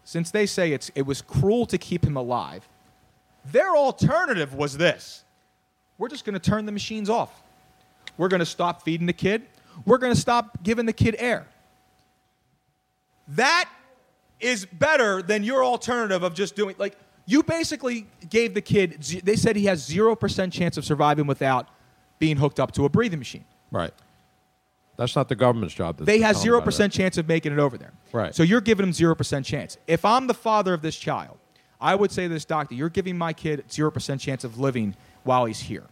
F: Since they say it's, it was cruel to keep him alive, their alternative was this we're just going to turn the machines off. We're going to stop feeding the kid. We're going to stop giving the kid air. That is better than your alternative of just doing like you basically gave the kid ze- they said he has 0% chance of surviving without being hooked up to a breathing machine.
G: Right. That's not the government's job. to
F: They
G: tell
F: have
G: them about
F: 0% chance of making it over there.
G: that. Right.
F: So you're giving them 0% chance. If I'm the father of this child, I would say to this doctor, you're giving my kid 0% chance of living while he's here.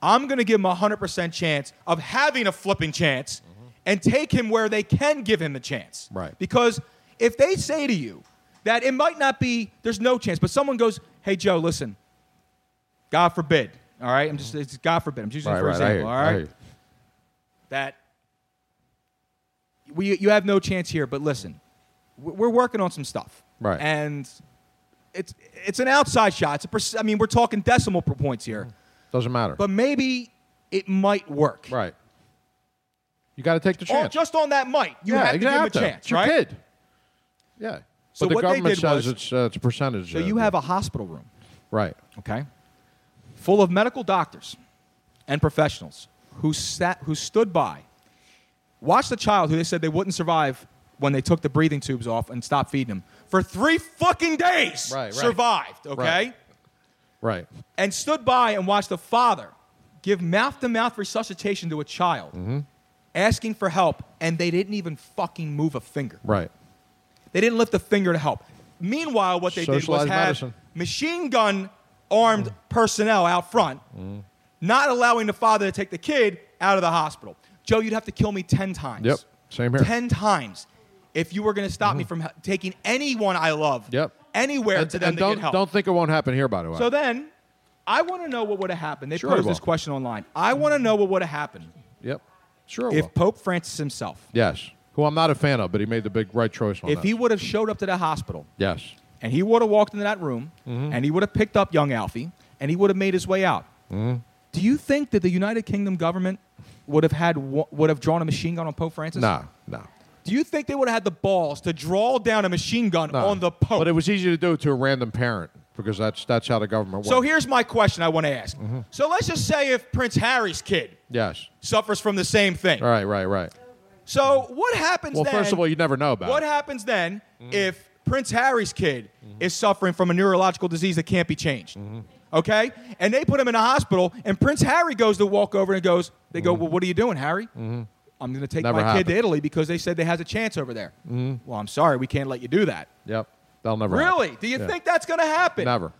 F: I'm going to give him a 100% chance of having a flipping chance
G: Mm-hmm.
F: and take him where they can give him the chance. Right. Because if they say to you that it might not be, there's no chance, but someone goes, hey, Joe, listen, God forbid, all right? I'm just, it's God forbid. I'm just using it
G: Right,
F: for
G: right, I hear
F: example,
G: you,
F: all
G: I
F: right?
G: hear you.
F: that we, you have no chance here, but listen, w- we're working on some stuff.
G: Right.
F: And it's, it's an outside shot. It's a perc- I mean, we're talking decimal per points here,
G: Doesn't matter.
F: but maybe it might work.
G: Right. You got to take the
F: Or
G: chance.
F: just on that might, you
G: Yeah,
F: have to
G: you
F: give him a
G: have to.
F: chance,
G: It's your
F: right?
G: kid. Yeah.
F: So
G: but the
F: what they
G: government
F: did
G: says
F: was,
G: it's, uh, it's a percentage.
F: so
G: uh,
F: you have a hospital room.
G: right.
F: okay, full of medical doctors and professionals who sat, who stood by, watched the child who they said they wouldn't survive when they took the breathing tubes off and stopped feeding him for three fucking days.
G: Right, right.
F: Survived, okay,
G: Right. Right.
F: and stood by and watched the father give mouth to mouth resuscitation to a child.
G: Mm-hmm.
F: Asking for help, and they didn't even fucking move a finger.
G: Right.
F: They didn't lift a finger to help. Meanwhile, what they did was
G: Socialized
F: have
G: medicine.
F: machine gun armed personnel out front,
G: Mm-hmm.
F: not allowing the father to take the kid out of the hospital. Joe, you'd have to kill me 10 times.
G: Yep. Same here.
F: 10 times if you were going to stop me from ha- taking anyone I love
G: Yep.
F: anywhere
G: And,
F: to them
G: and
F: to
G: don't
F: get help.
G: don't think it won't happen here. By the way.
F: so then, I want to know what would have happened. They
G: Sure it
F: posed this
G: will.
F: question online. I want to know what would have happened
G: yep. Sure. it
F: if
G: will.
F: Pope Francis himself,
G: Yes. Who I'm not a fan of, but he made the big right choice on
F: if
G: that.
F: he would have showed up to the hospital
G: yes.
F: and he would have walked into that room
G: Mm-hmm.
F: and he would have picked up young Alfie and he would have made his way out.
G: Mm-hmm.
F: Do you think that the United Kingdom government would have had wa- would have drawn a machine gun on Pope Francis?
G: No. No.
F: Do you think they would have had the balls to draw down a machine gun
G: No.
F: on the Pope?
G: But it was easy to do to a random parent because that's that's how the government works.
F: so here's my question I want to ask.
G: Mm-hmm.
F: So let's just say if Prince Harry's kid
G: yes.
F: suffers from the same thing.
G: Right. Right. Right.
F: So what happens
G: Well,
F: then?
G: first of all, you never know about
F: What
G: it. Mm-hmm.
F: happens then if Prince Harry's kid is suffering from a neurological disease that can't be changed?
G: Mm-hmm.
F: Okay? And they put him in a hospital, and Prince Harry goes to walk over and goes, they
G: Mm-hmm.
F: go, Well, what are you doing, Harry? I'm going to take
G: Never
F: my kid
G: happened.
F: to Italy because they said they has a chance over there. Well, I'm sorry, we can't let you do that.
G: Mm-hmm. Yep. That'll never. happen.
F: Really? Do you
G: Yeah.
F: think that's going to happen?
G: Never.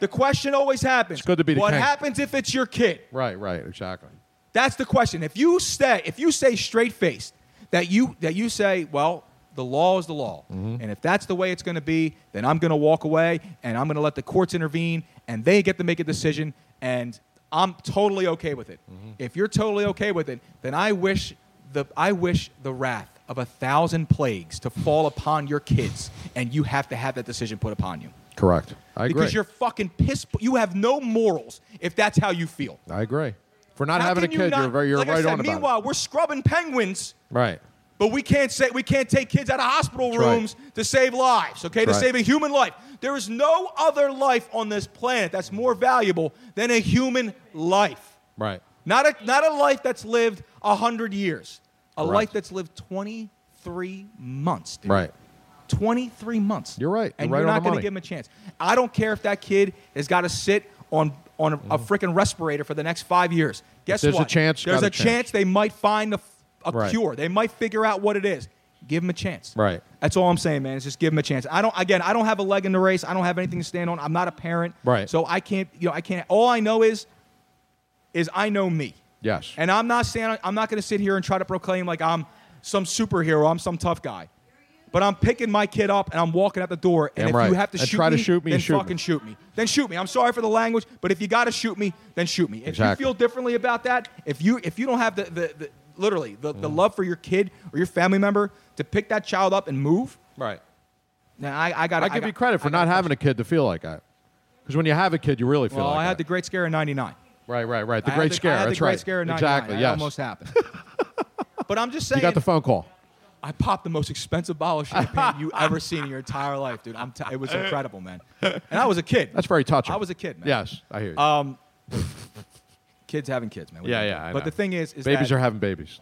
F: The question always happens.
G: It's good to be the
F: what
G: king.
F: happens if it's your kid?
G: Right. Right. Exactly.
F: That's the question. If you say if you say straight faced that you that you say, well, the law is the law,
G: Mm-hmm.
F: and if that's the way it's going to be, then I'm going to walk away and I'm going to let the courts intervene and they get to make a decision, and I'm totally okay with it.
G: Mm-hmm.
F: If you're totally okay with it, then I wish the I wish the wrath of a thousand plagues to fall upon your kids, and you have to have that decision put upon you
G: Correct. I agree.
F: because you're fucking piss. You have no morals if that's how you feel.
G: I agree. For not
F: How
G: having a
F: can you
G: kid,
F: not-
G: you're, very, you're
F: like I
G: right
F: said,
G: on about
F: Meanwhile, we're scrubbing penguins,
G: it. Right.
F: but we can't say we can't take kids out of hospital
G: That's right.
F: rooms to save lives. Okay,
G: That's
F: to save
G: right.
F: a human life. There is no other life on this planet that's more valuable than a human life.
G: Right.
F: Not a not a life that's lived hundred years. A
G: Correct.
F: life that's lived twenty three months. Dude.
G: Right.
F: 23 months. You're right. and
G: You're right
F: you're
G: on
F: not
G: the
F: going to
G: money.
F: give him a chance. I don't care if that kid has got to sit on on a, a freaking respirator for the next five years. Guess
G: Mm-hmm. there's a
F: what?
G: chance,
F: There's
G: got
F: a,
G: a
F: chance. they might find a, f- a
G: Right.
F: cure. They might figure out what it is. Give them a chance.
G: Right.
F: That's all I'm saying, man. Is just give them a chance. I don't. Again, I don't have a leg in the race. I don't have anything to stand on. I'm not a parent.
G: Right.
F: So I can't. You know, I can't. All I know is, is I know me.
G: Yes.
F: And I'm not saying I'm not going to sit here and try to proclaim like I'm some superhero. I'm some tough guy. But I'm picking my kid up and I'm walking out the door. And
G: Damn
F: if
G: right.
F: you have to
G: And
F: shoot
G: try to
F: me,
G: shoot me,
F: then
G: shoot me.
F: fucking shoot me. Then shoot me. I'm sorry for the language, but if you got to shoot me, then shoot me. If
G: Exactly.
F: you feel differently about that, if you if you don't have the the, the literally the, the love for your kid or your family member to pick that child up and move,
G: right?
F: Then I, I got.
G: I give you credit for not having a kid to feel like that. Because when you have a kid, you really feel
F: Well, I
G: like
F: had the great scare in '99.
G: that. Right, right, right. The
F: I had
G: great
F: the-
G: scare.
F: I had the
G: that's
F: great
G: right.
F: scare in '99.
G: exactly.
F: That
G: Yes.
F: almost happened. but I'm just saying.
G: you got the phone call.
F: I popped the most expensive bottle of champagne you ever seen in your entire life, dude. I'm t- it was incredible, man. And I was a kid.
G: That's very touching.
F: I was a kid, man.
G: Yes, I hear you.
F: Um, kids having kids, man. What do
G: yeah,
F: you
G: yeah.
F: do?
G: I
F: But
G: know.
F: the thing is, is
G: babies
F: that
G: are having babies.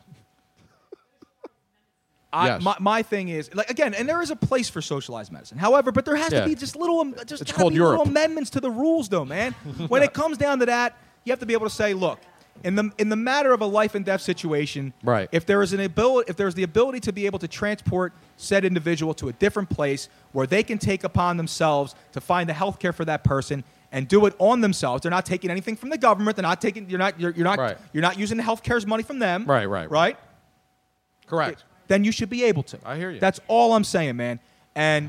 F: I,
G: yes.
F: my, my thing is like again, and there is a place for socialized medicine. However, but there has
G: Yeah.
F: to be just little, am- just
G: It's
F: gotta
G: called
F: be little
G: Europe.
F: amendments to the rules, though, man. when it comes down to that, you have to be able to say, look, in the in the matter of a life and death situation,
G: Right.
F: If there is an ability, if there is the ability to be able to transport said individual to a different place where they can take upon themselves to find the health care for that person and do it on themselves, they're not taking anything from the government. They're not taking. You're not. You're, you're not.
G: Right.
F: You're not using the health care's money from them.
G: Right, right,
F: Right.
G: Correct.
F: Then you should be able to. I hear you. That's all I'm saying, man. And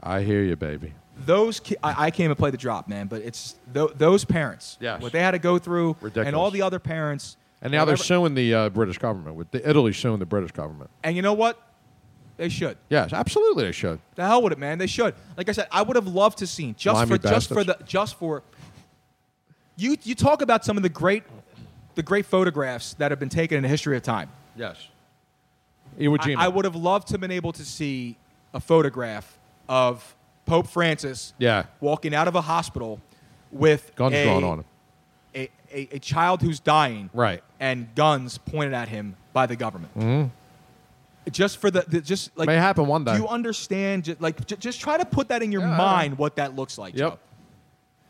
G: I hear you, baby.
F: those ki- I, I came and played the drop, man. But it's th- those parents,
G: Yes.
F: what they had to go through,
G: Ridiculous.
F: and all the other parents.
G: And now they're
F: whatever-
G: suing the uh, British government. With the, Italy's suing the British government.
F: And you know what? They should.
G: Yes, absolutely, they should.
F: The hell with it, man. They should. Like I said, I would have loved to seen just
G: Limey
F: for just for the
G: bastards.
F: just for you. You talk about some of the great, the great photographs that have been taken in the history of time.
G: Yes. Iwo Jima.
F: I, I would have loved to have been able to see a photograph of Pope Francis
G: Yeah.
F: walking out of a hospital with
G: Guns
F: a,
G: drawn on him.
F: A, a, a child who's dying
G: Right.
F: and guns pointed at him by the government.
G: Mhm.
F: Just for the, the just like
G: May happen one day.
F: Do you understand? Just, like ju- just try to put that in your
G: I know.
F: mind what that looks like.
G: Yep.
F: Joe.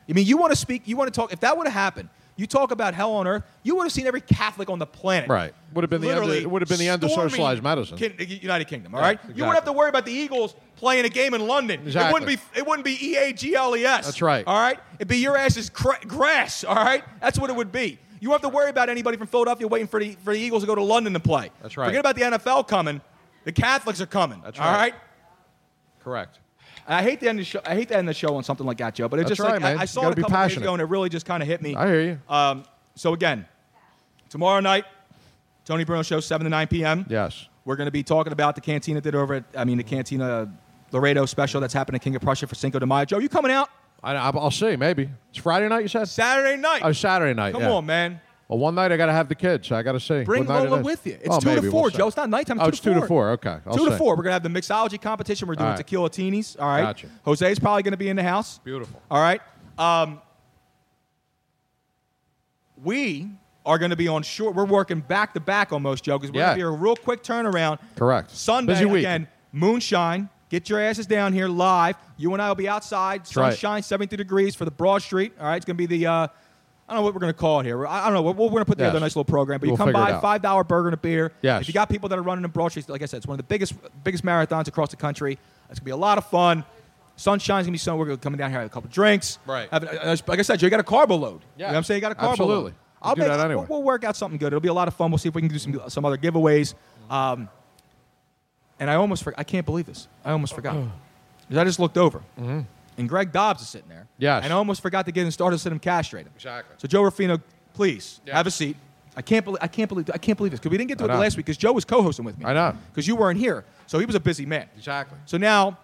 F: I mean, you want to speak, you want to talk. If that would have happened, you talk about hell on earth. You would have seen every Catholic on the planet.
G: Right. Would have been the end of-
F: Literally
G: it would have been the end of
F: storming
G: socialized medicine.
F: Kin- United Kingdom. All
G: Yeah,
F: right. You
G: exactly.
F: wouldn't have to worry about the Eagles playing a game in London. It wouldn't
G: Exactly.
F: be. It wouldn't be E A G L E S.
G: That's right.
F: All right. It'd be your ass's cr- grass. All right. That's what it would be. You don't have to worry about anybody from Philadelphia waiting for the for the Eagles to go to London to play.
G: That's right.
F: Forget about the NFL coming. The Catholics are coming. That's All
G: right.
F: right.
G: Correct.
F: I hate to end the show. I hate to end the show on something like that, Joe. But it's
G: That's
F: just like
G: right, man.
F: I, I
G: You
F: saw
G: gotta
F: it
G: be
F: a couple days
G: passionate.
F: ago, and it really just kind of hit me.
G: I hear you.
F: Um, so again, tomorrow night, Tony Bruno show seven to nine p.m.
G: Yes.
F: We're going to be talking about the Cantina did over. At, I mean, the Cantina Laredo special that's happening at King of Prussia for Cinco de Mayo. Joe, you coming out?
G: I, I- I'll see. Maybe it's Friday night. You said
F: Saturday night.
G: Oh, Saturday night.
F: Come
G: yeah.
F: on, man.
G: Well, one night I got to have the kids. So I got to see.
F: Bring
G: What night it
F: Lola
G: is.
F: with you. It's
G: Oh,
F: two
G: maybe.
F: to 4
G: We'll see.
F: Joe. It's not nighttime.
G: Oh,
F: two
G: it's
F: to four.
G: two to four. Okay. I'll
F: two to
G: see.
F: four. We're gonna have the mixology competition. We're doing
G: All right.
F: tequila teenies. All right.
G: Gotcha.
F: Jose's probably gonna be in the house.
G: Beautiful.
F: All right. Um, we are gonna be on short. We're working back to back almost, Joe, because we're
G: Yeah.
F: gonna be a real quick turnaround.
G: Correct.
F: Sunday
G: Busy week.
F: again. Moonshine. Get your asses down here live. You and I will be outside.
G: right.
F: sunshine, 72 degrees for the Broad Street. All right. It's gonna be the. Uh, I don't know what we're going to call it here. I I don't know. We're, we're going to put together
G: Yes.
F: a nice little program, but
G: We'll
F: you come
G: figure it
F: by,
G: out.
F: five dollar burger and a beer.
G: Yes.
F: If you got people that are running in Broad Street, like I said, it's one of the biggest biggest marathons across the country. It's gonna be a lot of fun. Sunshine's gonna be somewhere. We're gonna come down here have a couple drinks.
G: Right.
F: Have a- a- like I said, Joe, you got a carbo load. You know what I'm saying? You got a carbo
G: Absolutely.
F: load.
G: We'll do that anyway.
F: We'll, we'll work out something good. It'll be a lot of fun. We'll see if we can do some some other giveaways. Um, and I almost forgot. I can't believe this. I almost forgot. 'Cause I just looked over, and Greg Dobbs is sitting there.
G: Uh-huh. Mm-hmm. Yes.
F: And I almost forgot to get him started, sit him castrate him.
G: Exactly.
F: So Joe Rufino, please have a seat. I can't believe I can't believe I can't believe this because we didn't get to
G: I
F: it
G: know.
F: last week because Joe was co-hosting with me. I know because you weren't here, so he was a busy man.
G: Exactly.
F: So now,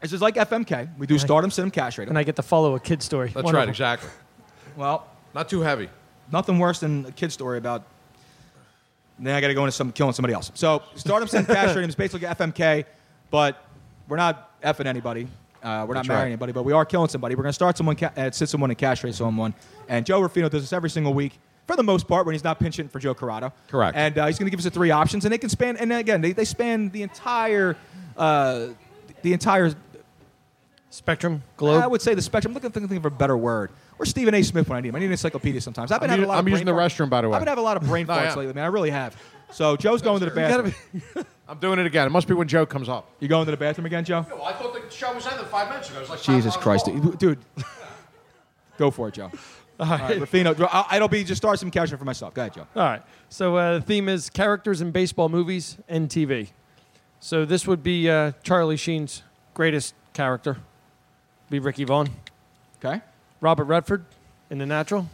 F: this is like FMK. We do
P: And I-
F: stardom, sit him, cash rate.
P: And I get to follow a kid story.
G: That's right.
P: Wonderful.
G: Exactly.
F: Well,
G: not too heavy.
F: Nothing worse than a kid story about. Then I got to go into some killing somebody else. So stardom, sit him, cash rate him is basically FMK, but we're not effing anybody. Uh, we're not
G: That's
F: marrying
G: right.
F: anybody, but we are killing somebody. We're going to start someone, ca- uh, sit someone, and castrate someone. And Joe Rufino does this every single week, for the most part, when he's not pinching for Joe Corrado.
G: Correct.
F: And uh, he's going to give us the three options, and they can span. And again, they, they span the entire, uh, the entire
P: Spectrum globe.
F: I would say the spectrum. I'm looking, thinking of a better word. Or Stephen A. Smith when I need him. I need an encyclopedia sometimes. I've been
G: I'm
F: having
G: u-
F: a lot
G: I'm
F: of
G: using
F: brain
G: the
F: fart-
G: restroom, by the way.
F: I've been having a lot of brain
G: No, I
F: farts
G: am.
F: lately, man. I really have. So Joe's going to the
G: gotta
F: bathroom.
G: I'm doing it again. It must be when Joe comes up.
F: You going to the bathroom again, Joe?
G: I thought the show was ended five minutes ago. It was like
F: Jesus Christ, dude. Go for it, Joe. All
P: right.
F: right, Rafino. I- It'll be just start some cash for myself. Go ahead, Joe.
P: All right. So uh, the theme is characters in baseball movies and TV. So this would be uh, Charlie Sheen's greatest character. Be Ricky Vaughn.
F: Okay.
P: Robert Redford in The Natural.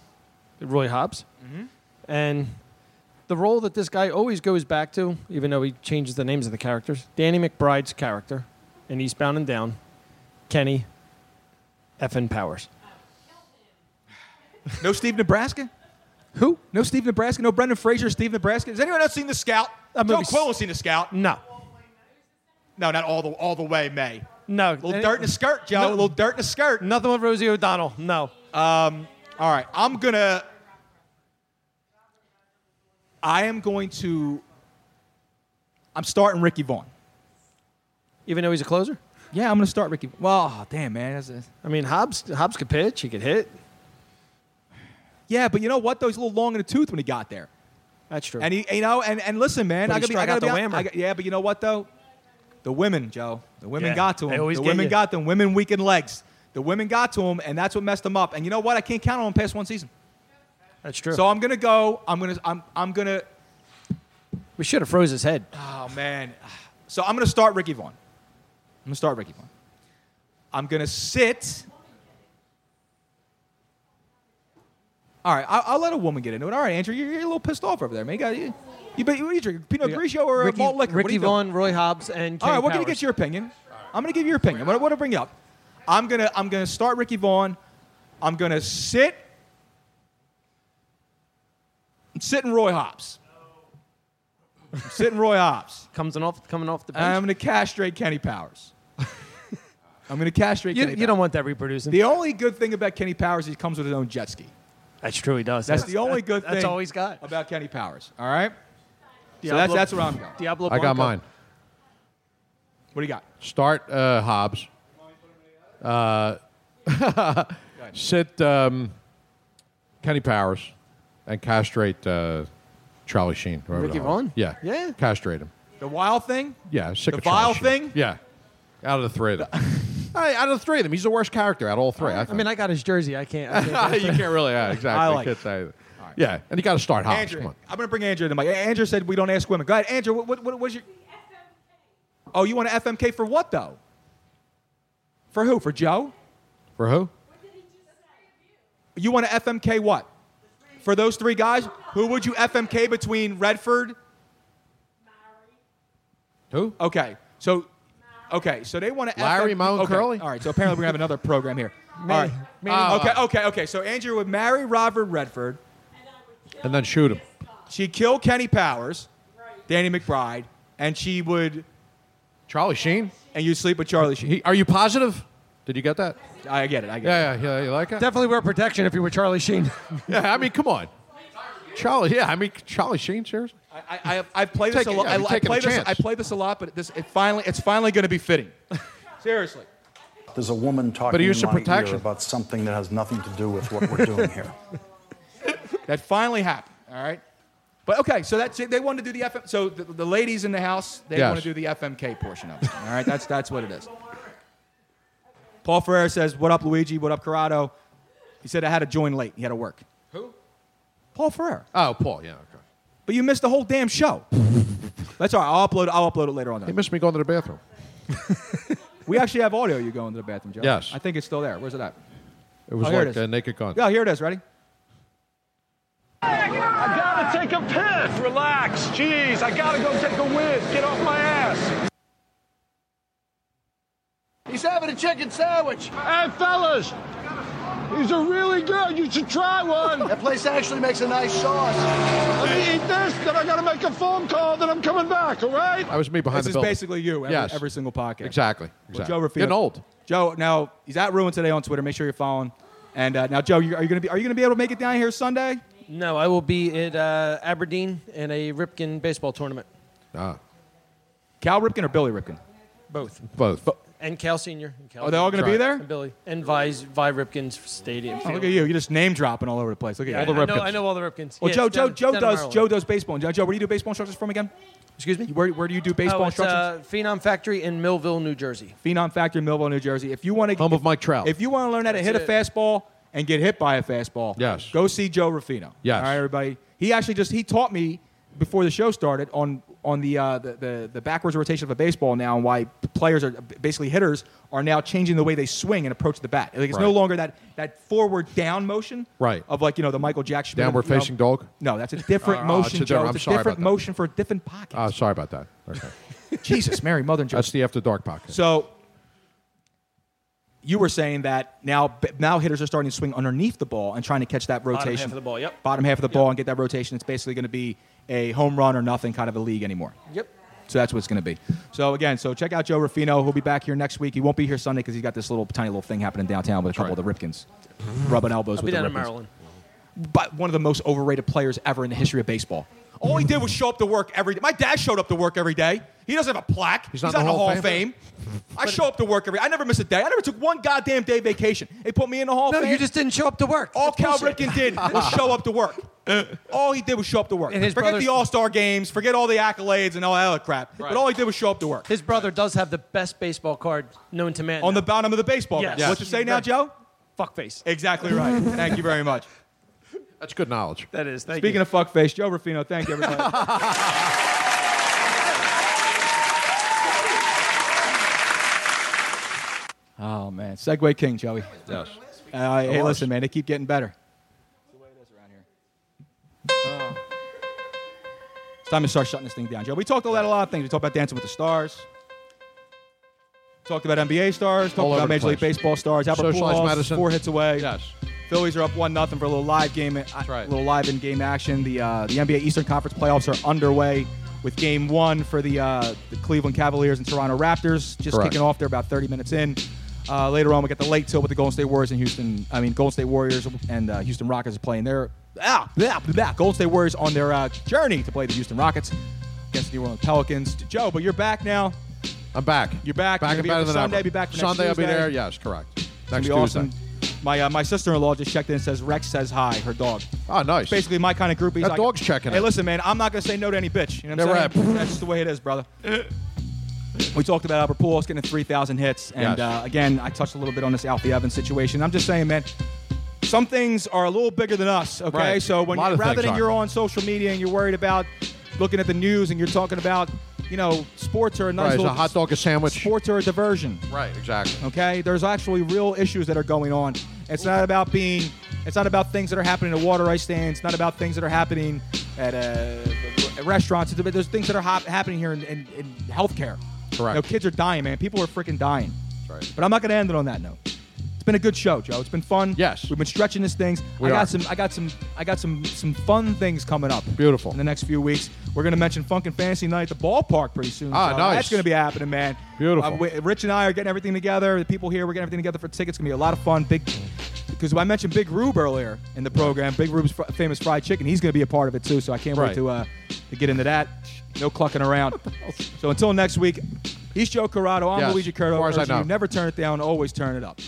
P: Roy Hobbs.
F: Mhm.
P: And the role that this guy always goes back to, even though he changes the names of the characters, Danny McBride's character in Eastbound and Down, Kenny Effin Powers.
F: No Steve Nebraska? Who? No Steve Nebraska? No Brendan Fraser, Steve Nebraska? Has anyone else seen The Scout? Joe
P: movie's-
F: Quillen's seen The Scout.
P: No.
F: No, not all the, all the way, May.
P: No.
F: little dirt in a skirt, Joe.
P: No.
F: A little dirt in a skirt.
P: Nothing with Rosie O'Donnell. No.
F: Um, all right. I'm going to. I am going to. I'm starting Ricky Vaughn.
P: Even though he's a closer?
F: Yeah, I'm going to start Ricky. Well, oh, damn, man. That's a,
P: I mean, Hobbs, Hobbs could pitch. He could hit.
F: yeah, but you know what? Though he's a little long in the tooth when he got there.
P: That's true.
F: And he, you know, and, and listen, man,
P: But
F: I
P: he
F: gotta be, I
P: struck
F: gotta
P: out
F: be
P: the
F: hon-
P: whammer.
F: I got- yeah, but you know what though? The women, Joe. The women
P: Yeah,
F: got to
P: they
F: him.
P: always
F: The
P: get
F: women
P: you.
F: got them. Women weakened legs. The women got to him, and that's what messed him up. And you know what? I can't count on him past one season.
P: That's true.
F: So I'm gonna go. I'm gonna. I'm. I'm gonna.
P: we should have froze his head.
F: Oh man. So I'm gonna start Ricky Vaughn. I'm gonna start Ricky Vaughn. I'm gonna sit. All right, I'll, I'll let a woman get into it. All right, Andrew, you're, you're a little pissed off over there, man. You, got, you, you, what do you drink? Pinot Grigio or
P: Ricky,
F: a malt liquor? What do
P: Ricky
F: you doing?
P: Vaughn, Roy Hobbs, and
F: All
P: Kenny
F: right, we're gonna
P: Powers.
F: get your opinion. I'm gonna give you your opinion. I'm gonna, what to bring you up? I'm gonna I'm gonna start Ricky Vaughn. I'm gonna sit. I'm sitting Roy Hobbs. I'm sitting Roy Hobbs.
P: Comes off coming off the bench.
F: I'm gonna castrate Kenny Powers. I'm gonna castrate.
P: You,
F: Kenny
P: you don't want that reproducing.
F: The only good thing about Kenny Powers is he comes with his own jet ski.
P: that's true. He does.
F: That's the only good
P: that's
F: thing
P: all he's got.
F: about Kenny Powers. All right. so that's that's where I'm going.
P: Diablo.
G: I got
P: Blanco.
G: mine.
F: What do you got?
G: Start uh, Hobbs. Uh, sit um, Kenny Powers and castrate uh, Charlie Sheen. whoever the
F: Ricky
G: hell-
F: Vaughn?
G: Yeah.
F: Yeah.
G: Castrate him.
F: The wild thing.
G: Yeah. I'm Sick
F: The
G: of Charlie
F: vile
G: Sheen.
F: thing?
G: Yeah. Out of the three of them. I- out of the three of them, he's the worst character out of all three. I,
P: I mean, I got his jersey. I can't. I
G: think. you can't really. Yeah, exactly.
F: I like
G: Can't say that. Yeah, and you got to start Hobbs.
F: Andrew,
G: Come on.
F: I'm going to bring Andrew to the mic. Andrew said we don't ask women. Go ahead, Andrew. What, what, what was your? Oh, you want an FMK for what though? For who? For Joe?
G: For who?
F: You want an FMK what? For those three guys, who would you FMK between Redford?
G: Who?
F: Okay, so, okay, so they want to.
G: Larry,
F: FM-
G: Moe, and
F: okay.
G: Curly?
F: All right, so apparently we have another program here.
G: Manny-
F: All right.
G: Manny
F: Uh,
G: Moe.
F: okay, okay, okay. So Andrew would marry Robert Redford.
G: And then shoot him.
F: She'd kill Kenny Powers, Danny McBride, and she would.
G: Charlie Sheen?
F: And you sleep with Charlie Sheen.
G: He, are you positive? Did you get that?
F: I get it. I get
G: yeah, it. Yeah, yeah, you like it?
P: Definitely wear protection if you were Charlie Sheen.
G: yeah, I mean, come on. Charlie, yeah, I mean, Charlie Sheen, seriously?
F: I, I, I- I play this
G: Take it,
F: a lot.
G: yeah,
F: I,
G: you're
F: I
G: taking
F: play
G: a
F: this.
G: chance.
F: I play this a lot, but this it finally it's finally going to be fitting. Seriously.
Q: There's a woman talking
F: But he used
Q: in
F: to
Q: my
F: protection.
Q: ear about something that has nothing to do with what we're doing here.
F: That finally happened. All right. But okay, so that's it. They wanted to do the FM. So the, the ladies in the house, they
G: Yes.
F: want to do the FMK portion of it. All right, that's that's what it is. Paul Ferrer says, "What up, Luigi? What up, Corrado?" He said, "I had to join late. He had to work."
G: Who?
F: Paul Ferrer.
G: Oh, Paul, yeah, okay.
F: But you missed the whole damn show. that's all right. I'll upload. I'll upload it later on.
G: He
F: Though.
G: missed me going to the bathroom.
F: We actually have audio. You going to the bathroom, Joe?
G: Yes.
F: I think it's still there. Where's it at?
G: It was
F: Oh, here
G: like
F: it is.
G: uh, Naked Gun.
F: Yeah, here it is. Ready?
R: I gotta take a piss. Relax. Jeez, I gotta go take a whiz. Get off my ass.
C: He's having a chicken sandwich. Hey, fellas, these are really good. You should try one. that place actually makes a nice sauce. Let me eat this, then I gotta make a phone call, then I'm coming back, all right?
G: That was me behind
F: this
G: the
F: is
G: building.
F: basically you. Every,
G: Yes.
F: every single podcast.
G: Exactly. exactly.
F: Well, Joe Rafino.
G: Getting old.
F: Joe, now he's at Ruin today on Twitter. Make sure you're following. And uh, now, Joe, you, are you gonna be are you gonna be able to make it down here Sunday?
P: no, I will be at uh, Aberdeen in a Ripken baseball tournament.
G: Ah.
F: Cal Ripken or Billy Ripken?
P: Both.
G: Both.
P: And Cal Senior. And Cal
F: Are they Oh, all gonna
P: Senior.
F: be there?
P: And Billy. And Vi, Vi Ripkins Stadium.
F: Oh, look at you. You're just name dropping all over the place. Look at
P: Yeah,
F: you. all the
P: I
F: Ripkins.
P: know- I know all the Ripkins.
F: Well,
P: Yeah,
F: Joe,
P: it's
F: Joe,
P: down-
F: Joe
P: down in
F: does
P: Maryland.
F: Joe does baseball. Joe, Joe, where do you do baseball instructions from again?
P: Excuse me.
F: Where, where do you do baseball
P: oh, it's,
F: instructions?
P: uh, Phenom Factory in Millville, New Jersey.
F: Phenom Factory, Millville, New Jersey. If you want to
G: home of Mike Trout.
F: If you want to learn how to hit
P: That's
F: a fastball and get hit by a fastball, yes. go see Joe Ruffino.
G: Yes.
F: All right, everybody. He actually just he taught me before the show started on on the uh, the, the the backwards rotation of a baseball now and why players are basically hitters are now changing the way they swing and approach the bat. Like it's no
G: Right.
F: longer that that forward down motion
G: Right.
F: of like you know the Michael Jack Schmidt,
G: Downward
F: you know.
G: facing dog?
F: No, that's a different
G: Uh, uh,
F: motion,
G: it's
F: Joe.
G: a different- I'm
F: it's a
G: sorry
F: different
G: about that.
F: motion for a different pocket.
G: Uh, sorry about that. Okay.
F: Jesus, Mary, Mother, and
G: That's the after dark pocket.
F: So you were saying that now now hitters are starting to swing underneath the ball and trying to catch that rotation.
P: Bottom half of the ball. Yep.
F: Bottom half of the ball and get that rotation. It's basically going to be a home run or nothing kind of a league anymore.
P: Yep.
F: So that's what it's going to be. So again, so check out Joe Rufino. He'll be back here next week. He won't be here Sunday because he's got this little tiny little thing happening downtown with a couple of the Ripkins, rubbing elbows
P: I'll
F: with
P: be
F: the
P: down in
F: Ripkins.
P: Maryland.
F: But one of the most overrated players ever in the history of baseball. All he did was show up to work every day. My dad showed up to work every day. He doesn't have a plaque. He's
G: not
F: in the Hall of Fame. I show up to work every. I never miss a day. I never took one goddamn day vacation. They put me in the Hall
P: No,
F: of Fame.
P: you just didn't show up to work.
F: All
P: That's
F: Cal
P: bullshit.
F: Ripken did was show up to work. All he did was show up to work.
P: And his
F: forget
P: brother-
F: the All Star games. Forget all the accolades and all that other crap. But all he did was show up to work.
P: His brother does have the best baseball card known to man.
F: on the bottom of the baseball.
P: Yes.
F: bat. What you say now,
P: Right.
F: Joe?
P: fuckface.
F: Exactly right. Thank you very much.
G: That's good knowledge.
P: That is. Thank
F: Speaking
P: you.
F: of fuckface, Joe Rufino. Thank you, everybody. Oh man, Segway King, Joey.
G: Yes.
F: Uh, hey,
G: course.
F: listen, man, they keep getting better. It's time to start shutting this thing down, Joe. We talked about a lot of things. We talked about Dancing with the Stars. Talked about NBA stars. Talked
G: All over
F: about
G: the
F: Major League
G: place.
F: Baseball stars. Albert
G: Socialized
F: Pujols,
G: medicine.
F: four hits away.
G: Yes.
F: Phillies are up one nothing for a little live game, a little live in game action. The uh, the NBA Eastern Conference playoffs are underway with Game One for the uh, the Cleveland Cavaliers and Toronto Raptors just
G: Correct.
F: kicking off. They're about 30 minutes in. Uh, later on, we got the late till with the Golden State Warriors and Houston. I mean, Golden State Warriors and uh, Houston Rockets are playing their ah blah, blah. Golden State Warriors on their uh, journey to play the Houston Rockets against the New Orleans Pelicans. Joe, but you're back now.
G: I'm back.
F: You're back.
G: Back
F: You're gonna
G: and
F: be
G: better
F: here for
G: than
F: Sunday.
G: ever.
F: Be back for next
G: Sunday, I'll be
F: Tuesday.
G: there. Yes, correct.
F: It's gonna
G: Next
F: be
G: Tuesday.
F: awesome. My uh, my sister-in-law just checked in and says Rex says hi, her dog.
G: Oh, nice.
F: Basically, my kind of groupie.
G: That dog's checking
F: Hey,
G: it."
F: listen, man, I'm not gonna say no to any bitch. You know what I'm
G: Yeah,
F: saying? That's just the way it is, brother. We talked about Albert Pujols getting 3,000 hits, and uh,
G: Yes.
F: again, I touched a little bit on this Alfie Evans situation. I'm just saying, man, some things are a little bigger than us. Okay,
G: Right.
F: so when
G: A lot of
F: rather
G: things
F: than
G: are.
F: you're on social media and you're worried about looking at the news and you're talking about, you know, sports are a nice
G: Right, is
F: little
G: a hot dog a sandwich?
F: Sports are a diversion.
G: Right, exactly.
F: Okay, there's actually real issues that are going on. It's not about being. It's not about things that are happening at water ice stands. It's not about things that are happening at, uh, at restaurants. It's about, there's things that are hap- happening here in, in, in healthcare.
G: Correct.
F: You know, kids are dying, man. People are freaking dying.
G: That's right.
F: But I'm not going to end it on that note. It's been a good show, Joe. It's been fun. Yes. We've been stretching this things.
G: We
F: I got
G: are.
F: some I got some I got some some fun things coming up.
G: Beautiful.
F: In the next few weeks, we're going to mention Funk and Fantasy Night at the ballpark pretty soon.
G: Ah,
F: Joe.
G: nice.
F: That's going to be happening, man.
G: Beautiful.
F: Uh, we- Rich and I are getting everything together. The people here, we're getting everything together for tickets. It's going to be a lot of fun. Big because I mentioned Big Rube earlier in the program. Big Rube's fr- famous fried chicken. He's going to be a part of it too. So I can't wait
G: Right.
F: to uh, to get into that. No clucking around. so until next week, he's Joe Corrado. I'm
G: Yes,
F: Luigi
G: as
F: Curto.
G: far as I
F: urging
G: know.
F: You never turn it down. Always turn it up.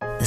S: The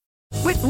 T: With